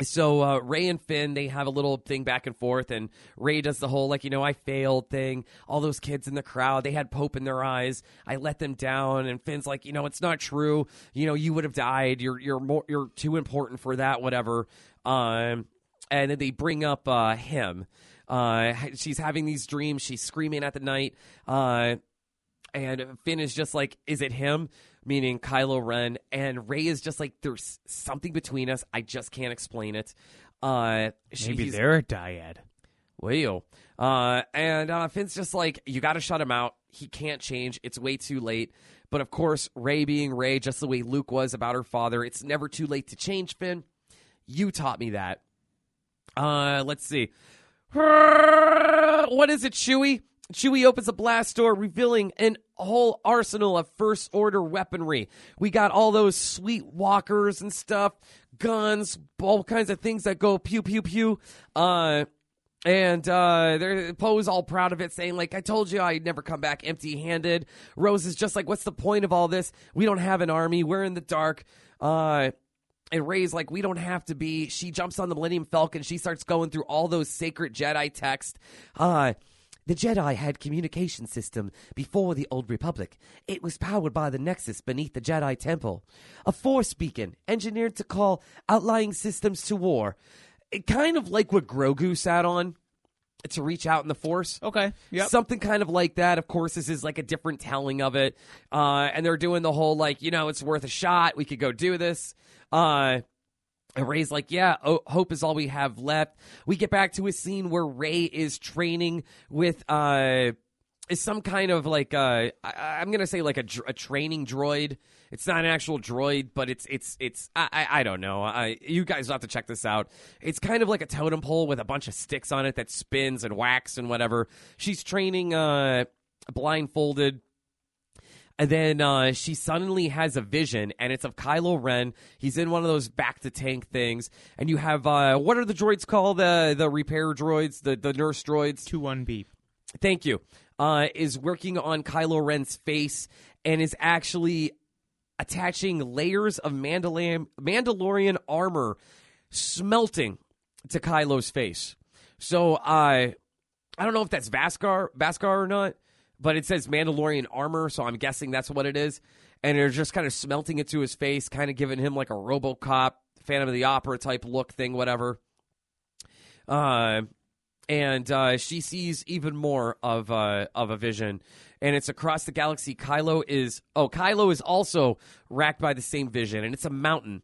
Speaker 2: so uh, Ray and Finn they have a little thing back and forth, and Ray does the whole like you know I failed thing. All those kids in the crowd they had Pope in their eyes. I let them down, and Finn's like you know it's not true. You know you would have died. You're you're more you're too important for that. Whatever. Um, and then they bring up uh, him. Uh, she's having these dreams. She's screaming at the night. Uh, and Finn is just like, is it him? Meaning Kylo Ren. And Ray is just like, there's something between us. I just can't explain it. Uh, she-
Speaker 4: Maybe
Speaker 2: he's-
Speaker 4: they're a dyad.
Speaker 2: well, uh, and uh, Finn's just like, you got to shut him out. He can't change. It's way too late. But of course, Ray being Ray, just the way Luke was about her father, it's never too late to change, Finn. You taught me that. Uh, let's see. What is it, Chewie? Chewie opens a blast door, revealing an whole arsenal of first order weaponry. We got all those sweet walkers and stuff, guns, all kinds of things that go pew pew pew. Uh, and uh, there- Poe's all proud of it, saying like, "I told you I'd never come back empty-handed." Rose is just like, "What's the point of all this? We don't have an army. We're in the dark." Uh, and Ray's like, we don't have to be. She jumps on the Millennium Falcon. She starts going through all those sacred Jedi texts. Uh, the Jedi had communication system before the Old Republic. It was powered by the Nexus beneath the Jedi Temple, a force beacon engineered to call outlying systems to war. It kind of like what Grogu sat on to reach out in the force.
Speaker 3: Oh,
Speaker 4: Okay. Yep.
Speaker 2: Something kind of like that. Of course, this is like a different telling of it. Uh, and they're doing the whole, like, you know, it's worth a shot. We could go do this. Uh, and Ray's like, yeah, o- hope is all we have left. We get back to a scene where Ray is training with. Uh, is some kind of like uh, I, I'm gonna say like a, dr- a training droid. It's not an actual droid, but it's it's it's I I, I don't know. I, you guys will have to check this out. It's kind of like a totem pole with a bunch of sticks on it that spins and whacks and whatever. She's training uh, blindfolded. And then uh, she suddenly has a vision, and it's of Kylo Ren. He's in one of those back to tank things, and you have uh, what are the droids called? The the repair droids, the the nurse droids
Speaker 4: Two one B.
Speaker 2: thank you, uh, is working on Kylo Ren's face and is actually attaching layers of Mandalorian, Mandalorian armor smelting to Kylo's face. So I, I don't know if that's Vaskar, Vaskar or not, but it says Mandalorian armor, so I'm guessing that's what it is. And they're just kind of smelting it to his face, kind of giving him like a RoboCop, Phantom of the Opera type look thing, whatever. Uh, and uh, she sees even more of uh, of a vision, and it's across the galaxy. Kylo is oh, Kylo is also racked by the same vision, and it's a mountain.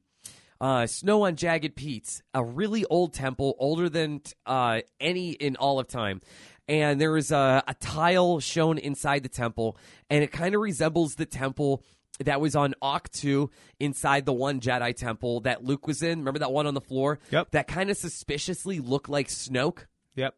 Speaker 2: Uh, snow on jagged peaks, a really old temple, older than uh, any in all of time. And there is a, a tile shown inside the temple, and it kind of resembles the temple that was on Octu inside the one Jedi temple that Luke was in. Remember that one on the floor?
Speaker 3: Yep.
Speaker 2: That kind of suspiciously looked like Snoke.
Speaker 3: Yep.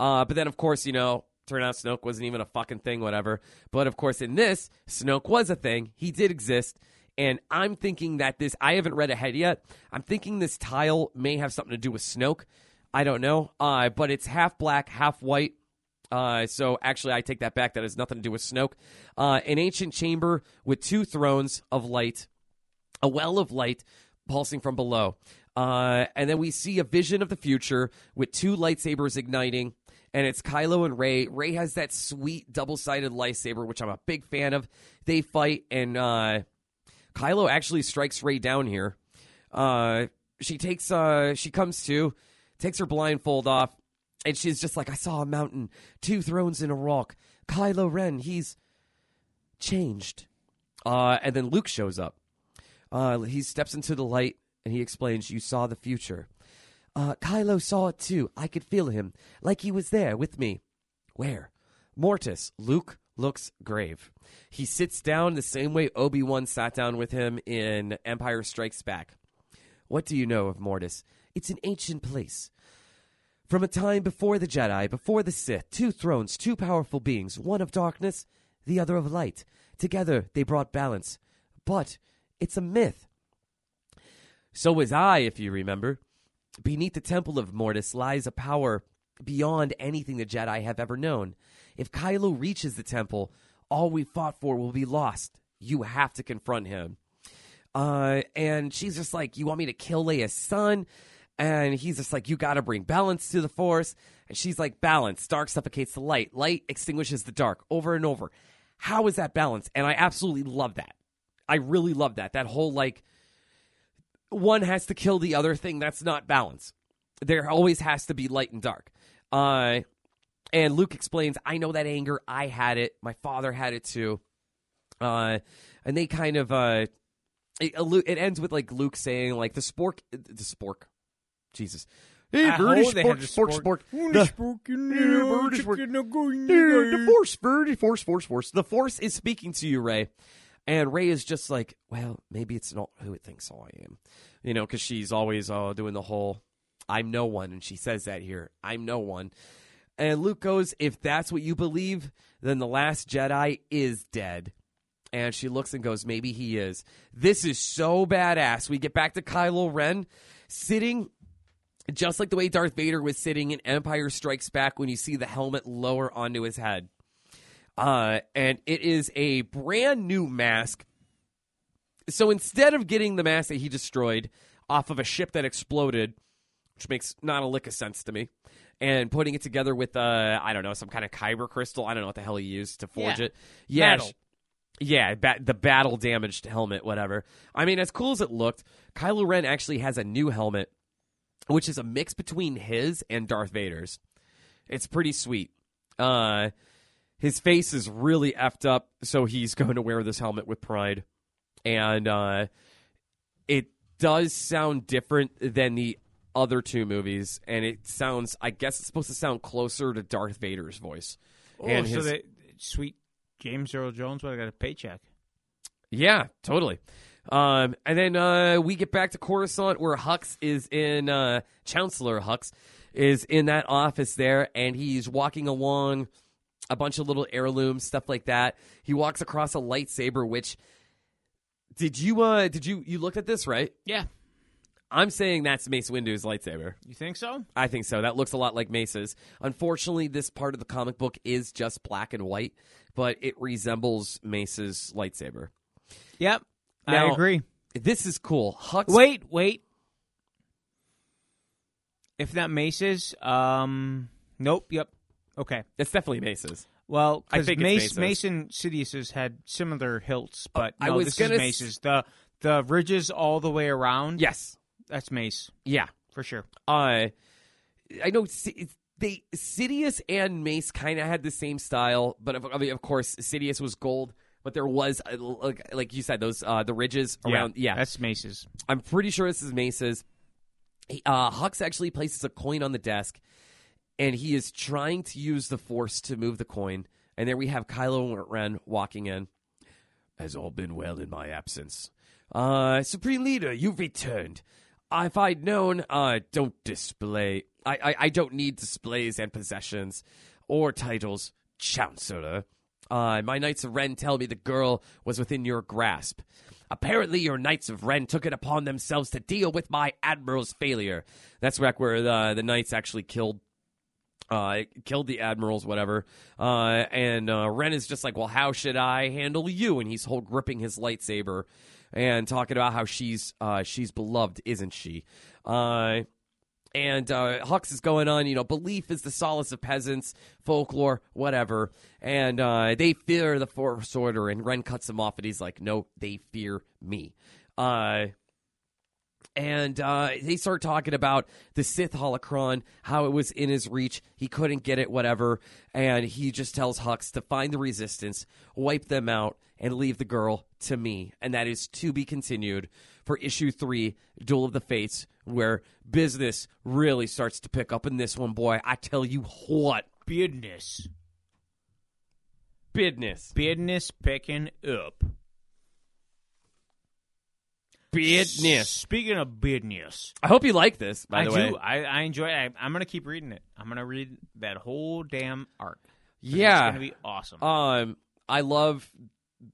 Speaker 2: Uh, but then, of course, you know, turned out Snoke wasn't even a fucking thing, whatever. But of course, in this, Snoke was a thing. He did exist. And I'm thinking that this, I haven't read ahead yet. I'm thinking this tile may have something to do with Snoke. I don't know. Uh, but it's half black, half white. Uh, so actually, I take that back. That has nothing to do with Snoke. Uh, an ancient chamber with two thrones of light a well of light pulsing from below. Uh, and then we see a vision of the future with two lightsabers igniting, and it's Kylo and Ray. Ray has that sweet double sided lightsaber, which I'm a big fan of. They fight, and uh, Kylo actually strikes Ray down here. Uh, she takes, uh, she comes to, takes her blindfold off, and she's just like, "I saw a mountain, two thrones in a rock. Kylo Ren, he's changed." Uh, and then Luke shows up. Uh, he steps into the light and he explains, You saw the future. Uh, Kylo saw it too. I could feel him, like he was there with me. Where? Mortis. Luke looks grave. He sits down the same way Obi Wan sat down with him in Empire Strikes Back. What do you know of Mortis? It's an ancient place. From a time before the Jedi, before the Sith, two thrones, two powerful beings, one of darkness, the other of light. Together they brought balance. But it's a myth. So was I, if you remember. Beneath the Temple of Mortis lies a power beyond anything the Jedi have ever known. If Kylo reaches the temple, all we fought for will be lost. You have to confront him. Uh, and she's just like, You want me to kill Leia's son? And he's just like, You got to bring balance to the Force. And she's like, Balance. Dark suffocates the light, light extinguishes the dark over and over. How is that balance? And I absolutely love that. I really love that. That whole like, one has to kill the other thing. That's not balance. There always has to be light and dark. Uh, and Luke explains, I know that anger. I had it. My father had it too. Uh, and they kind of uh, it, allu- it ends with like Luke saying like the spork, the spork, Jesus. Hey,
Speaker 4: I
Speaker 2: Bernie,
Speaker 4: hope they had
Speaker 2: spork,
Speaker 4: the
Speaker 2: spork,
Speaker 4: spork.
Speaker 2: spork,
Speaker 3: The-
Speaker 2: The- Dude, the force, Verdi, force, force, force. The force is speaking to you, Ray. And Ray is just like, well, maybe it's not who it thinks I am. You know, because she's always uh, doing the whole, I'm no one. And she says that here, I'm no one. And Luke goes, if that's what you believe, then the last Jedi is dead. And she looks and goes, maybe he is. This is so badass. We get back to Kylo Ren sitting just like the way Darth Vader was sitting in Empire Strikes Back when you see the helmet lower onto his head. Uh, and it is a brand new mask. So instead of getting the mask that he destroyed off of a ship that exploded, which makes not a lick of sense to me, and putting it together with, uh, I don't know, some kind of kyber crystal. I don't know what the hell he used to forge
Speaker 4: Yeah.
Speaker 2: it. Yeah,
Speaker 4: Metal.
Speaker 2: sh- yeah, ba- the battle damaged helmet, whatever. I mean, as cool as it looked, Kylo Ren actually has a new helmet which is a mix between his and Darth Vader's. It's pretty sweet. Uh, his face is really effed up, so he's going to wear this helmet with pride, and uh, it does sound different than the other two movies, and it sounds. I guess it's supposed to sound closer to Darth Vader's voice. and
Speaker 4: so
Speaker 2: his,
Speaker 4: they-
Speaker 3: Sweet James Earl Jones, but I got a paycheck.
Speaker 2: Yeah, totally. Um, and then uh, we get back to Coruscant where Hux is in, uh, Chancellor Hux is in that office there, and he's walking along a bunch of little heirlooms, stuff like that. He walks across a lightsaber, which. Did you uh did you you looked at this right?
Speaker 4: Yeah.
Speaker 2: I'm saying that's Mace Windu's lightsaber.
Speaker 3: You think so?
Speaker 2: I think so. That looks a lot like Mace's. Unfortunately, this part of the comic book is just black and white, but it resembles Mace's lightsaber.
Speaker 4: Yep.
Speaker 2: Now-
Speaker 4: I agree.
Speaker 2: This is cool. Hux
Speaker 4: Wait, wait.
Speaker 3: If not Mace's, um, nope, yep, okay.
Speaker 2: It's definitely Mace's.
Speaker 3: Well,
Speaker 2: I
Speaker 3: because
Speaker 2: think it's
Speaker 3: Mace,
Speaker 2: Mace's.
Speaker 3: Mace and Sidious's had similar hilts, but
Speaker 2: I
Speaker 3: no,
Speaker 2: was
Speaker 3: this
Speaker 2: gonna
Speaker 3: is
Speaker 2: s-
Speaker 3: Mace's. The the ridges all the way around.
Speaker 2: Yes.
Speaker 3: that's Mace
Speaker 2: Yeah.
Speaker 3: for sure.
Speaker 2: Uh, I know Si- it's- they Sidious and Mace kind of had the same style, but of, I mean, of course Sidious was gold. But there was, uh, like, like you said, those uh, the ridges around. Yeah,
Speaker 3: that's Mace's.
Speaker 2: I'm pretty sure this is Mace's. He, uh, Hux actually places a coin on the desk, and he is trying to use the Force to move the coin. And there we have Kylo Ren walking in. Has all been well in my absence. Uh, Supreme Leader, you've returned. If I'd known, uh, don't display. I, I, I don't need displays and possessions or titles, Chancellor. Uh, my Knights of Ren tell me the girl was within your grasp. Apparently, your Knights of Ren took it upon themselves to deal with my Admiral's failure. That's back where uh, the, the Knights actually killed uh, killed the admirals, whatever. Uh, and uh, Ren is just like, well, how should I handle you? And he's whole gripping his lightsaber and talking about how she's uh, she's beloved, isn't she? Uh, and uh, Hux is going on, you know, belief is the solace of peasants, folklore, whatever. And uh, they fear the Force Order, and Ren cuts him off, and he's like, no, they fear me. Uh, and uh, they start talking about the Sith holocron, how it was in his reach, he couldn't get it, whatever. And he just tells Hux to find the resistance, wipe them out, and leave the girl to me. And that is to be continued for issue three, Duel of the Fates, where business really starts to pick up in this one, boy. I tell you what,
Speaker 3: Business,
Speaker 2: business,
Speaker 3: business picking up.
Speaker 2: business.
Speaker 3: Speaking of business,
Speaker 2: I hope you like this, by
Speaker 3: I
Speaker 2: the
Speaker 3: do.
Speaker 2: way.
Speaker 3: I, I enjoy. it. I, I'm gonna keep reading it. I'm gonna read that whole damn arc.
Speaker 2: Yeah.
Speaker 3: it's gonna be awesome.
Speaker 2: Um, I love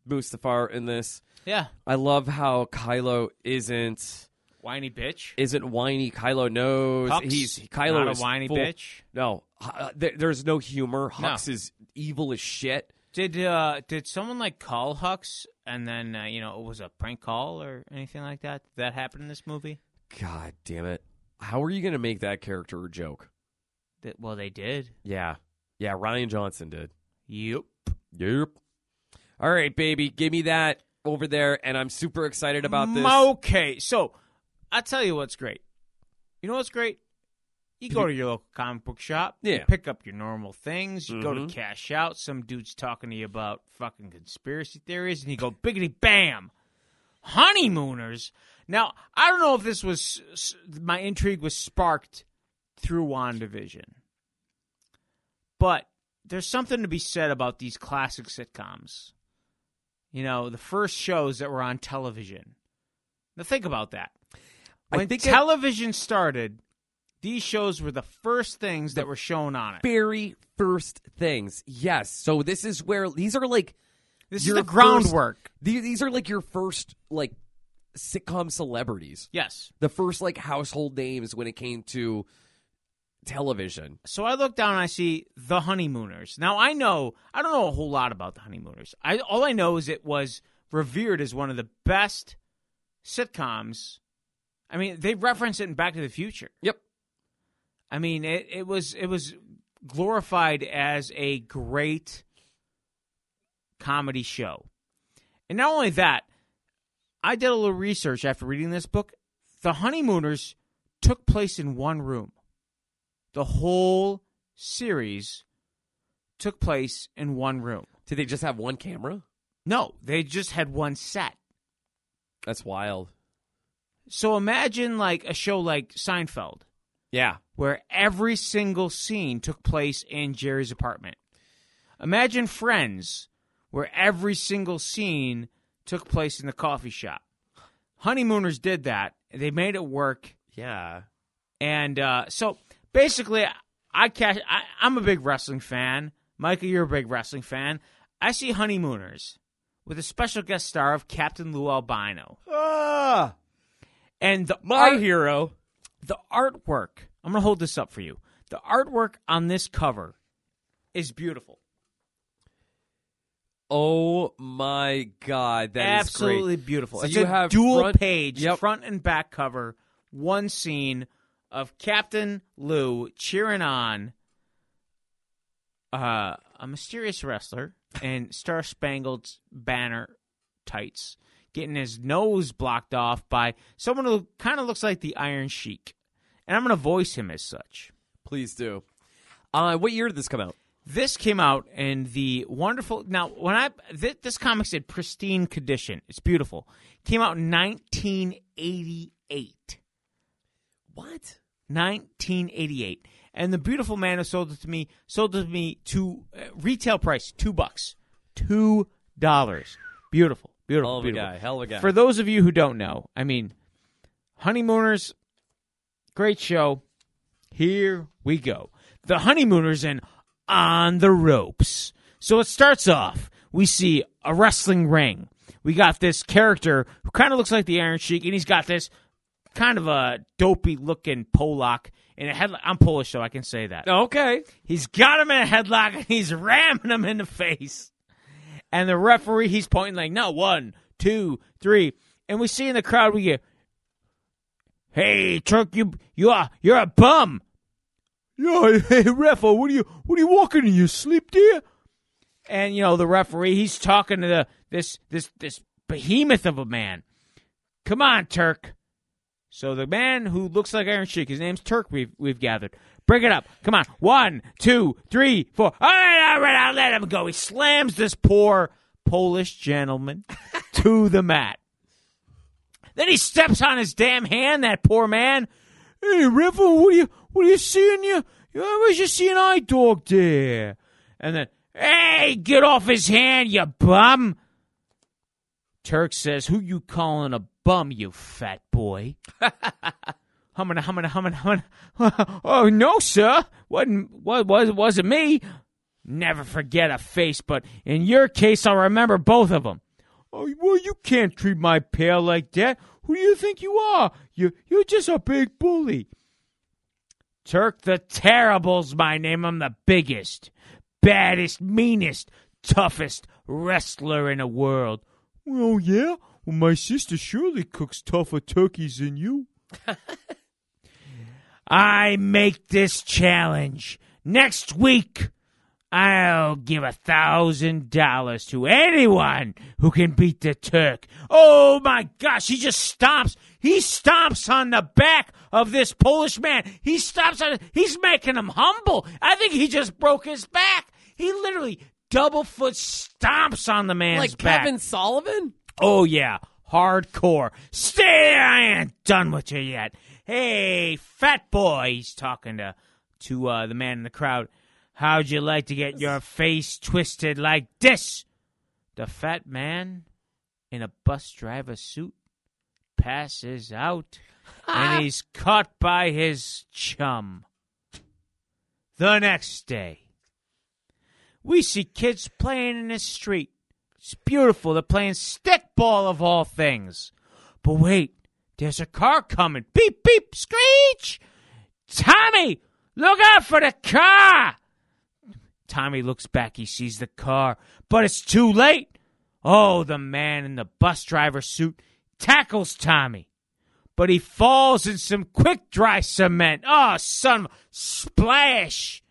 Speaker 2: Mustafar in this.
Speaker 3: yeah,
Speaker 2: I love how Kylo isn't
Speaker 3: whiny bitch.
Speaker 2: isn't whiny. Kylo knows
Speaker 3: Hux,
Speaker 2: he's Kylo
Speaker 3: not
Speaker 2: is
Speaker 3: a whiny
Speaker 2: full-
Speaker 3: bitch.
Speaker 2: No, uh, there, there's no humor.
Speaker 3: No.
Speaker 2: Hux is evil as shit.
Speaker 3: Did uh did someone like call Hux and then uh, you know it was a prank call or anything like that? Did that happen in this movie?
Speaker 2: God damn it! How are you gonna make that character a joke?
Speaker 3: That well they did.
Speaker 2: Yeah, yeah. Ryan Johnson did.
Speaker 3: Yep.
Speaker 2: Yep. All right, baby, give me that over there, and I'm super excited about this.
Speaker 3: Okay, so I tell you what's great. You know what's great? You go to your local comic book shop. You
Speaker 2: Yeah.
Speaker 3: pick up your normal things. You go to
Speaker 2: Mhm.
Speaker 3: cash out. Some dude's talking to you about fucking conspiracy theories, and you go biggity bam, honeymooners. Now I don't know if this was s- my intrigue was sparked through Wandavision, but there's something to be said about these classic sitcoms. You know, the first shows that were on television. Now think about that.
Speaker 2: I
Speaker 3: When
Speaker 2: think it-
Speaker 3: television started, these shows were the first things that were shown on it.
Speaker 2: Very first things, yes. So this is where these are like
Speaker 3: This
Speaker 2: your
Speaker 3: is the
Speaker 2: first-
Speaker 3: groundwork.
Speaker 2: These, these are like your first like sitcom celebrities,
Speaker 3: Yes.
Speaker 2: the first like household names when it came to television.
Speaker 3: So I look down and I see the honeymooners. Now I know I don't know a whole lot about the honeymooners. I all I know is it was revered as one of the best sitcoms. I mean, they reference it in Back to the Future.
Speaker 2: Yep.
Speaker 3: I mean, it, it was it was glorified as a great comedy show. And not only that, I did a little research after reading this book. The honeymooners took place in one room. The whole series took place in one room.
Speaker 2: Did they just have one camera?
Speaker 3: No, they just had one set.
Speaker 2: That's wild.
Speaker 3: So imagine like a show like Seinfeld
Speaker 2: Yeah.
Speaker 3: where every single scene took place in Jerry's apartment. Imagine Friends, where every single scene took place in the coffee shop. Honeymooners did that. They made it work.
Speaker 2: Yeah.
Speaker 3: And uh, so basically, I catch. I, I'm a big wrestling fan. Michael, you're a big wrestling fan. I see Honeymooners with a special guest star of Captain Lou Albino.
Speaker 2: Ah,
Speaker 3: And the
Speaker 2: my
Speaker 3: art-
Speaker 2: hero.
Speaker 3: the artwork i'm going to hold this up for you the artwork on this cover is beautiful
Speaker 2: Oh my god, that is
Speaker 3: absolutely
Speaker 2: great.
Speaker 3: beautiful
Speaker 2: So
Speaker 3: it's
Speaker 2: you
Speaker 3: a
Speaker 2: have
Speaker 3: dual
Speaker 2: front-
Speaker 3: page
Speaker 2: Yep.
Speaker 3: front and back cover one scene of Captain Lou cheering on uh, a mysterious wrestler in Star Spangled Banner tights, getting his nose blocked off by someone who kind of looks like the Iron Sheik. And I'm going to voice him as such.
Speaker 2: Please do. Uh, what year did this come out?
Speaker 3: This came out in the wonderful. Now, when I this, this comic's in pristine condition, it's beautiful. Came out in 1988.
Speaker 2: What?
Speaker 3: 1988. And the beautiful man who sold it to me sold it to me to uh, retail price two bucks, two dollars. Beautiful, beautiful,
Speaker 2: Hell of a
Speaker 3: beautiful.
Speaker 2: guy. Hell of a guy.
Speaker 3: For those of you who don't know, I mean, honeymooners, great show. Here we go. The honeymooners and on the ropes. So it starts off. We see a wrestling ring. We got this character who kind of looks like the Iron Sheik, and he's got this kind of a dopey looking Polak in a headlock. I'm Polish, so I can say that.
Speaker 2: okay.
Speaker 3: He's got him in a headlock and he's ramming him in the face. And the referee, he's pointing like, no, one, two, three. And we see in the crowd, we get, hey, Turk, you, you are, you're a bum. Yeah, hey, Refo, what are you, what are you walking in your sleep, dear? And you know the referee, he's talking to the this this this behemoth of a man. Come on, Turk. So the man who looks like Iron Sheik, his name's Turk. We've we've gathered. Break it up. Come on. One, two, three, four. All right, all right. I'll let him go. He slams this poor Polish gentleman to the mat. Then he steps on his damn hand. That poor man. Hey, River, what are you what are you seeing? You I was just seeing eye dog there. And then, hey, get off his hand, you bum. Turk says, Who you calling a bum, you fat boy? humming, humming, humming, humming. oh, no, sir. Wasn't, was, was, wasn't me. Never forget a face, but in your case, I'll remember both of them. Oh, well, you can't treat my pal like that. Who do you think you are? You, you're just a big bully. Turk the Terrible's my name. I'm the biggest, baddest, meanest, toughest wrestler in the world. Well, yeah. Well, my sister surely cooks tougher turkeys than you. I make this challenge. Next week, I'll give a thousand dollars to anyone who can beat the Turk. Oh my gosh, he just stomps. He stomps on the back of this Polish man. He stomps on. He's making him humble. I think he just broke his back. He literally double foot stomps on the man's
Speaker 2: Like
Speaker 3: back.
Speaker 2: Kevin Sullivan?
Speaker 3: Oh yeah, hardcore. Stay there, I ain't done with you yet. Hey, fat boy, he's talking to to uh, the man in the crowd. How'd you like to get your face twisted like this? The fat man in a bus driver suit passes out, and he's caught by his chum. The next day, we see kids playing in the street. It's beautiful. They're playing stickball of all things. But wait, there's a car coming. Beep, beep, screech! Tommy, look out for the car! Tommy looks back. He sees the car, but it's too late. Oh, the man in the bus driver suit tackles Tommy, but he falls in some quick dry cement. Oh, son, of a- splash!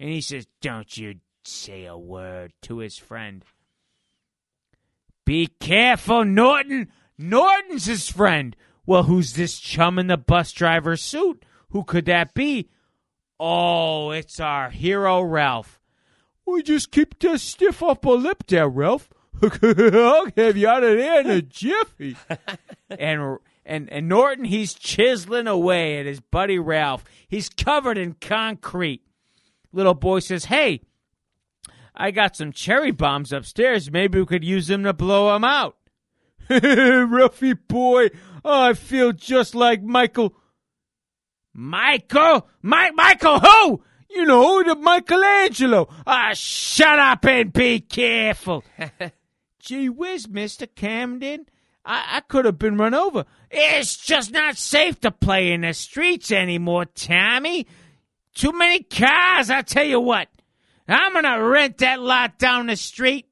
Speaker 3: And he says, Don't you say a word to his friend. Be careful, Norton. Norton's his friend. Well, who's this chum in the bus driver suit? Who could that be? Oh, it's our hero, Ralph. We just keep that stiff upper lip there, Ralph. I'll have you out of there in a jiffy. and and and Norton, he's chiseling away at his buddy Ralph. He's covered in concrete. Little boy says, "Hey, I got some cherry bombs upstairs. Maybe we could use them to blow them out. Ruffy boy, oh, I feel just like Michael. Michael? Mike? Michael who? You know, the Michelangelo. Ah, shut up and be careful. Gee whiz, Mr. Camden. I, I could have been run over. It's just not safe to play in the streets anymore, Tommy. Too many cars, I tell you what. I'm gonna rent that lot down the street,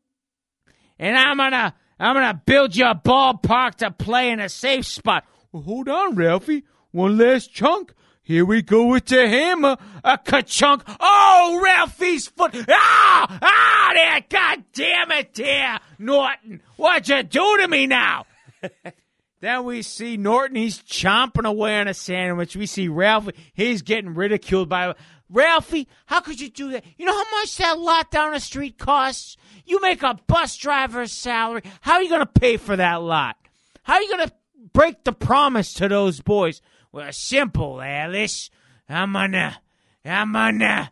Speaker 3: and I'm gonna I'm gonna build you a ballpark to play in a safe spot. Well, hold on, Ralphie. One last chunk. Here we go with the hammer. A ka-chunk. Oh, Ralphie's foot. Ah! Ah, there. God damn it, there, Norton. What'd you do to me now? then we see Norton. He's chomping away on a sandwich. We see Ralphie. He's getting ridiculed by. Ralphie, how could you do that? You know how much that lot down the street costs? You make a bus driver's salary. How are you going to pay for that lot? How are you going to break the promise to those boys? Well, simple, Alice. I'm gonna, I'm gonna,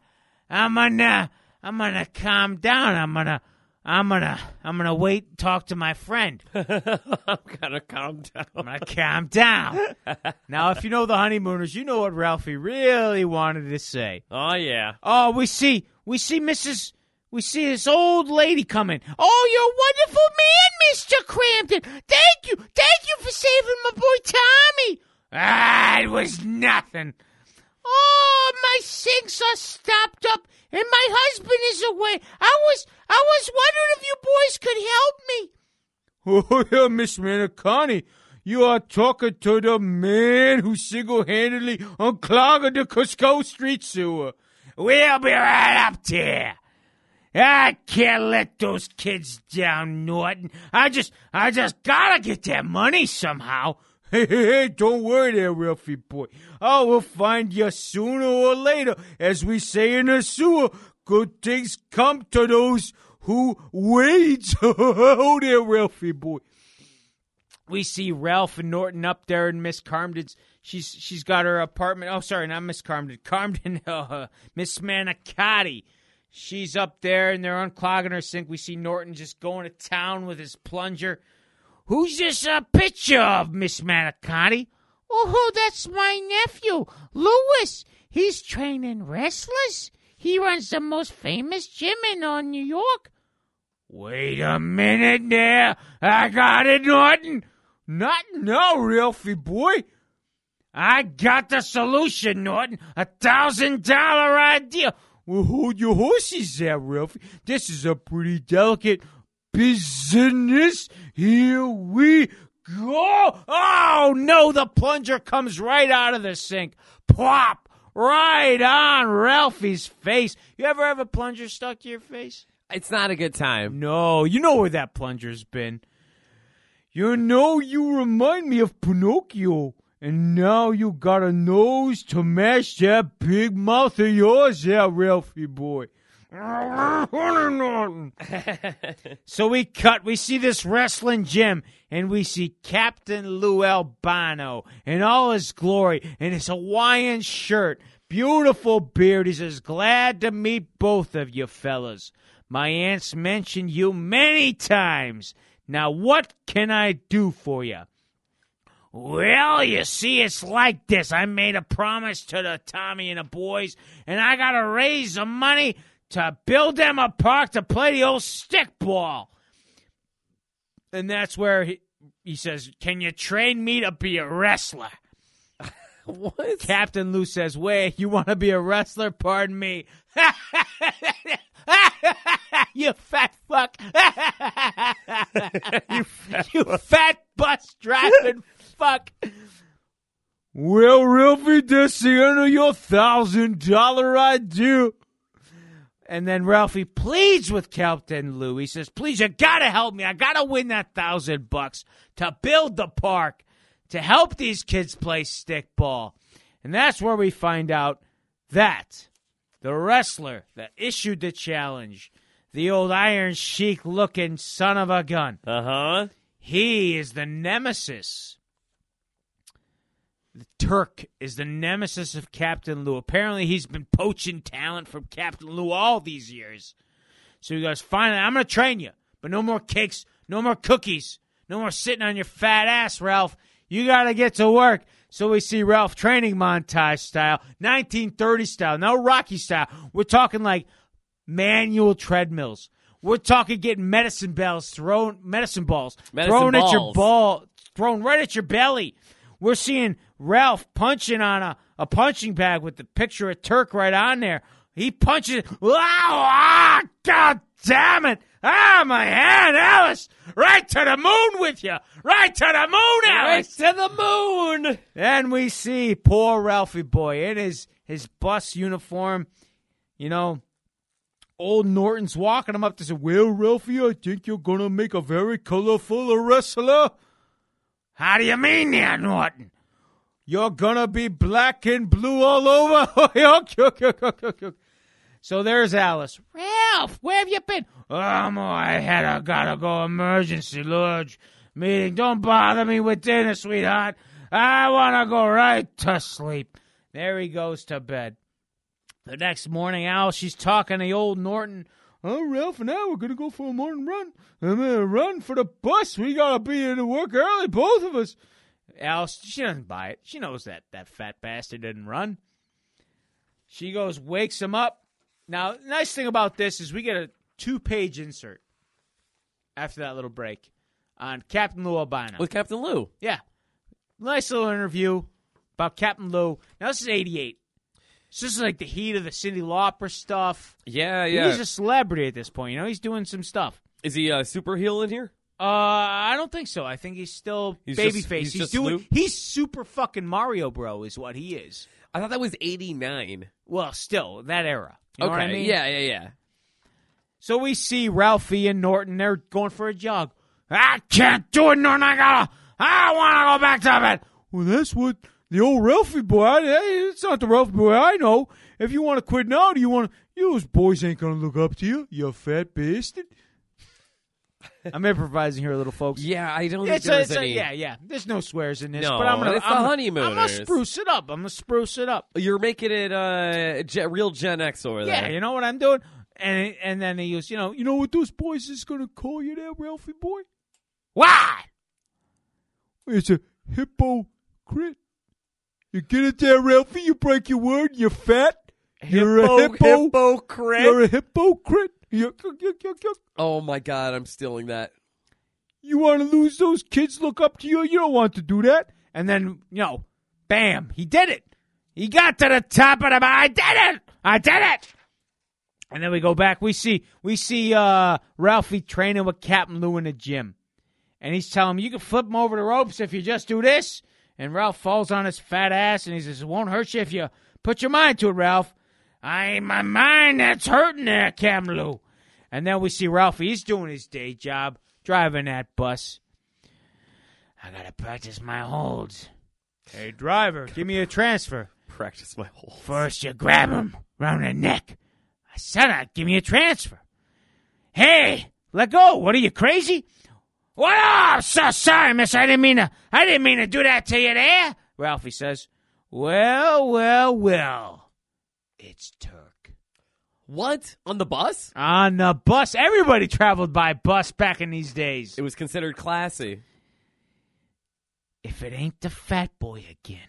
Speaker 3: I'm gonna, I'm gonna calm down. I'm gonna, I'm gonna, I'm gonna wait, talk to my friend.
Speaker 2: I'm gonna calm down.
Speaker 3: I'm gonna calm down. now, if you know the honeymooners, you know what Ralphie really wanted to say.
Speaker 2: Oh yeah.
Speaker 3: Oh, we see, we see Mrs. We see this old lady come in. Oh, you're a wonderful man, Mr. Crampton. Thank you. Thank you for saving my boy Tommy. Ah, it was nothing. Oh, my sinks are stopped up and my husband is away. I was, I was wondering if you boys could help me. Oh, yeah, Miss Manicani. You are talking to the man who single handedly unclogged the Cusco street sewer. We'll be right up there. I can't let those kids down, Norton. I just, I just gotta get that money somehow. Hey, hey, hey, don't worry there, Ralphie boy. I will find you sooner or later. As we say in the sewer, good things come to those who wait. oh, there, Ralphie boy.
Speaker 4: we see Ralph and Norton up there in Miss Carmden's. She's she's got her apartment. Oh, sorry, not Miss Carmden. Carmden, uh, Miss Manicotti. She's up there and they're unclogging her sink. We see Norton just going to town with his plunger.
Speaker 3: Who's this uh, picture of, Miss Manicotti? Oh, that's my nephew, Lewis. He's training wrestlers. He runs the most famous gym in
Speaker 4: uh,
Speaker 3: all New York. Wait a minute there. I got it, Norton. Not now, Ralphie boy. I got the solution, Norton. A thousand dollar idea. Well, hold your horses there, Ralphie. This is a pretty delicate business. Here we go. Oh, no, the plunger comes right out of the sink. Plop! Right on Ralphie's face. You ever have a plunger stuck to your face?
Speaker 2: It's not a good time.
Speaker 3: No, you know where that plunger's been. You know, you remind me of Pinocchio. And now you got a nose to match that big mouth of yours, yeah, Ralphie boy. so we cut. We see this wrestling gym, and we see Captain Lou Albano in all his glory, in his Hawaiian shirt, beautiful beard. He says, "Glad to meet both of you fellas. My aunt's mentioned you many times. Now, what can I do for you?" Well, you see, it's like this. I made a promise to the Tommy and the boys, and I gotta raise the money to build them a park to play the old stickball. And that's where he, he says, Can you train me to be a wrestler?
Speaker 2: What?
Speaker 3: Captain Lou says, Wait, you want to be a wrestler? Pardon me. you fat fuck. you fat, bus driving fuck. Well, Ralphie, that's the end of your thousand dollar idea. And then Ralphie pleads with Captain Lou. He says, Please, you gotta help me. I gotta win that thousand bucks to build the park to help these kids play stickball. And that's where we find out that the wrestler that issued the challenge, the old Iron Sheik looking son of a gun,
Speaker 2: Uh huh.
Speaker 3: he is the nemesis. The Turk is the nemesis of Captain Lou. Apparently, he's been poaching talent from Captain Lou all these years. So he goes, Fine, I'm going to train you, but no more cakes, no more cookies, no more sitting on your fat ass, Ralph. You got to get to work. So we see Ralph training montage style, 1930 style, no Rocky style. We're talking like manual treadmills. We're talking getting medicine bells thrown, medicine balls
Speaker 2: Medicine
Speaker 3: thrown at your
Speaker 2: balls.
Speaker 3: ball, thrown right at your belly. We're seeing Ralph punching on a, a punching bag with the picture of Turk right on there. He punches. Wow! Ah, God damn it! Ah, my hand, Alice! Right to the moon with you! Right to the moon,
Speaker 2: Right
Speaker 3: Alice!
Speaker 2: to the moon.
Speaker 3: And we see poor Ralphie boy in his his bus uniform. You know, old Norton's walking him up to say, "Well, Ralphie, I think you're gonna make a very colorful wrestler." How do you mean that, Norton? You're gonna be black and blue all over. Yuck, yuck, yuck, yuck, yuck, yuck. so there's Alice. Ralph, where have you been? Um, I had a gotta go emergency lodge meeting. Don't bother me with dinner, sweetheart. I wanna go right to sleep. There he goes to bed. The next morning, Al, she's talking to the old Norton. Oh, Ralph and I, we're going to go for a morning run. I'm going to run for the bus. We got to be in to work early, both of us. Al, she doesn't buy it. She knows that that fat bastard didn't run. She goes, wakes him up. Now, nice thing about this is we get a two page insert after that little break on Captain Lou Albano.
Speaker 2: With Captain Lou.
Speaker 3: Yeah. Nice little interview about Captain Lou. Now, this is 88. So this is like the heat of the Cindy Lauper stuff.
Speaker 2: Yeah, yeah.
Speaker 3: He's a celebrity at this point. You know, he's doing some stuff.
Speaker 2: Is he a super heel in here?
Speaker 3: Uh, I don't think so. I think he's still
Speaker 2: He's
Speaker 3: babyface.
Speaker 2: just- he's just
Speaker 3: doing.
Speaker 2: Lou?
Speaker 3: He's super fucking Mario Bro, is what he is.
Speaker 2: I thought that was 89.
Speaker 3: Well, still that era. You know
Speaker 2: okay.
Speaker 3: what I mean?
Speaker 2: Yeah, yeah, yeah.
Speaker 3: So we see Ralphie and Norton. They're going for a jog. I can't do it, Norton. I gotta. I want to go back to bed. Well, that's what the old Ralphie boy. Hey, it's not the Ralphie boy I know. If you want to quit now, do you want to? You those boys ain't gonna look up to you. You fat bastard. I'm improvising here, little folks.
Speaker 2: Yeah, I don't think
Speaker 3: It's a,
Speaker 2: there
Speaker 3: it's
Speaker 2: was
Speaker 3: a,
Speaker 2: any.
Speaker 3: yeah, yeah. There's no swears in this,
Speaker 2: No,
Speaker 3: but I'm gonna.
Speaker 2: it's the
Speaker 3: I'm, I'm gonna
Speaker 2: honeymooners.
Speaker 3: spruce it up. I'm gonna spruce it up.
Speaker 2: You're making it uh, ge- real Gen X over there.
Speaker 3: Yeah, you know what I'm doing? And and then he goes, you know, you know what those boys is gonna call you that, Ralphie boy? Why? It's a hypocrite. You get it there, Ralphie, you break your word, you're fat. You're a hippo.
Speaker 2: hypocrite.
Speaker 3: You're a hypocrite. Yuck, yuck, yuck, yuck, yuck.
Speaker 2: oh my god, I'm stealing that.
Speaker 3: You wanna lose those kids look up to you? You don't want to do that. And then, you know, bam, he did it. He got to the top of the I did it! I did it! And then we go back. We see we see uh, Ralphie training with Captain Lou in the gym, and he's telling him, "You can flip him over the ropes if you just do this." And Ralph falls on his fat ass, and he says, "It won't hurt you if you put your mind to it, Ralph." I ain't my mind that's hurting there, Captain Lou. And then we see Ralphie. He's doing his day job, driving that bus. I gotta practice my holds. Hey, driver, give me a transfer.
Speaker 2: Practice my whole.
Speaker 3: First, you grab him round the neck. I said I'd give me a transfer. Hey, let go. What are you crazy? What? Oh, I'm so sorry, miss. I didn't mean to. I didn't mean to do that to you there. Ralphie says, "Well, well, well. It's Turk
Speaker 2: What on the bus?
Speaker 3: on the bus. Everybody traveled by bus back in these days.
Speaker 2: It was considered classy.
Speaker 3: If it ain't the fat boy again,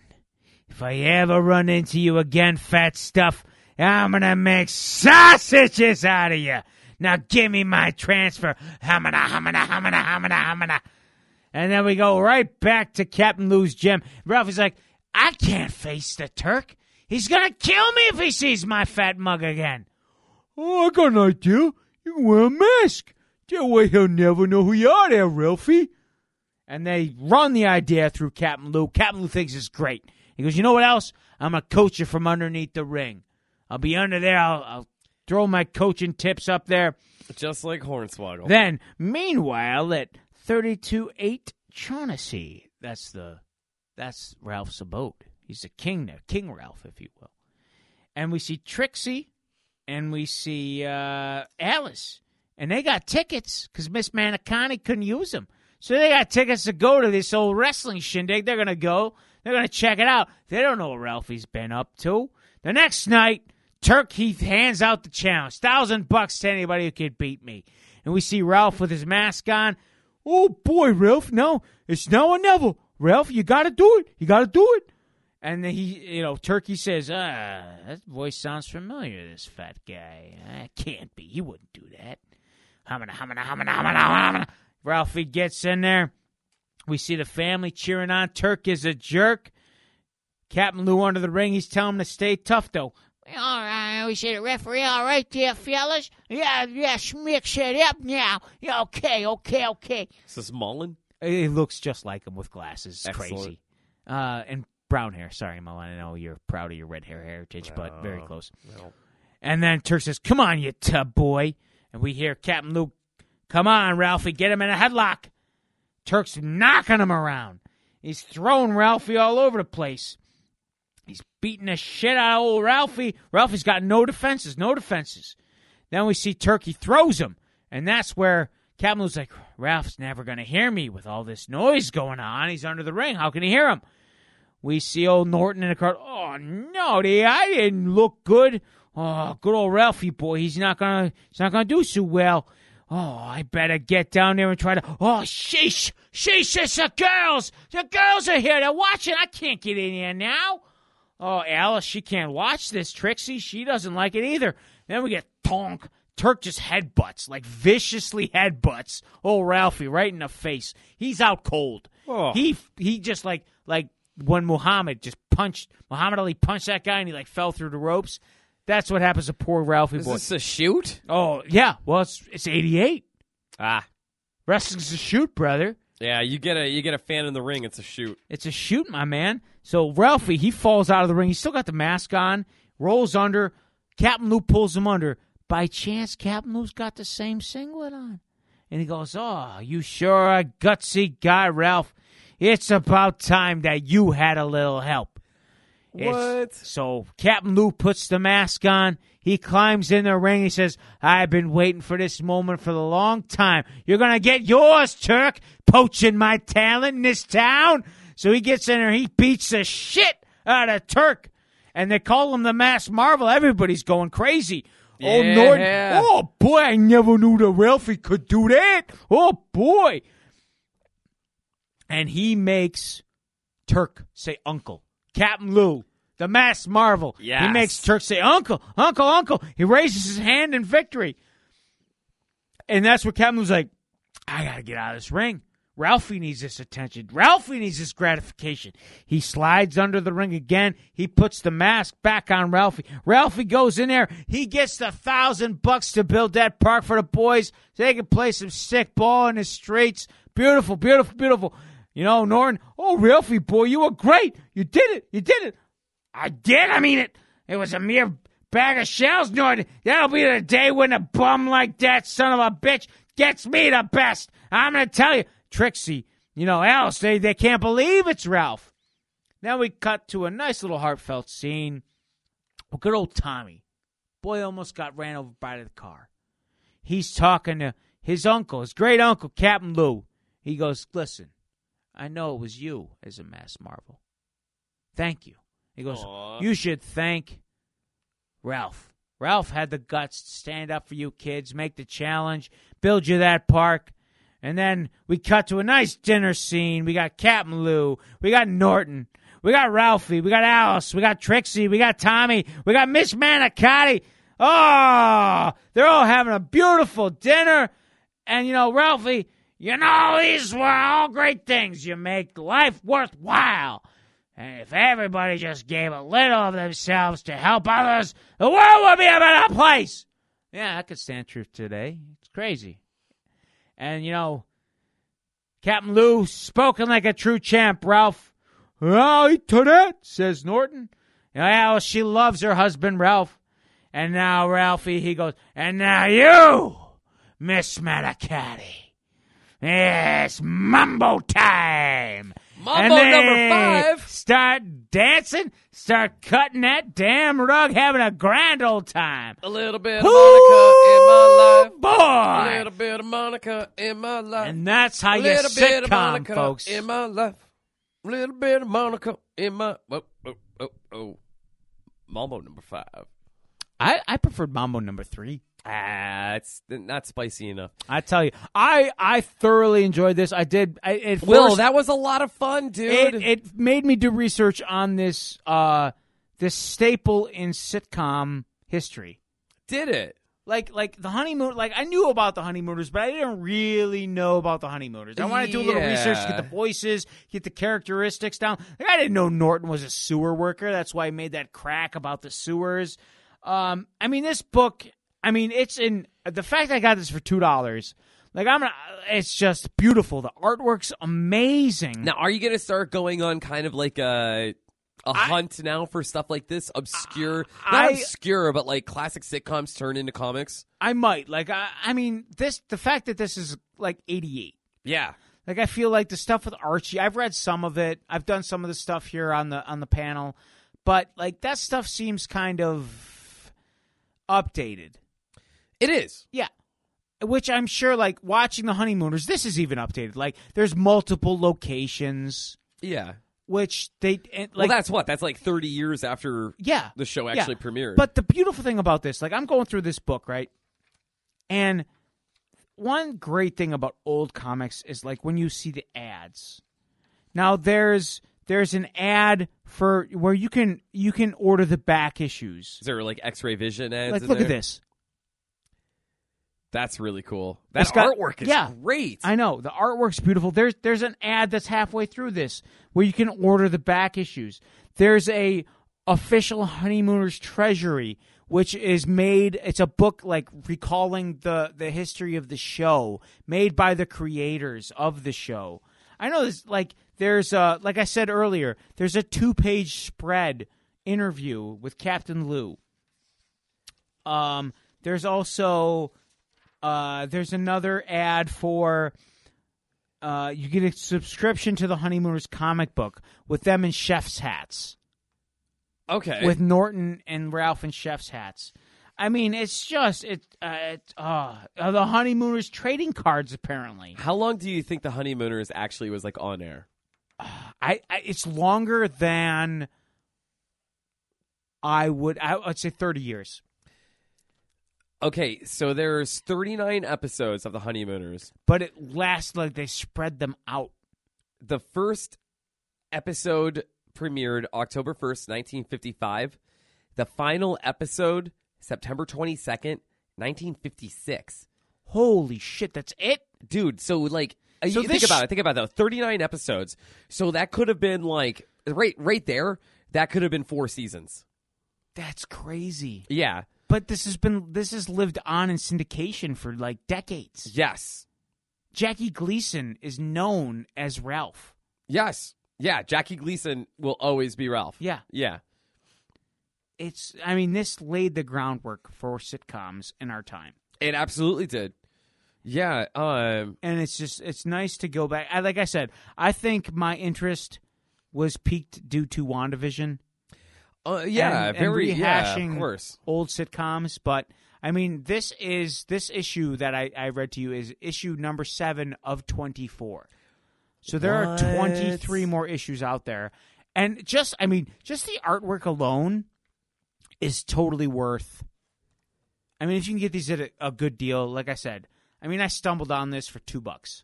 Speaker 3: if I ever run into you again, fat stuff, I'm gonna make sausages out of you. Now give me my transfer. Hamina, hamina, hamina, hamina, hamina. And then we go right back to Captain Lou's gym. Ralphie's like, I can't face the Turk. He's gonna kill me if he sees my fat mug again. Oh, I got an idea. You can wear a mask. That way he'll never know who you are there, Ralphie and they run the idea through Captain Lou. Captain Lou thinks it's great. He goes, you know what else? I'm gonna coach you from underneath the ring. I'll be under there. I'll, I'll throw my coaching tips up there.
Speaker 2: Just like Hornswoggle.
Speaker 3: Then, meanwhile, at thirty-two eight Shaughnessy, that's the that's Ralph's abode. He's the king there, King Ralph, if you will. And we see Trixie, and we see uh, Alice, and they got tickets because Miss Manicani couldn't use them, so they got tickets to go to this old wrestling shindig. They're gonna go. They're gonna check it out. They don't know what Ralphie's been up to. The next night, Turk Heath hands out the challenge, thousand bucks to anybody who can beat me. And we see Ralph with his mask on. Oh boy, Ralph! No, it's now or never. Ralph, you gotta do it. You gotta do it. And then he, you know, Turkey says, "Ah, that voice sounds familiar. This fat guy. Ah, It can't be. He wouldn't do that." Hamina, hamina, hamina, hamina, hamina. Ralphie gets in there. We see the family cheering on. Turk is a jerk. Captain Lou under the ring. He's telling him to stay tough, though. All right,
Speaker 6: we see the referee, all right there, fellas. Yeah, yes, mix it up now. Yeah, okay, okay, okay.
Speaker 2: Is this Mullen?
Speaker 3: He looks just like him with glasses. It's
Speaker 2: Excellent.
Speaker 3: crazy. Uh, and brown hair. Sorry, Mullen. I know you're proud of your red hair heritage, but very close. And then Turk says, Come on, you tub boy. And we hear Captain Luke, Come on, Ralphie, get him in a headlock. Turk's knocking him around. He's throwing Ralphie all over the place. He's beating the shit out of old Ralphie. Ralphie's got no defenses, no defenses. Then we see Turkey throws him, and that's where Captain Luke's like, Ralph's never going to hear me with all this noise going on. He's under the ring. How can he hear him? We see old Norton in the crowd. Oh no, they, I didn't look good. Oh, good old Ralphie boy, he's not gonna, he's not gonna do so well. Oh, I better get down there and try to. Oh, sheesh, sheesh, it's the girls. The girls are here. They're watching. I can't get in here now. Oh, Alice, she can't watch this. Trixie, she doesn't like it either. Then we get Tonk. Turk just headbutts, like viciously headbutts. Oh, Ralphie, right in the face. He's out cold.
Speaker 7: Oh.
Speaker 3: He he just like like when Muhammad just punched Muhammad Ali punched that guy and he like fell through the ropes. That's what happens to poor Ralphie
Speaker 2: Is
Speaker 3: boy.
Speaker 2: this a shoot?
Speaker 3: oh yeah, well it's it's eighty eight.
Speaker 2: Ah,
Speaker 3: Wrestling's a shoot, brother.
Speaker 2: yeah. You get a you get a fan in the ring. It's a shoot.
Speaker 3: It's a shoot, my man. So Ralphie, he falls out of the ring. He's still got the mask on, rolls under. Captain Lou pulls him under. By chance, Captain Lou's got the same singlet on. And he goes, Oh, you sure are a gutsy guy, Ralph. It's about time that you had a little help. It's-
Speaker 2: What?
Speaker 3: so Captain Lou puts the mask on. He climbs in the ring. He says, I've been waiting for this moment for a long time. You're going to get yours, Turk, poaching my talent in this town. So he gets in there. He beats the shit out of Turk. And they call him the Masked Marvel. Everybody's going crazy. Oh,
Speaker 2: Yeah.
Speaker 3: Norton. Oh, boy, I never knew that Ralphie could do that. Oh, boy. And he makes Turk say uncle. Captain Lou, the masked marvel. He
Speaker 2: Yes.
Speaker 3: makes Turk say uncle, uncle, uncle. He raises his hand in victory. And that's where Captain Lou's like, I gotta get out of this ring. Ralphie needs this attention. Ralphie needs this gratification. He slides under the ring again. He puts the mask back on Ralphie. Ralphie goes in there. He gets the thousand bucks to build that park for the boys so they can play some sick ball in the streets. Beautiful, beautiful, beautiful. You know, Norton, oh, Ralphie, boy, you were great. You did it. You did it. I did. I mean it. It was a mere bag of shells, Norton. That'll be the day when a bum like that son of a bitch gets me the best. I'm gonna tell you, Trixie. You know, Alice. They they can't believe it's Ralph. Now we cut to a nice little heartfelt scene. Well, good old Tommy. Boy almost got ran over by the car. He's talking to his uncle, his great uncle, Captain Lou. He goes, Listen, I know it was you as a mass marvel. Thank you. He goes,
Speaker 2: Aw.
Speaker 3: You should thank Ralph. Ralph had the guts to stand up for you kids, make the challenge, build you that park. And then we cut to a nice dinner scene. We got Captain Lou. We got Norton. We got Ralphie. We got Alice. We got Trixie. We got Tommy. We got Miss Manicotti. Oh, they're all having a beautiful dinner. And, you know, Ralphie, you know, these were all great things. You make life worthwhile. And if everybody just gave a little of themselves to help others, the world would be a better place. Yeah, that could stand true today. It's crazy. And, you know, Captain Lou, spoken like a true champ, Ralph. Well, to that, says Norton. Well, she loves her husband, Ralph. And now, Ralphie, he goes, and now you, Miss Manicotti. It's mumbo time.
Speaker 2: Mambo
Speaker 3: And
Speaker 2: number
Speaker 3: they
Speaker 2: five.
Speaker 3: Start dancing, start cutting that damn rug, having a grand old time.
Speaker 2: A little bit of Monica in my
Speaker 3: Boy!
Speaker 2: life. A little bit of Monica in my life.
Speaker 3: And that's how
Speaker 2: a
Speaker 3: you
Speaker 2: little bit of
Speaker 3: sitcom,
Speaker 2: Monica
Speaker 3: folks.
Speaker 2: in my life. A little bit of Monica in my. Oh, oh, oh, oh. Mambo number five.
Speaker 3: I, I preferred Mambo number three.
Speaker 2: Ah, it's not spicy enough.
Speaker 3: I tell you, I I thoroughly enjoyed this. I did. I, it
Speaker 2: Will,
Speaker 3: forced-
Speaker 2: that was a lot of fun, dude.
Speaker 3: it, it made me do research on this uh this staple in sitcom history.
Speaker 2: did it.
Speaker 3: Like like the honeymoon. Like I knew about the honeymooners, but I didn't really know about the honeymooners. I wanted to do a little research to get
Speaker 2: Yeah.
Speaker 3: the voices, get the characteristics down. Like I didn't know Norton was a sewer worker. That's why he made that crack about the sewers. Um, I mean, this book. I mean, it's in the fact I got this for two dollars. Like I'm, gonna, it's just beautiful. The artwork's amazing.
Speaker 2: Now, are you going to start going on kind of like a a hunt now for stuff like this? Obscure, not
Speaker 3: I-
Speaker 2: obscure, but like classic sitcoms turned into comics.
Speaker 3: I might like. I, I mean, this the fact that this is like 88.
Speaker 2: Yeah,
Speaker 3: Like I feel like the stuff with Archie. I've read some of it. I've done some of the stuff here on the on the panel, but like that stuff seems kind of updated.
Speaker 2: it is.
Speaker 3: Yeah. Which I'm sure, like watching the honeymooners, this is even updated. Like, there's multiple locations,
Speaker 2: Yeah.
Speaker 3: which they and,
Speaker 2: Well,
Speaker 3: like.
Speaker 2: that's what. That's like 30 years after
Speaker 3: yeah,
Speaker 2: the show
Speaker 3: yeah.
Speaker 2: actually premiered.
Speaker 3: But the beautiful thing about this, like, I'm going through this book right, and one great thing about old comics is like when you see the ads. Now there's there's an ad for where you can you can order the back issues.
Speaker 2: is there like X-ray vision ads?
Speaker 3: Like,
Speaker 2: in
Speaker 3: look at
Speaker 2: there?
Speaker 3: this.
Speaker 2: That's really cool. That
Speaker 3: It's got-
Speaker 2: artwork is
Speaker 3: yeah.
Speaker 2: great.
Speaker 3: I know the artwork's beautiful. There's there's an ad that's halfway through this where you can order the back issues. There's a official honeymooners treasury which is made it's a book like recalling the the history of the show made by the creators of the show. I know this like there's a like I said earlier, there's a two-page spread interview with Captain Lou. Um there's also uh, there's another ad for uh, you get a subscription to the Honeymooners comic book with them in chef's hats
Speaker 2: okay.
Speaker 3: with Norton and Ralph in chef's hats. I mean, it's just it. Uh, it uh, uh, the Honeymooners trading cards apparently.
Speaker 2: How long do you think the honeymooners actually was like on air?
Speaker 3: I, I it's longer than I would. I, I'd say thirty years.
Speaker 2: Okay, so there's 39 episodes of the honeymooners.
Speaker 3: But it lasts like they spread them out.
Speaker 2: The first episode premiered October 1st, 1955. The final episode September 22nd, 1956.
Speaker 3: Holy shit! That's it.
Speaker 2: dude. So like, uh,
Speaker 3: So
Speaker 2: you think
Speaker 3: this-
Speaker 2: about it. Think about that. Thirty nine episodes. So that could have been like right, right there. That could have been four seasons.
Speaker 3: That's crazy.
Speaker 2: Yeah.
Speaker 3: But this has been this has lived on in syndication for like decades.
Speaker 2: Yes.
Speaker 3: Jackie Gleason is known as Ralph.
Speaker 2: Yes. Yeah. Jackie Gleason will always be Ralph.
Speaker 3: Yeah.
Speaker 2: Yeah.
Speaker 3: It's I mean this laid the groundwork for sitcoms in our time.
Speaker 2: It absolutely did. Yeah. Um.
Speaker 3: And it's just it's nice to go back. I, like I said, I think my interest was peaked due to WandaVision.
Speaker 2: uh, yeah.
Speaker 3: and, and
Speaker 2: very.
Speaker 3: rehashing
Speaker 2: Yeah. Of course.
Speaker 3: old sitcoms, but I mean this is this issue that I, I read to you is issue number seven of twenty four. So there are twenty three more issues out there. And just I mean, just the artwork alone is totally worth I mean if you can get these at a, a good deal, like I said, I mean I stumbled on this for two bucks.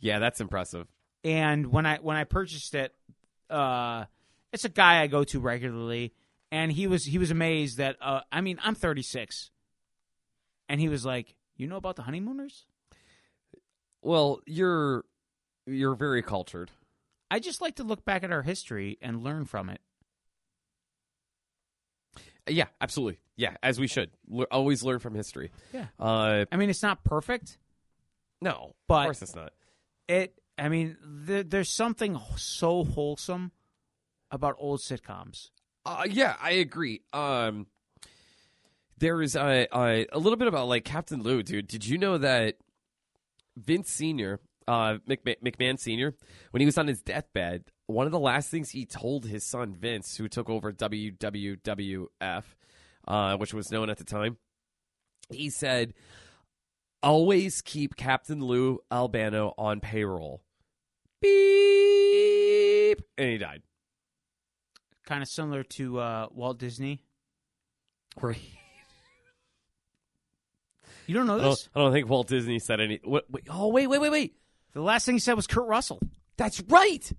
Speaker 2: Yeah. That's impressive.
Speaker 3: and when I when I purchased it, uh, it's a guy I go to regularly, and he was he was amazed that uh, I mean I'm 36, and he was like, you know about the honeymooners?
Speaker 2: Well, you're you're very cultured.
Speaker 3: I just like to look back at our history and learn from it.
Speaker 2: Yeah. Absolutely. Yeah. As we should. Le- always learn from history.
Speaker 3: Yeah.
Speaker 2: Uh.
Speaker 3: I mean, it's not perfect,
Speaker 2: No.
Speaker 3: But-
Speaker 2: of course it's not.
Speaker 3: it i mean there, there's something so wholesome about old sitcoms
Speaker 2: Uh, yeah, I agree. Um, there is a, a a little bit about like Captain Lou, dude. Did you know that Vince Senior, uh, McMahon, McMahon Senior, when he was on his deathbed, one of the last things he told his son Vince, who took over WWWF, uh, which was known at the time, he said, "Always keep Captain Lou Albano on payroll." Beep, and he died.
Speaker 3: kind of similar to uh, walt disney
Speaker 2: Right.
Speaker 3: you don't know
Speaker 2: I
Speaker 3: this
Speaker 2: don't, I don't think Walt Disney said any. What, wait, oh, wait, wait, wait, wait.
Speaker 3: the last thing he said was kurt russell
Speaker 2: That's right.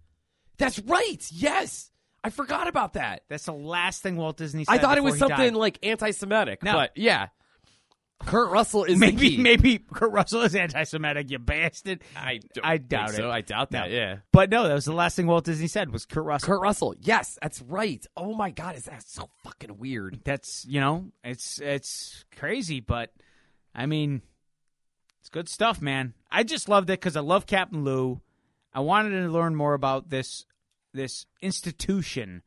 Speaker 2: That's right. Yes, I forgot about that.
Speaker 3: that's the last thing walt disney said
Speaker 2: I thought it was
Speaker 3: before he died.
Speaker 2: something like anti-Semitic,
Speaker 3: No.
Speaker 2: but yeah, Kurt Russell is the
Speaker 3: Maybe
Speaker 2: key.
Speaker 3: maybe Kurt Russell is anti-Semitic, you bastard.
Speaker 2: I, don't
Speaker 3: I
Speaker 2: think
Speaker 3: doubt
Speaker 2: So.
Speaker 3: it.
Speaker 2: I doubt that.
Speaker 3: No.
Speaker 2: Yeah.
Speaker 3: But no, that was the last thing Walt Disney said was Kurt Russell.
Speaker 2: Kurt Russell. Yes, that's right. Oh my God, is that so fucking weird?
Speaker 3: That's you know, it's it's crazy, but I mean, it's good stuff, man. I just loved it because I love Captain Lou. I wanted to learn more about this this institution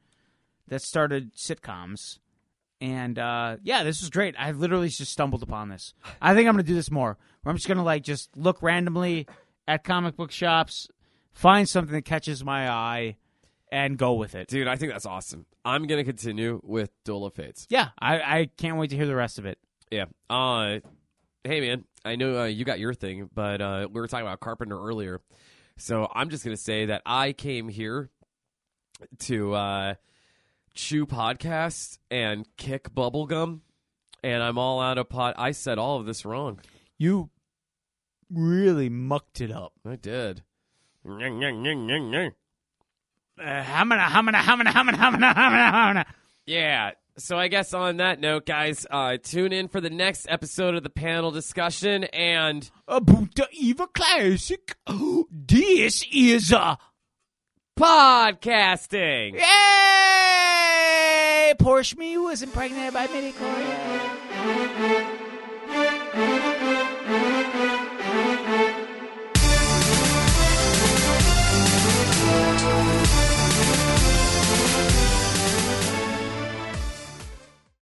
Speaker 3: that started sitcoms, and uh, yeah, this was great. I literally just stumbled upon this. I think I'm gonna do this more. Where I'm just gonna like just look randomly at comic book shops, find something that catches my eye, and go with it.
Speaker 2: Dude, I think that's awesome. I'm gonna continue with Duel of Fates.
Speaker 3: Yeah, I, I can't wait to hear the rest of it.
Speaker 2: Yeah. Uh, hey man, I know uh, you got your thing, but uh, we were talking about Carpenter earlier, so I'm just gonna say that I came here to uh, chew podcasts and kick bubblegum, and I'm all out of pot. I said all of this wrong.
Speaker 3: You really mucked it up.
Speaker 2: I did.
Speaker 3: Uh, hamana, hamana, hamana, hamana, hamana, hamana, hamana.
Speaker 2: Yeah. So I guess on that note, guys, uh, tune in for the next episode of the panel discussion. And
Speaker 3: About Eva Classic, this is a
Speaker 2: podcasting.
Speaker 3: Yay! Porsche me was impregnated by Midichlorian.